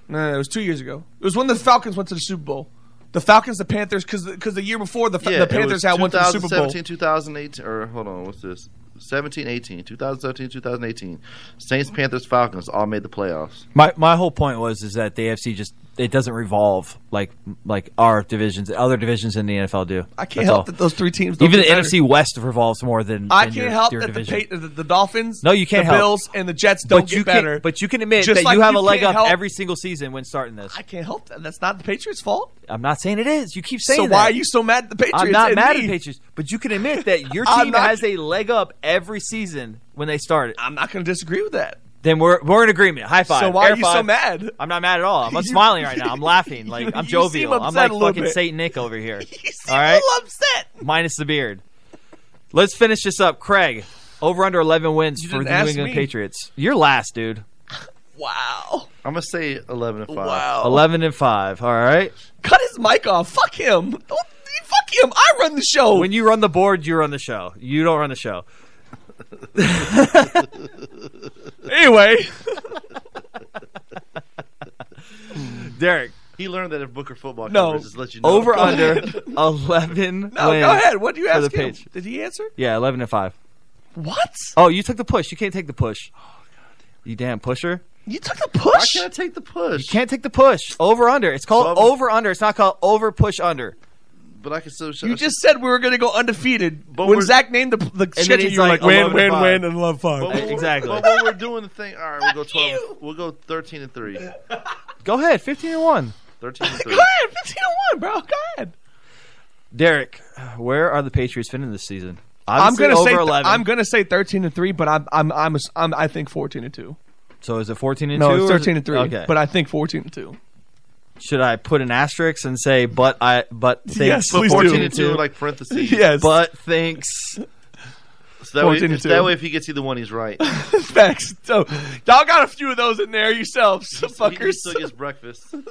No, no, it was two years ago. It was when the Falcons went to the Super Bowl. The Falcons, the Panthers, because because the year before the, Yeah, Fa- the it was Panthers had went to the Super Bowl. 2017, 2018, or hold on, what's this? 17, 18, 2017, 2018. Saints, Panthers, Falcons all made the playoffs. My my whole point was is that the AFC just it doesn't revolve like like our divisions, other divisions in the NFL do. I can't That's help all. that those three teams. don't Even the get better. NFC West revolves more than I than can't your- help your that the, division. Pa- the the Dolphins. No, you can't The help. Bills and the Jets don't get you can- better. but you can admit Just that like you have a leg can't up help- every single season when starting this. I can't help that. That's not the Patriots' fault. I'm not saying it is. You keep saying So that. why are you so mad at the Patriots? I'm not and mad me? at the Patriots, but you can admit that your [laughs] I'm team not- has a leg up every season when they start it. I'm not going to disagree with that. Then we're we're in agreement. High five. So why Air are you so [laughs] five. mad? I'm not mad at all. I'm smiling right [laughs] now. I'm laughing. Like I'm you seem jovial. I'm upset like a little fucking bit. Saint Nick [laughs] over here. you seem all a right. little upset. Minus the beard. Let's finish this up, Craig. Over under 11 wins You for didn't the New ask England me. Patriots. You're last, dude. Wow. I'm gonna say 11 and 5. Wow. 11 and 5. All right. Cut his mic off. Fuck him. Don't, fuck him. I run the show. When you run the board, you run the show. You don't run the show. [laughs] Anyway. Derek. He learned that if Booker football No. covers, just let you know. Over Go under ahead. [laughs] 11 No, wins Oh, go ahead. What do you for the ask him? Patri- Did he answer? Yeah, 11 and 5. What? Oh, you took the push. You can't take the push. Oh, You damn pusher. You took the push? Why can't I take the You push? can't take the push. Over under. It's called So I'm- over under. It's not called over push under. But I can still. You just said we were going to go undefeated. But when we're- Zach named the, the then schedule, he's you were like, like, win, 11 to win, five. win, and love five. But when we're- Exactly. But when we're doing the thing, all right, we'll go 12. We'll go 13 and 3. Go ahead. 15 and 1. 13 and 3. Go ahead. 15 to 1, bro. Go ahead. Derek, where are the Patriots fitting this season? I'm Obviously gonna over say 11. I'm gonna say 13 to three, but I'm I'm I'm, ass- I'm I think 14 to two. so is it 14 and No, 2? it's or is it- 13 to three. Okay. But I think 14 to two. Should I put an asterisk and say, but I, but thinks Yes, please do. 14 and 2? 2, like parentheses. Yes. But thinks. So that, way, 14 and if- two. that way, if he gets either one, he's [laughs] right. [laughs] Facts. So y'all got a few of those in there yourselves, He- fuckers. He still [laughs] gets breakfast. Y'all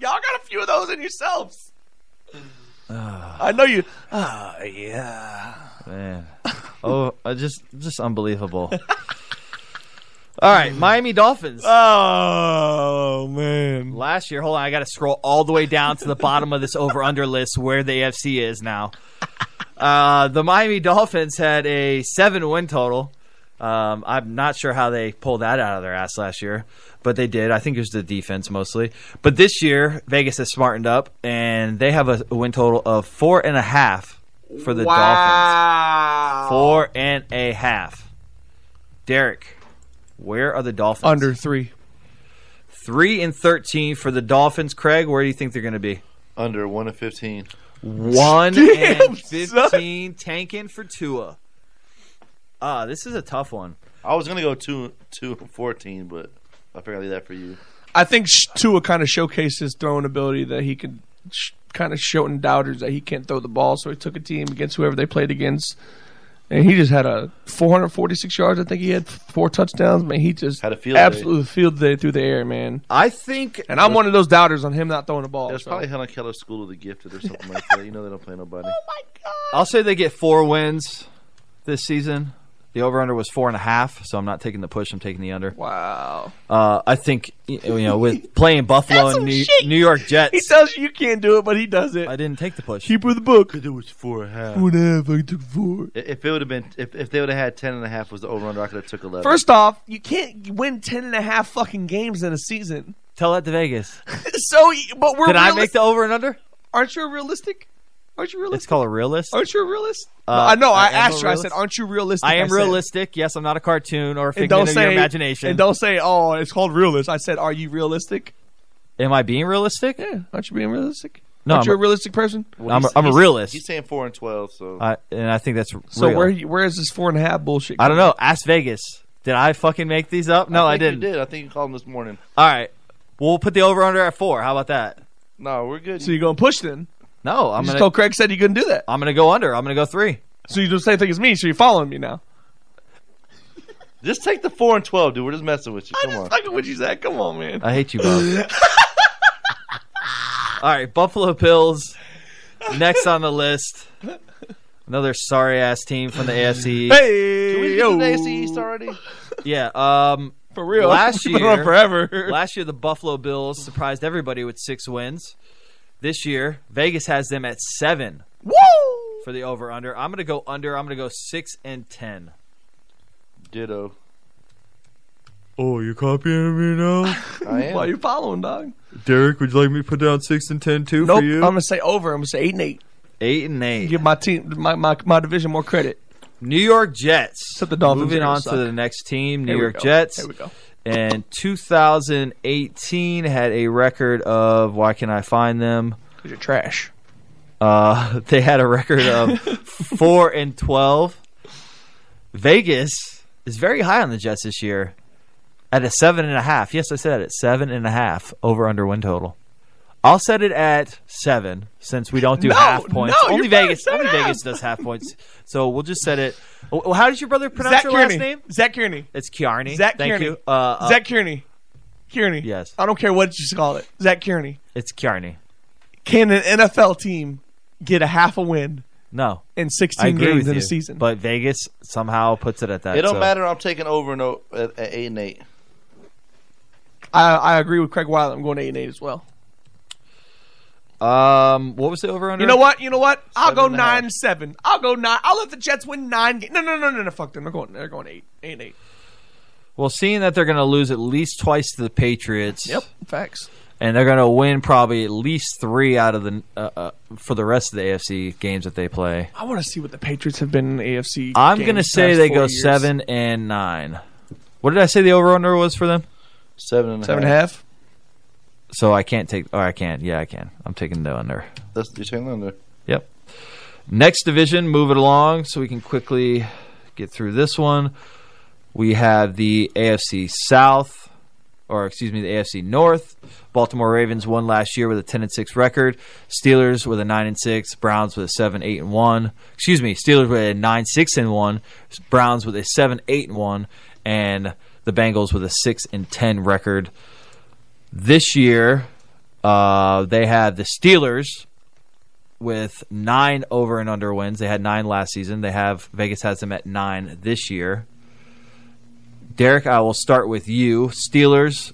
got a few of those in yourselves. I know you. Ah, yeah. Man. Oh, uh, just just unbelievable. [laughs] all right, Miami Dolphins. Oh man. Last year, hold on, I got to scroll all the way down to the bottom of this over under list where the AFC is now. Uh, the Miami Dolphins had a seven win total. Um, I'm not sure how they pulled that out of their ass last year, but they did. I think it was the defense mostly. But this year, Vegas has smartened up and they have a win total of four and a half for the Dolphins. Four and a half. Derek, where are the Dolphins? Under three. Three and thirteen for the Dolphins. Craig, where do you think they're going to be? Under 1 and 15. [laughs] One Damn, and fifteen, tanking for Tua. Ah, this is a tough one. I was going to go 2 two and 14, but I figured I'd leave that for you. I think Sh- Tua kind of showcased his throwing ability that he could sh- kind of show in doubters that he can't throw the ball. So he took a team against whoever they played against, and he just had a 446 yards. I think he had four touchdowns. Man, he just had a field day. absolute field day through the air, man. I think, and I'm one of those doubters on him not throwing the ball. There's so. probably Helen Keller School of the Gifted or something like that. You know they don't play [laughs] nobody. Oh I'll say they get four wins this season. The over under was four and a half, so I'm not taking the push. I'm taking the under. Wow. Uh, I think y- you [laughs] know with playing Buffalo and New, New York Jets. He tells you you can't do it, but he does it. I didn't take the push. Keeper of the book. It was four and a half. Whatever, I took four. I- If it would have been, if, if they would have had ten and a half was the over under, I could have took eleven. First off, you can't win 10 and a half fucking games in a season. [laughs] Tell that to Vegas. so, but we're Did I realis- make the over and under? Aren't you a realistic? Aren't you It's realistic? called a realist. Aren't you a realist? Uh, no, I know. I, I am a asked you. I realist. said, "Aren't you realistic?" I am said. realistic. Yes, I'm not a cartoon or a And figment don't of say your imagination. And don't say, "Oh, it's called realist." I said, "Are you realistic? Am I being realistic? Yeah. Aren't you being realistic? No, aren't I'm you a a- realistic person?" I'm a, I'm a realist. He's saying four and twelve, so I, and I think that's so real. where you- where is this four and a half bullshit? I don't know. Ask Vegas. Did I fucking make these up? No, I, think didn't. You did I think you called him this morning? All right. We'll put the over under at four. How about that? No, we're good. So you're going to push then? You No, I'm just gonna told Craig said you couldn't do that. I'm gonna go under. I'm gonna go three. So you do the same thing as me. So you're following me now. just take the four and twelve, dude. We're just messing with you. Come on. [laughs] Fucking what you said. Come on, man. I hate you both. All right, Buffalo Bills next on the list. Another sorry ass team from the AFC. Hey, Can we get to the AFC East already? Yeah. Um, For real. Last [laughs] We've year, been on forever. [laughs] [laughs] last year the Buffalo Bills surprised everybody with six wins. This year, Vegas has them at seven. Woo! For the over under, I'm gonna go under. I'm gonna go six and ten. Ditto. Oh, you copying me [laughs] now? I am. Why you following, dog? Derek, would you like me to put down six and ten too for Nope. I'm you? gonna say over. I'm gonna say eight and eight. Eight and eight. Give my team, my my, my division more credit. New York Jets. Except the Dolphins. are Moving gonna on suck. to the next team, New Here we York go. Jets. Here we go. And 2018 had a record of why can I find them? 'Cause you're trash. Uh, [laughs] they had a record [laughs] of four and twelve. Vegas is very high on the Jets this year, at a seven and a half. Yes, I said it, seven and a half over under win total. I'll set it at seven since we don't do No, half points. no, only you're fine, Vegas, set it only up. Vegas does half points. So we'll just set it. Oh, How does your brother pronounce Zach your Kearney. last name? Zach Kearney. It's Kearney. Zach Thank Kearney. you. Uh, uh, Zach Kearney. Kearney. Yes. I don't care what you call it. Zach Kearney. It's Kearney. Can an NFL team get a half a win No, in I 16 agree games with in a you, season? but Vegas somehow puts it at that. it don't so- matter. I'm taking over and o- at, at eight and eight. I, I agree with Craig Wilder. I'm going 8 and 8 as well. Um, what was the over under? You know what? You know what? I'll go Seven and a half. nine seven. I'll go nine. I'll let the Jets win nine. Ga- no, no, no, no, no. Fuck them. They're going. They're going eight, eight, and eight. Well, seeing that they're going to lose at least twice to the Patriots, Yep. Facts. and they're going to win probably at least three out of the uh, uh, for the rest of the AFC games that they play. I want to see what the Patriots have been in the AFC. I'm games going to the say past they four go years. seven and nine. What did I say the over under was for them? Seven and a half. Seven and a half. So I can't take. Or I can. Yeah, I can. I'm taking the under. That's you're taking under. Yep. Next division, move it along so we can quickly get through this one. We have the AFC South, or excuse me, the AFC North. Baltimore Ravens won last year with a ten and six record. Steelers with a nine and six. Browns with a seven eight and one. Excuse me, Steelers with a nine six and one. Browns with a seven eight and one, and the Bengals with a six and ten record. This year, uh, they have the Steelers with nine over and under wins. They had nine last season. They have Vegas has them at nine this year. Derek, I will start with you. Steelers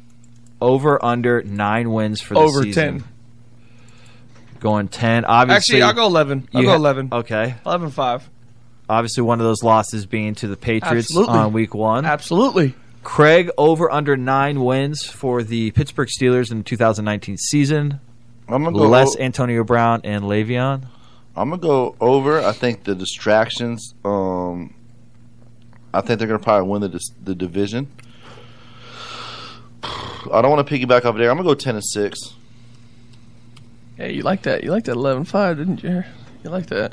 over under nine wins for the Over season. Going ten. Actually, Obviously, I'll go 11. I'll you go ha- Oh. 11. Okay. 11 5. Obviously, one of those losses being to the Patriots Absolutely. on week one. Absolutely. Craig over under nine wins for the Pittsburgh Steelers in the 2019 season. I'm gonna go less o- Antonio Brown and Le'Veon. I'm gonna go over. I think the distractions. Um, I think they're gonna probably win the dis- the division. [sighs] I don't want to piggyback off of there. I'm gonna go ten and six. Yeah, you like that. You like that 11 5, didn't you? You like that.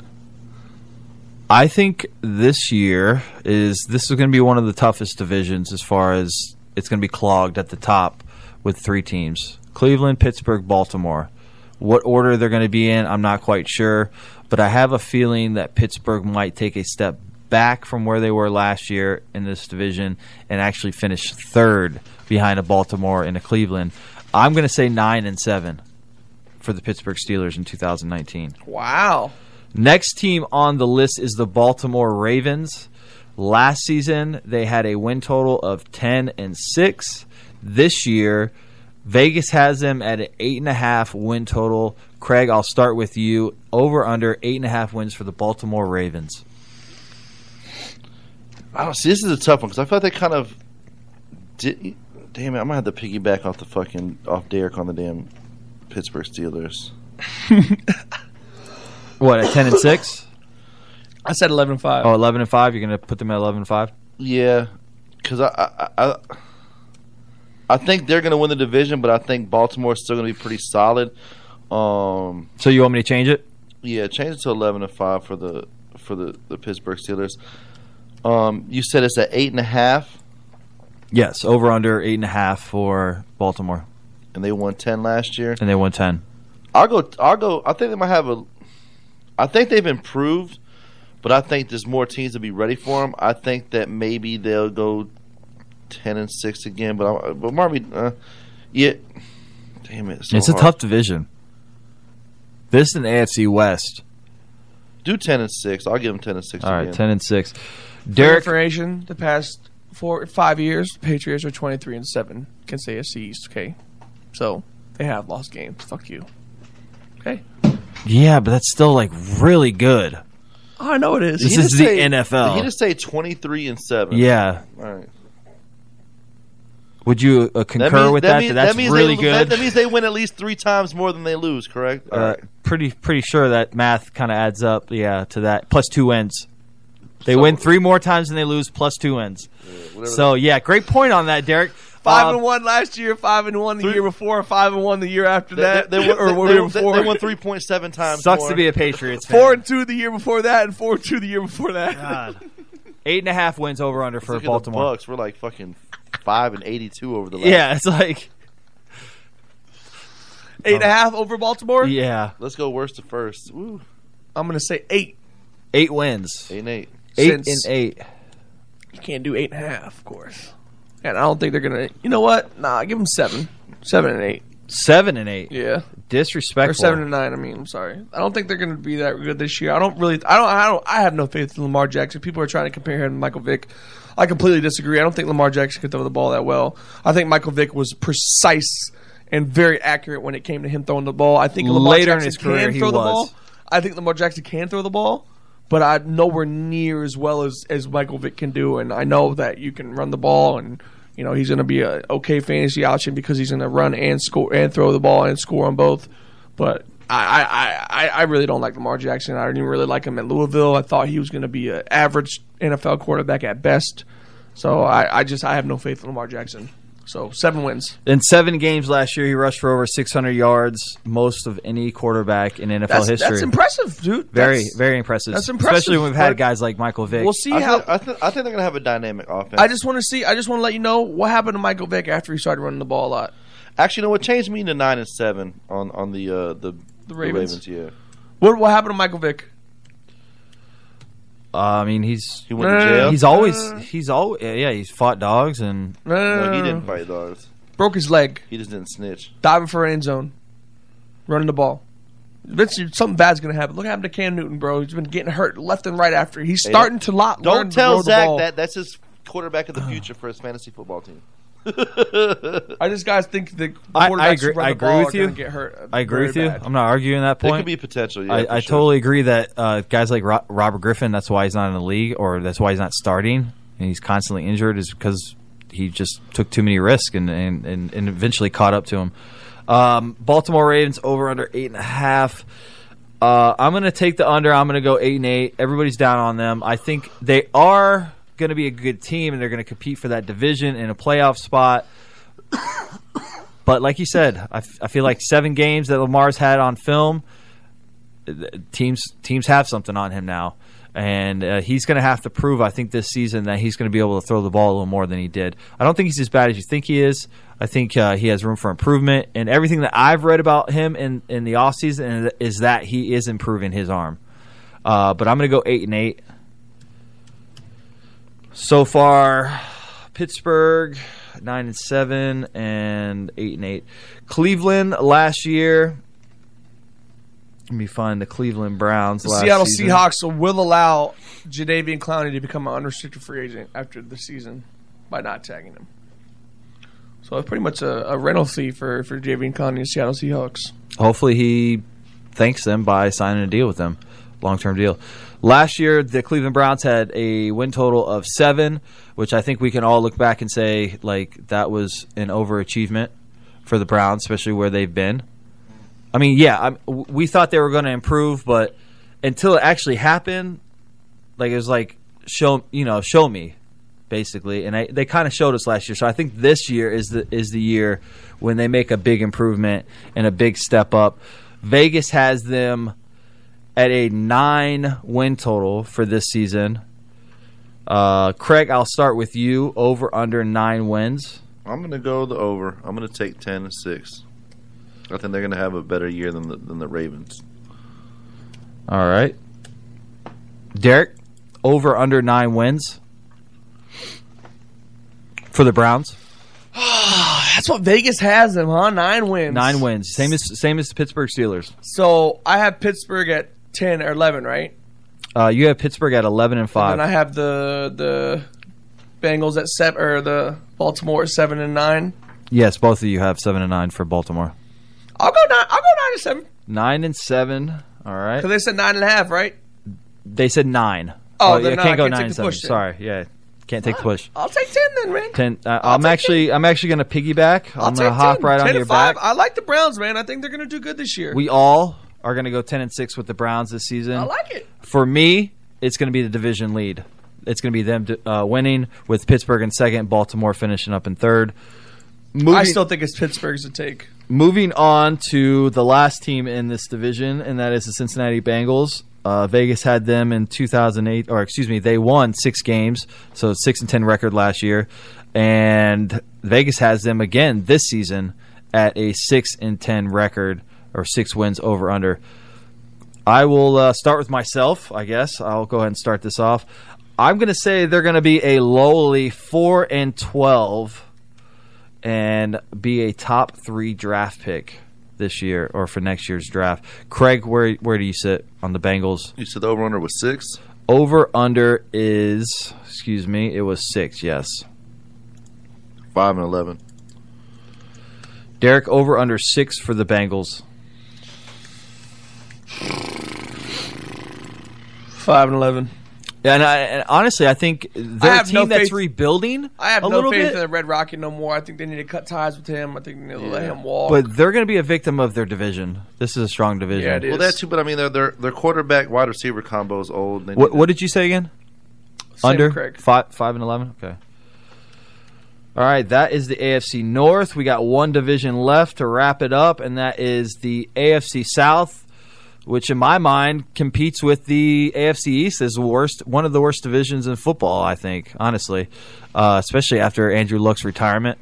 I think this year is this is going to be one of the toughest divisions as far as it's going to be clogged at the top with three teams: Cleveland, Pittsburgh, Baltimore. What order they're going to be in, I'm not quite sure, but I have a feeling that Pittsburgh might take a step back from where they were last year in this division and actually finish third behind a Baltimore and a Cleveland. I'm going to say 9 and 7 for the Pittsburgh Steelers in 2019. Wow. Next team on the list is the Baltimore Ravens. Last season, they had a win total of 10 and 6. This year, Vegas has them at an 8.5 win total. Craig, I'll start with you. Over under 8.5 wins for the Baltimore Ravens. I don't see. This is a tough one because I feel like they kind of did. Damn it! I'm gonna have to piggyback off the fucking off Derek on the damn Pittsburgh Steelers. What, at 10 and [coughs] 6? I said 11 5. Oh, 11 and 5. You're going to put them at 11 and 5? Yeah, because I, I I I think they're gonna win the division, but I think Baltimore's still gonna be pretty solid. Um, So you want me to change it? Yeah, change it to eleven and five for the for the, the Pittsburgh Steelers. Um, you said it's at eight and a half, Yes, over under 8.5 for Baltimore. and they won ten last year. And they won 10. I'll go. I'll go. I think they might have a. I think they've improved, but I think there's more teams to be ready for them. I think that maybe they'll go ten and six again. But I, but Marvin, uh, yeah, damn it, it's so it's a hard. tough division. This is an AFC West. Do ten and six. I'll give them ten and six. All right, again. ten and six. For Derek, information, the past four five years, Patriots are twenty three and seven against the AFC East. Okay, so they have lost games. Fuck you. yeah, but that's still like really good. Oh, I know it is. This Did he is just the say- NFL. Did he just say twenty three and seven? Yeah. All right. Would you uh, That concur means- with that? That, means- that's means really they, good. That, that means they win at least three times more than they lose. Correct. All uh, right. pretty pretty sure that math kind of adds up. Yeah, to that plus two wins. They win three more times than they lose, plus two wins. whatever so yeah, great point on that, Derek. Five Uh, and one last year, five and one the year before, five and one the year after They- that. [laughs] they- they won- [laughs] or they- the they- year they- before. they won 3.7 times Sucks to be a [laughs] Patriots fan. Four and two the year before that, and four and two the year before that. Eight and a half wins over under Look for at the Baltimore. Bucks. We're like fucking five and eighty two over the last. Yeah, it's like Eight and a half over Baltimore. Yeah. Let's go worst to first. Woo. I'm gonna say eight. Eight wins. Eight and eight. Eight Since- and eight. You can't do eight and a half, of course. And I don't think they're gonna. You know what? Nah, give them seven, seven and eight, seven and eight. Yeah, disrespectful. or seven and nine. I mean, I'm sorry. I don't think they're gonna be that good this year. I don't really. I don't. I don't. I have no faith in Lamar Jackson. People are trying to compare him to Michael Vick. I completely disagree. I don't think Lamar Jackson could throw the ball that well. I think Michael Vick was precise and very accurate when it came to him throwing the ball. I think Lamar Later in Jackson his career, can he throw the was. ball. I think Lamar Jackson can throw the ball, but I nowhere near as well as as Michael Vick can do. And I know that you can run the ball, and you know he's going to be a okay fantasy option because he's going to run and score and throw the ball and score on both. But I I, I- I I really don't like Lamar Jackson. I didn't even really like him at Louisville. I thought he was going to be an average NFL quarterback at best. So I, I just I have no faith in Lamar Jackson. So seven wins. In seven games last year, he rushed for over 600 yards, most of any quarterback in NFL That's, history. that's impressive, dude. Very, That's- very impressive. That's impressive. Especially when we've had But- guys like Michael Vick. We'll see I how think, I, think, I think they're gonna have a dynamic offense. I just want to see. I just want to let you know what happened to Michael Vick after he started running the ball a lot. actually you know what changed me to nine and seven on on the uh, the the Ravens. Ravens. Yeah. What what happened to Michael Vick? Uh, I mean, he's went to jail? He's always Uh, he's always yeah. He's fought dogs and No, no, no, No, he no, no. didn't fight dogs. Broke his leg, He just didn't snitch. diving for an end zone, running the ball. Vince, you- something bad's gonna happen. Look what happened to Cam Newton, bro. He's been getting hurt left and right after. He's Hey, starting to lot. Don't learn to tell throw the Zach ball. that. That's his quarterback [sighs] of the future for his fantasy football team. I just guys think the I, quarterbacks I agree. who run I the agree ball are with you. gonna Get hurt. uh, I agree very with you. bad. I'm not arguing that There point. could be potential, yeah, I, for I sure. totally agree that uh, guys like Ro- Robert Griffin. That's why he's not in the league, or that's why he's not starting, and he's constantly injured. Is because he just took too many risks and and, and, and eventually caught up to him. Um, Baltimore Ravens over under eight and a half. Uh, I'm going to take the under. I'm going to go eight and eight. Everybody's down on them. I think they are going to be a good team, and they're going to compete for that division in a playoff spot. [coughs] But like you said, I, f- I feel like seven games that Lamar's had on film, th- teams teams have something on him now, and uh, he's going to have to prove. I think this season that he's going to be able to throw the ball a little more than he did. I don't think he's as bad as you think he is. I think uh, he has room for improvement, and everything that I've read about him in in the offseason is that he is improving his arm. Uh, but I'm going to go eight and eight. So far, Pittsburgh nine and seven and eight and eight. Cleveland last year. Let me find the Cleveland Browns. The Last Seattle season. Seahawks will allow Jadavian Clowney to become an unrestricted free agent after the season by not tagging him. So it's pretty much a, a rental fee for for Jadavian Clowney and Seattle Seahawks. Hopefully, he thanks them by signing a deal with them, long term deal. Last year, the Cleveland Browns had a win total of seven, which I think we can all look back and say like that was an overachievement for the Browns, especially where they've been. I mean, yeah, I'm, w- we thought they were going to improve, but until it actually happened, like it was like show you know show me basically, and I, they kind of showed us last year. So I think this year is the is the year when they make a big improvement and a big step up. Vegas has them at a nine win total for this season. Uh, Craig, I'll start with you. Over under nine wins. I'm gonna go the over. I'm gonna take ten and six. I think they're gonna have a better year than the, than the Ravens. All right. Derek, over under nine wins for the Browns. That's what Vegas has them, huh? Nine wins. Nine wins. Same as same as the Pittsburgh Steelers. So I have Pittsburgh at ten or eleven, right? Uh, you have Pittsburgh at eleven and five. And I have the the Bengals at seven or the Baltimore at seven and nine. yes, both of you have seven and nine for Baltimore. I'll go nine. I'll go nine and seven Nine and seven. All right. because they said nine and a half, right? They said nine. Oh, yeah, then no, I can't go can't take nine the and seven. push then. Sorry, yeah, can't take the push. I'll take ten then, man. Ten. Uh, I'm actually I'm actually gonna piggyback. I'll I'm gonna take hop 10. right 10 on to your five. back. I like the Browns, man. I think they're gonna do good this year. We all are gonna go ten and six with the Browns this season. I like it. For me, it's gonna be the division lead. It's gonna be them uh, winning with Pittsburgh in second, Baltimore finishing up in third. I Moving- still think it's Pittsburgh's to take. Moving on to the last team in this division, and that is the Cincinnati Bengals. Uh, Vegas had them in 2008, or excuse me, they won six games, so six and ten record last year, and Vegas has them again this season at a six and ten record or six wins over under. I will uh, start with myself, I guess. I'll go ahead and start this off. I'm going to say they're going to be a lowly four and twelve and be a top three draft pick this year or for next year's draft. Craig, where where do you sit on the Bengals? You said over under was six. Over under is excuse me, it was six. Yes, five and eleven. Derek, over under six for the Bengals. Five and eleven. And, I, and honestly, I think they're I a have team no that's faith- rebuilding. I have a no little faith bit. in the Red Rocket no more. I think they need to cut ties with him. I think they need to let him walk. But they're going to be a victim of their division. This is a strong division. well, that too. But I mean, their their, their quarterback wide receiver combo is old. They What, need what did you say again? Same, Under Craig. five, five and eleven. Okay. All right, that is the AFC North. We got one division left to wrap it up, and that is the AFC South, which in my mind competes with the AFC East as the worst, one of the worst divisions in football. I think, honestly, uh, especially after Andrew Luck's retirement.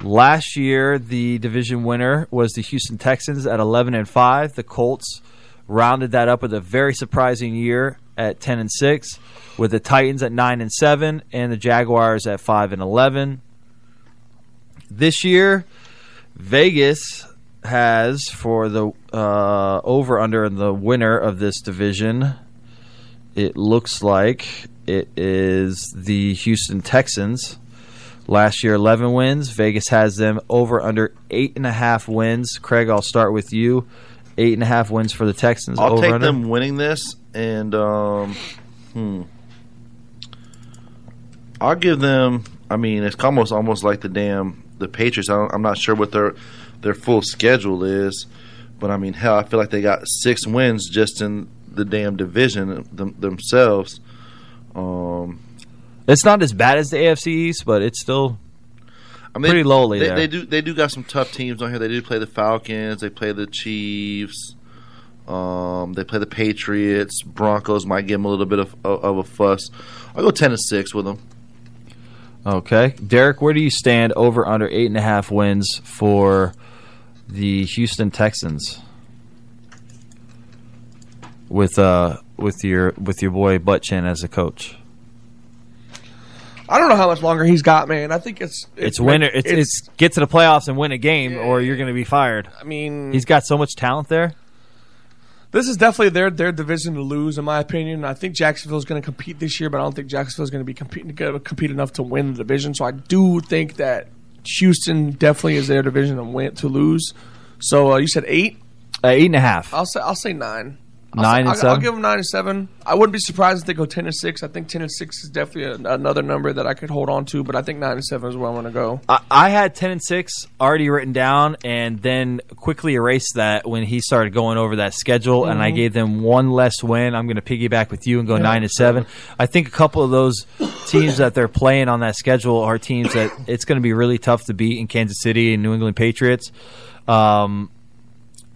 Last year, the division winner was the Houston Texans at 11 and 5. The Colts rounded that up with a very surprising year at 10 and 6, with the Titans at 9 and 7 and the Jaguars at 5 and 11. This year, Vegas has for the uh, over under and the winner of this division. It looks like it is the Houston Texans. Last year, 11 wins. Vegas has them over under eight and a half wins. Craig, I'll start with you. Eight and a half wins for the Texans. I'll over take under. them winning this, and um, hmm. I'll give them. I mean, it's almost almost like the damn the Patriots. I don't, I'm not sure what their their full schedule is, but I mean, hell, I feel like they got six wins just in the damn division them, themselves. Um, It's not as bad as the AFC East, but it's still pretty lowly they, there. They do they do got some tough teams on here. They do play the Falcons. They play the Chiefs. Um, they play the Patriots. Broncos might give them a little bit of of, of a fuss. I'll go ten and six with them. Okay. Derek, where do you stand over under eight and a half wins for the Houston Texans? With uh with your with your boy Butt Chin as a coach. I don't know how much longer he's got, man. I think it's It's, winner it's, it's get to the playoffs and win a game or you're gonna be fired. I mean, He's got so much talent there. This is definitely their their division to lose, in my opinion. I think Jacksonville's going to compete this year, but I don't think Jacksonville's going to be competing gonna compete enough to win the division. So I do think that Houston definitely is their division to win to lose. So uh, you said eight, uh, eight and a half. I'll say I'll say nine. I'll Nine and say, I'll, I'll seven? give them nine and seven. I wouldn't be surprised if they go ten and six. I think ten and six is definitely a, another number that I could hold on to, but I think nine and seven is where I'm going to go. I, I had ten and six already written down, and then quickly erased that when he started going over that schedule, and I Mhm. gave them one less win. I'm going to piggyback with you and go Yeah. nine and seven. I think a couple of those teams that they're playing on that schedule are teams that it's going to be really tough to beat in Kansas City and New England Patriots. Um,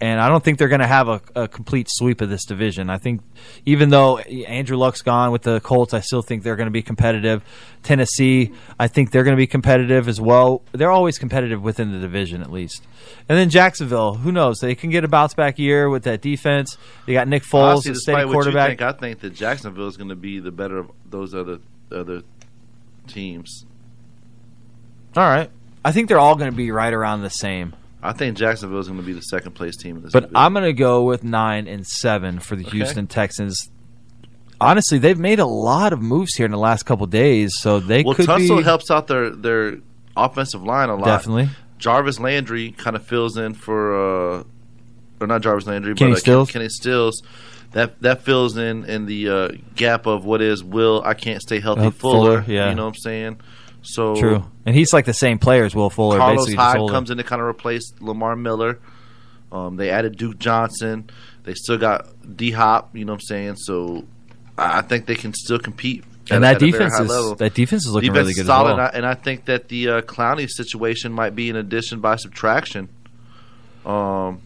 and I don't think they're going to have a, a complete sweep of this division. I think, even though Andrew Luck's gone with the Colts, I still think they're going to be competitive. Tennessee, I think they're going to be competitive as well. They're always competitive within the division, at least. And then Jacksonville, who knows? They can get a bounce back year with that defense. They got Nick Foles, Honestly, the despite steady what you quarterback. think, I think that Jacksonville is going to be the better of those other other teams. All right. I think they're all going to be right around the same. I think Jacksonville's going to be the second place team in this. But I'm going to go with nine and seven for the Okay. Houston Texans. Honestly, they've made a lot of moves here in the last couple days, so they well, could Tunsil be helps out their their offensive line a lot. Definitely. Jarvis Landry kind of fills in for, uh, or not Jarvis Landry, Kenny but uh, Ken- Stills? Kenny Stills. That that fills in in the uh, gap of what is Will. I can't stay healthy. Uh, Fuller, Fuller, yeah. you know what I'm saying. So true, and he's like the same player as Will Fuller. Carlos basically, just Hyde older. comes in to kind of replace Lamar Miller. Um, they added Duke Johnson. They still got D Hop. You know what I'm saying? So I I think they can still compete. And at- at that a very defense high is- level. that defense is looking Defense really is good as Solid, well. and I and I think that the uh, Clowney situation might be an addition by subtraction. Um,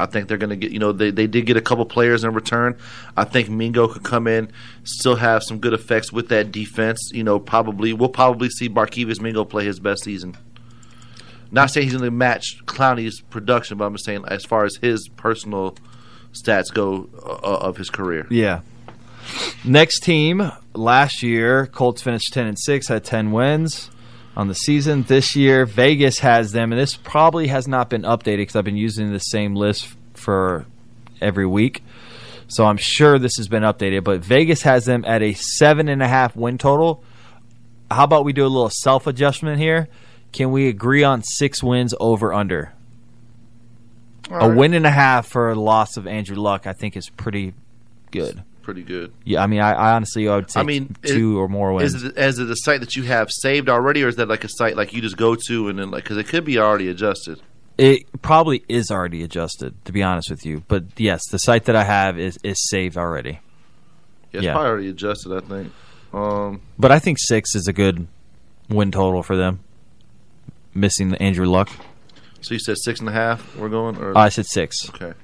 I think they're going to get. You know, they they did get a couple players in return. I think Mingo could come in, still have some good effects with that defense. You know, probably we'll probably see Barkevius Mingo play his best season. Not saying he's going to match Clowney's production, but I'm just saying as far as his personal stats go uh, uh, of his career. Yeah. Next team last year, Colts finished ten and six, had ten wins on the season. This year, Vegas has them, and this probably has not been updated because I've been using the same list f- for every week. So I'm sure this has been updated, but Vegas has them at a seven and a half win total. How about we do a little self adjustment here? Can we agree on six wins over under? a win and a half for a loss of Andrew Luck, I think, is pretty good. Pretty good. Yeah, I mean, I, I honestly I would take I mean, two it- or more wins. Is it, is it a site that you have saved already, or is that like a site like you just go to and then like because it could be already adjusted? It probably is already adjusted, to be honest with you. But yes, the site that I have is is saved already. Yeah, it's Yeah. probably already adjusted. I think. Um, But I think six is a good win total for them. Missing the Andrew Luck, Uh, so you said six and a half. We're going. Or? I said six. Okay.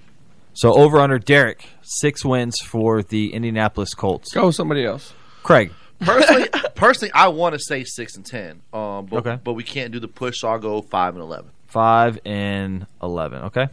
So over under Derek six wins for the Indianapolis Colts. Go with somebody else. Craig. [laughs] Personally, personally, I want to say six and ten. Um, but, Okay. but we can't do the push. So I'll go five and eleven. Five and eleven. Okay.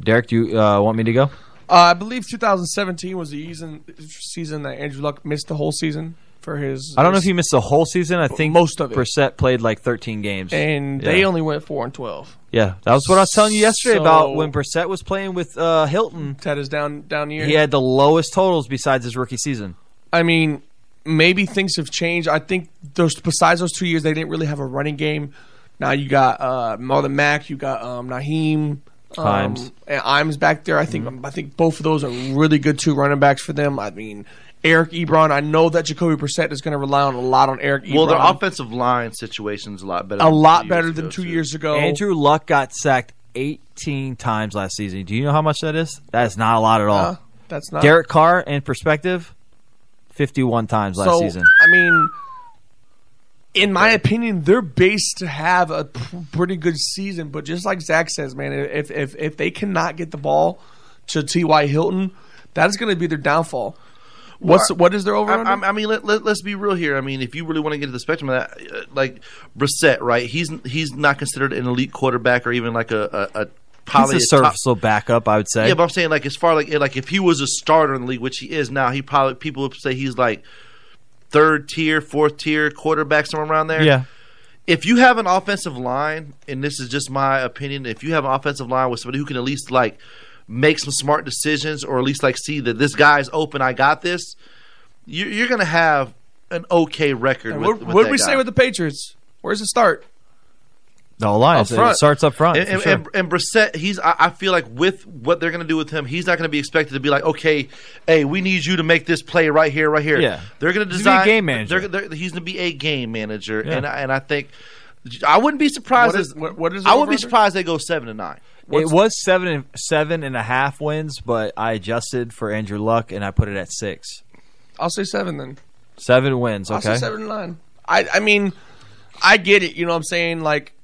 Derek, do you uh, want me to go? Uh, I believe 2017 was the season, season that Andrew Luck missed the whole season for his. I don't know if he missed the whole season. I think most of it. Brissett played like 13 games, And yeah. they only went four and 12. yeah, that was what I was telling you yesterday So- about when Brissett was playing with uh, Hilton. Ted is down down year. He had the lowest totals besides his rookie season. I mean, maybe things have changed. I think those besides those two years, they didn't really have a running game. Now you got uh, Marlon Mack, you got um, Naheem, um, Himes. Mm-hmm. and Imes back there. I think I think both of those are really good two running backs for them. I mean, Eric Ebron. I know that Jacoby Brissett is going to rely on a lot on Eric Ebron. Well, their offensive line situation's a lot better. a than two lot years better ago, than two too. years ago. Andrew Luck got sacked 18 times last season. Do you know how much that is? That is not a lot at all. Uh, that's not Derek Carr, in perspective, 51 times last so, season. I mean, in my opinion, they're based to have a p- pretty good season. But just like Zach says, man, if if if they cannot get the ball to T. Y. Hilton, that is going to be their downfall. What's Well, what is their over? I, I, I mean, let, let, us be real here. I mean, if you really want to get to the spectrum of that, uh, like Brissett, right? He's he's not considered an elite quarterback or even like a a, a He's probably a a top- serviceable backup, I would say. Yeah, but I'm saying like as far like like if he was a starter in the league, which he is now, he probably people would say he's like third tier, fourth tier quarterback somewhere around there. Yeah. If you have an offensive line, and this is just my opinion, if you have an offensive line with somebody who can at least like make some smart decisions, or at least like see that this guy's open, I got this. You're, you're gonna have an okay record. And With, what with what that did we guy. say with the Patriots? Where's the start? No lies. Up front. It starts up front. And, for and, sure. and, and Brissett, he's I, I feel like with what they're going to do with him, he's not going to be expected to be like, okay, hey, we need you to make this play right here, right here. Yeah. they're going to He's gonna design be a game manager. they're- they're- he's going to be a game manager, Yeah. and I, and I think I wouldn't be surprised. What is- as- what- what is the I wouldn't be over-under? surprised they go seven to nine. it was seven and seven and a half wins, but I adjusted for Andrew Luck and I put it at six. I'll say seven then. Seven wins. I'll Okay. say seven and nine. I I mean, I get it. You know what I'm saying? Like.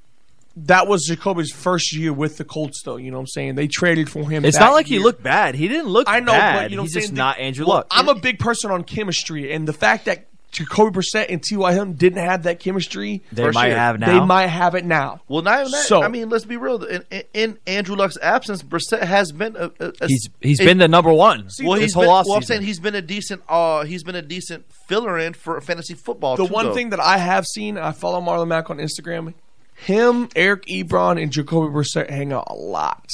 That was Jacoby's first year with the Colts, though. You know what I'm saying? They traded for him. It's that not like year. he looked bad. He didn't look. I know, bad. but you know, what he's I'm just saying? not Andrew Well, Luck. I'm a big person on chemistry, and the fact that Jacoby Brissett and T.Y. Hilton didn't have that chemistry. They might have now. They might have it now. Well, not even that. So- I mean, let's be real. In, in, in Andrew Luck's absence, Brissett has been a, a, a He's- he's been the number one Well, this he's whole been, well, I'm offseason. saying he's been a decent. Uh, he's been a decent filler in for fantasy football. The too, one though. thing that I have seen, I follow Marlon Mack on Instagram. Him, Eric Ebron, and Jacoby Brissett hang out a lot,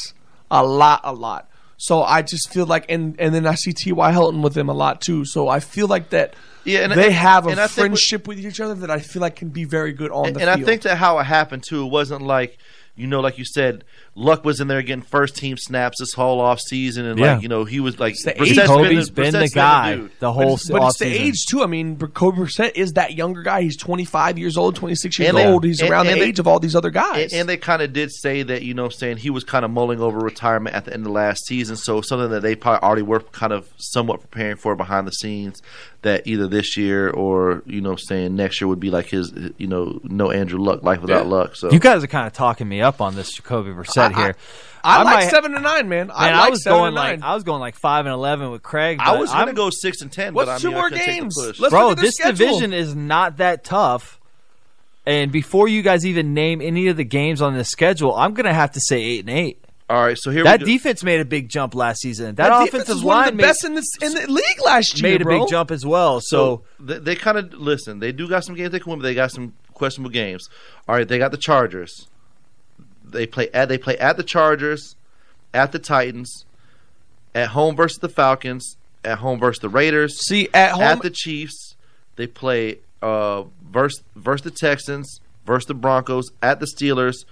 a lot, a lot. So I just feel like, and and then I see T.Y. Hilton with them a lot too. So I feel like that. Yeah, and- they and- have a and I think we- friendship with each other that I feel like can be very good on and, the and field. I think that how it happened too. It wasn't like you know, like you said, Luck was in there getting first team snaps this whole off season, and Yeah. like you know he was like the Brissett's age. Jacoby's been the Brissett's guy dude. the whole but it's, but it's the offseason. age too. I mean, Jacoby Brissett is that younger guy. He's twenty five years old, twenty six years And they- old. He's and- around and the they- age of all these other And, guys. and they kind of did say that, you know, what I'm saying he was kind of mulling over retirement at the end of last season. So something that they probably already were kind of somewhat preparing for behind the scenes that either this year or, you know, what I'm saying next year would be like his, you know, no Andrew Luck, life without Yeah. luck. So You guys are kind of talking me up on this Jacoby Brissett I- here. I, I like might- seven and nine, man. I Man, like I was seven going and nine. like I was going like five and eleven with Craig. I but was going to I'm- go six and ten. but I What's mean, two I more couldn't take the games? push. Let's bro, look at the this schedule. division is not that tough. And before you guys even name any of the games on the schedule, I'm gonna have to say eight and eight. All right, so here that we go. defense made a big jump last season. That, defense offensive is one line of the made, best in, this, in the league last year, made a bro. big jump as well. So, So they, they kind of listen. They do got some games they can win, but they got some questionable games. All right, they got the Chargers. They play at they play at the Chargers, at the Titans, at home versus the Falcons, at home versus the Raiders. See at home- at the Chiefs. They play uh versus versus the Texans, versus the Broncos, at the Steelers,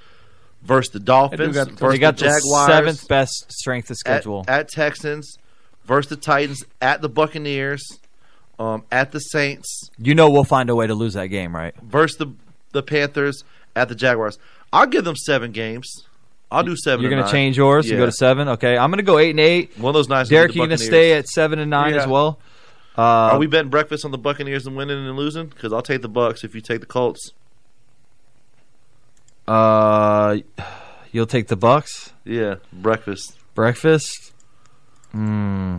versus the Dolphins, got- versus they got the the Jaguars. seventh best strength of at- schedule. at, Texans, versus the Titans, at the Buccaneers, um, at the Saints, you know we'll find a way to lose that game, right? versus the the Panthers, at the Jaguars. I'll give them seven games. I'll do seven. You're going gonna change yours and go to seven. Okay, I'm gonna go eight and eight. One of those nights. Derek, you you gonna stay at seven and nine Yeah. as well? Uh, Are we betting breakfast on the Buccaneers and winning and losing? Because I'll take the Bucks if you take the Colts. Uh, you'll take the Bucks Yeah, breakfast. breakfast. Hmm.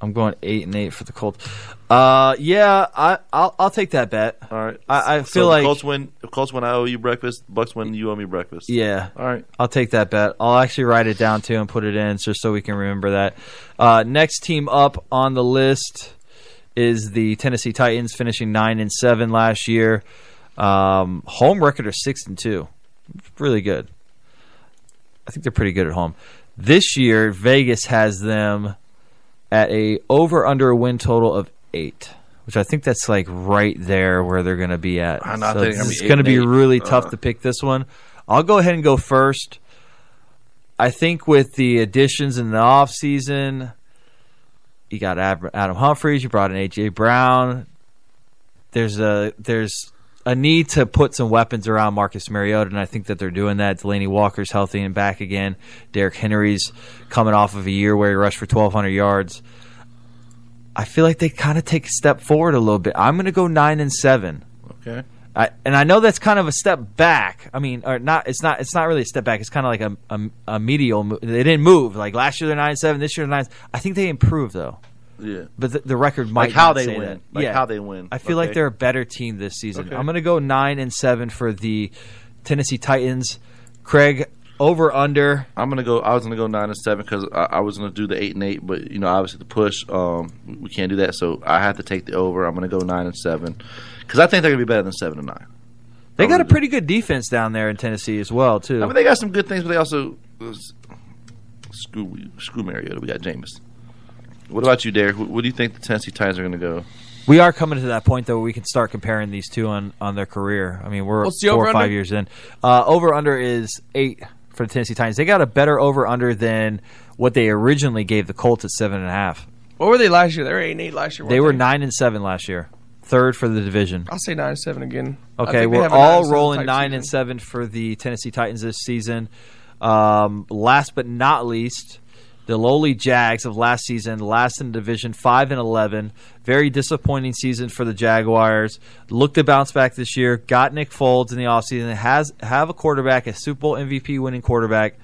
I'm going eight and eight for the Colts. Uh, yeah, I I'll, I'll take that bet. All right. I, I So feel the like Colts win. the Colts win. I owe you breakfast. Bucks win. You owe me breakfast. yeah. All right. I'll take that bet. I'll actually write it down too and put it in just so we can remember that. Uh, next team up on the list is the Tennessee Titans, finishing nine and seven last year. Um, home record are six and two, really good. I think they're pretty good at home. This year, Vegas has them at a over under win total of eight, which I think that's like right there where they're going to be at. I know, I So think they're gonna it's be eight going to and be eight. really Uh. tough to pick this one. I'll go ahead and go first. I think with the additions in the offseason, you got Ab- Adam Humphries, you brought in AJ Brown. There's a there's a need to put some weapons around Marcus Mariota, and I think that they're doing that. Delaney Walker's healthy and back again. Derrick Henry's coming off of a year where he rushed for 1,200 yards. I feel like they kind of take a step forward a little bit. I'm going to go nine and seven. Okay. I, and I know that's kind of a step back. I mean, or not. It's not. It's not really a step back. It's kind of like a a, a medial. Move. They didn't move. Like last year they're nine and seven. This year they're nine. I think they improved though. Yeah. But the, the record might Like how not they say win. that. Like yeah. how they win. I feel like Okay. they're a better team this season. Okay. I'm going to go nine and seven for the Tennessee Titans. Craig over under. I'm gonna go. I was gonna go nine and seven because I, I was gonna do the eight and eight, but you know, obviously the push, um, we can't do that. So I have to take the over. I'm gonna go nine and seven because I think they're gonna be better than seven and nine. They got a pretty good defense down there in Tennessee as well too. I mean, they got some good things, but they also uh, s- screw screw Mariota. We got Jameis. What about you, Derek? What, what do you think the Tennessee Titans are gonna go? We are coming to that point though where we can start comparing these two on, on their career. I mean, we're What's the four or over-under? five years in. Uh, over under is eight for the Tennessee Titans. They got a better over under than what they originally gave the Colts at seven and a half. What were they last year? They were eight and eight last year. weren't They were nine and seven last year, third for the division. I'll say nine and seven again. I Okay, think they we're have a nine and all seven rolling type nine season. and seven for the Tennessee Titans this season. Um, last but not least, the lowly Jags of last season, last in the division, five and eleven. Very disappointing season for the Jaguars. Look to bounce back this year. Got Nick Folds in the offseason. Has have a quarterback, a Super Bowl MVP winning quarterback.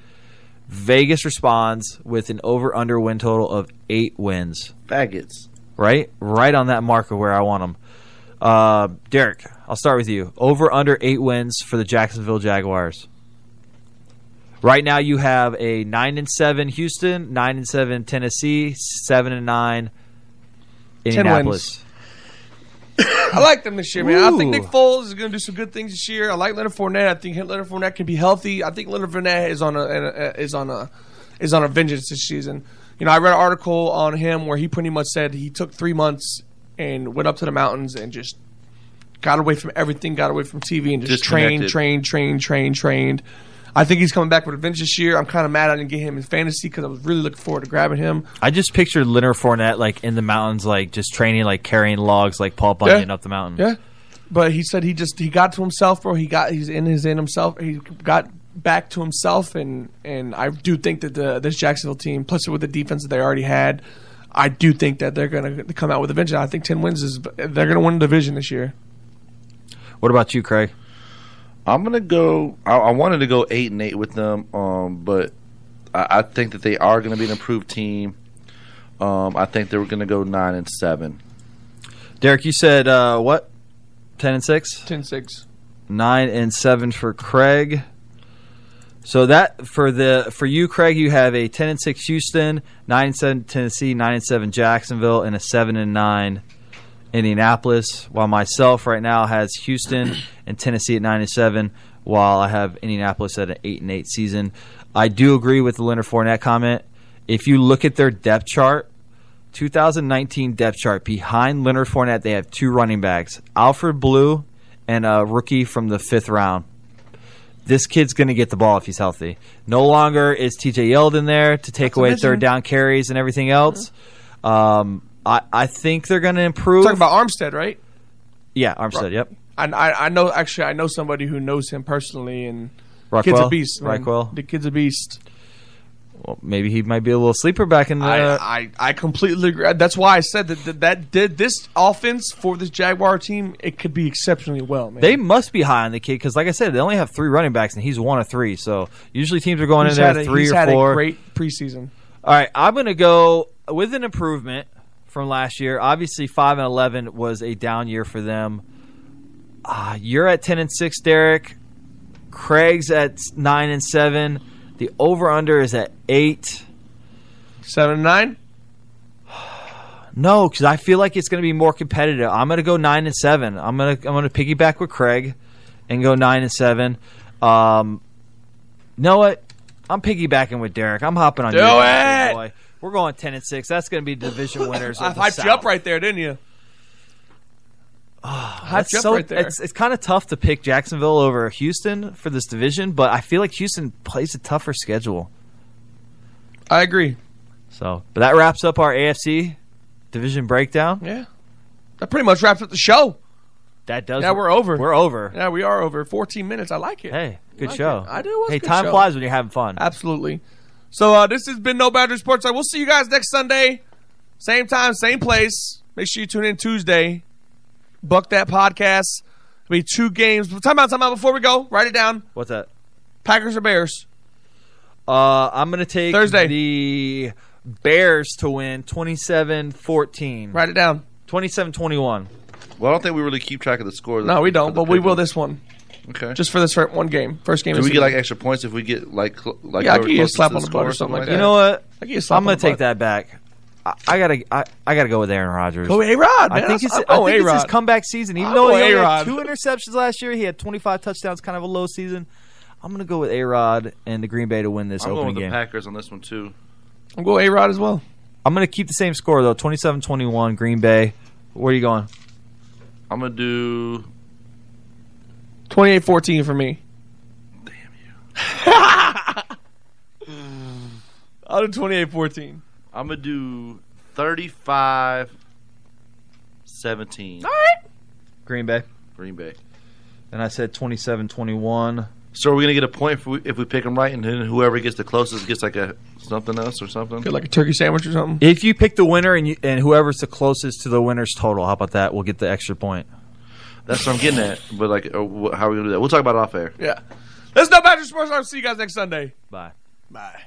Vegas responds with an over under win total of eight wins Faggots. right? Right on that marker where I want them. Uh, Derek, I'll start with you. Over under eight wins for the Jacksonville Jaguars. Right now, you have a nine and seven Houston, nine and seven Tennessee, seven and nine Indianapolis. I like them this year, man. I think Ooh. Nick Foles is going to do some good things this year. I like Leonard Fournette. I think Leonard Fournette can be healthy. I think Leonard Fournette is on a, a- a- is on a is on a vengeance this season. You know, I read an article on him where he pretty much said he took three months and went up to the mountains and just got away from everything, got away from TV, and just trained, Disconnected. trained, trained, trained, trained. I think he's coming back with a vengeance this year. I'm kind of mad I didn't get him in fantasy because I was really looking forward to grabbing him. I just pictured Leonard Fournette like in the mountains, like just training, like carrying logs, like Paul Bunyan up the mountain. Yeah, but he said he just he got to himself, bro. He got he's in his in himself. He got back to himself, and and I do think that the this Jacksonville team, plus with the defense that they already had, I do think that they're gonna come out with a vengeance. I think ten wins is they're gonna win the division this year. What about you, Craig? I'm gonna go. I, I wanted to go eight and eight with them, um, but I, I think that they are gonna be an improved team. Um, I think they were gonna go nine and seven. Derek, you said uh, what? Ten and six. 10-6. Nine and seven for Craig. So that for the for you, Craig, you have a ten and six Houston, nine and seven Tennessee, nine and seven Jacksonville, and a seven and nine Indianapolis. While myself right now has Houston and Tennessee at nine and seven, while I have Indianapolis at an eight and eight season. I do agree with the Leonard Fournette comment. If you look at their depth chart, 2019 depth chart behind Leonard Fournette, they have two running backs, Alfred Blue and a rookie from the fifth round. This kid's going to get the ball if he's healthy. No longer is TJ Yeldon there to take away amazing. third down carries and everything else. Um, I, I think they're going to improve. Talking about Armstead, right? yeah, Armstead. Yep. I, I I know actually I know somebody who knows him personally, and the kid's Rockwell? a beast. man. Rockwell? the kid's a beast. Well, maybe he might be a little sleeper back in the. uh, I, I, I completely agree. That's why I said that that, that did this offense for this Jaguar team. It could be exceptionally well, man. They must be high on the kid because, like I said, they only have three running backs, and he's one of three. So usually teams are going He's in there had a- three he's or had a four. great preseason. All right, I'm going to go with an improvement from last year. Obviously, five and eleven was a down year for them. Uh, you're at ten and six, Derek. Craig's at nine and seven. The over under is at eight. Seven and nine. No, because I feel like it's going to be more competitive. I'm going to go nine and seven. I'm going to I'm going to piggyback with Craig, and go nine and seven. Um, know what? I'm piggybacking with Derek. I'm hopping on Do your it! boy. We're going ten and six. That's going to [laughs] be division winners. I of the hyped South. you up right there, didn't you? hyped Ah, [sighs] That's you up so- right there. It's, it's kind of tough to pick Jacksonville over Houston for this division, but I feel like Houston plays a tougher schedule. I agree. So, but that wraps up our AFC division breakdown. Yeah, that pretty much wraps up the show. That does. Yeah, we're over. We're over. Yeah, we are over. Fourteen minutes. I like it. Hey, good like show. it. I do. It was a Hey, good time show. flies when you're having fun. Absolutely. So uh, this has been No Boundary Sports. I will see you guys next Sunday, same time, same place. Make sure you tune in Tuesday. Buck that podcast. It'll be two games. Time out, time out. Before we go, write it down. What's that? Packers or Bears? Uh, I'm going to take Thursday. the Bears to win 27-14. Write it down. 27-21. Well, I don't think we really keep track of the score. No, we don't, of the but we pick 'em. will this one. Okay. Just for this fir- one game, first game. Do of we the get season. like extra points if we get like cl- like Yeah, I whoever give you a closest slap to on the butt score or something like You know what? I get a slap I'm going on to the take butt. that back. I, I gotta, I, I gotta go with Aaron Rodgers. Go A-Rod, I man. think I'm- it's, I'm I going think it's his A-Rod. comeback season. Even I'm though he going only A-Rod. had two interceptions last year, he had 25 touchdowns. Kind of a low season. I'm gonna go with A Rod and the Green Bay to win this I'm going opening with the game. Packers on this one too. I'm going A Rod as well. I'm gonna keep the same score though, 27-21 Green Bay. Where are you going? I'm gonna do 28-14 for me. Damn you. I'll do 28-14. I'm gonna do 35 17. All right. Green Bay. Green Bay. And I said 27-21. So are we gonna get a point if we, if we pick them right, and then whoever gets the closest gets like a something else or something? Get like a turkey sandwich or something. If you pick the winner and you, and whoever's the closest to the winner's total, how about that? We'll get the extra point. That's what I'm getting at. But like, uh, wh- how are we gonna do that? We'll talk about it off air. Yeah. That's no Badger Sports. I'll see you guys next Sunday. Bye. Bye.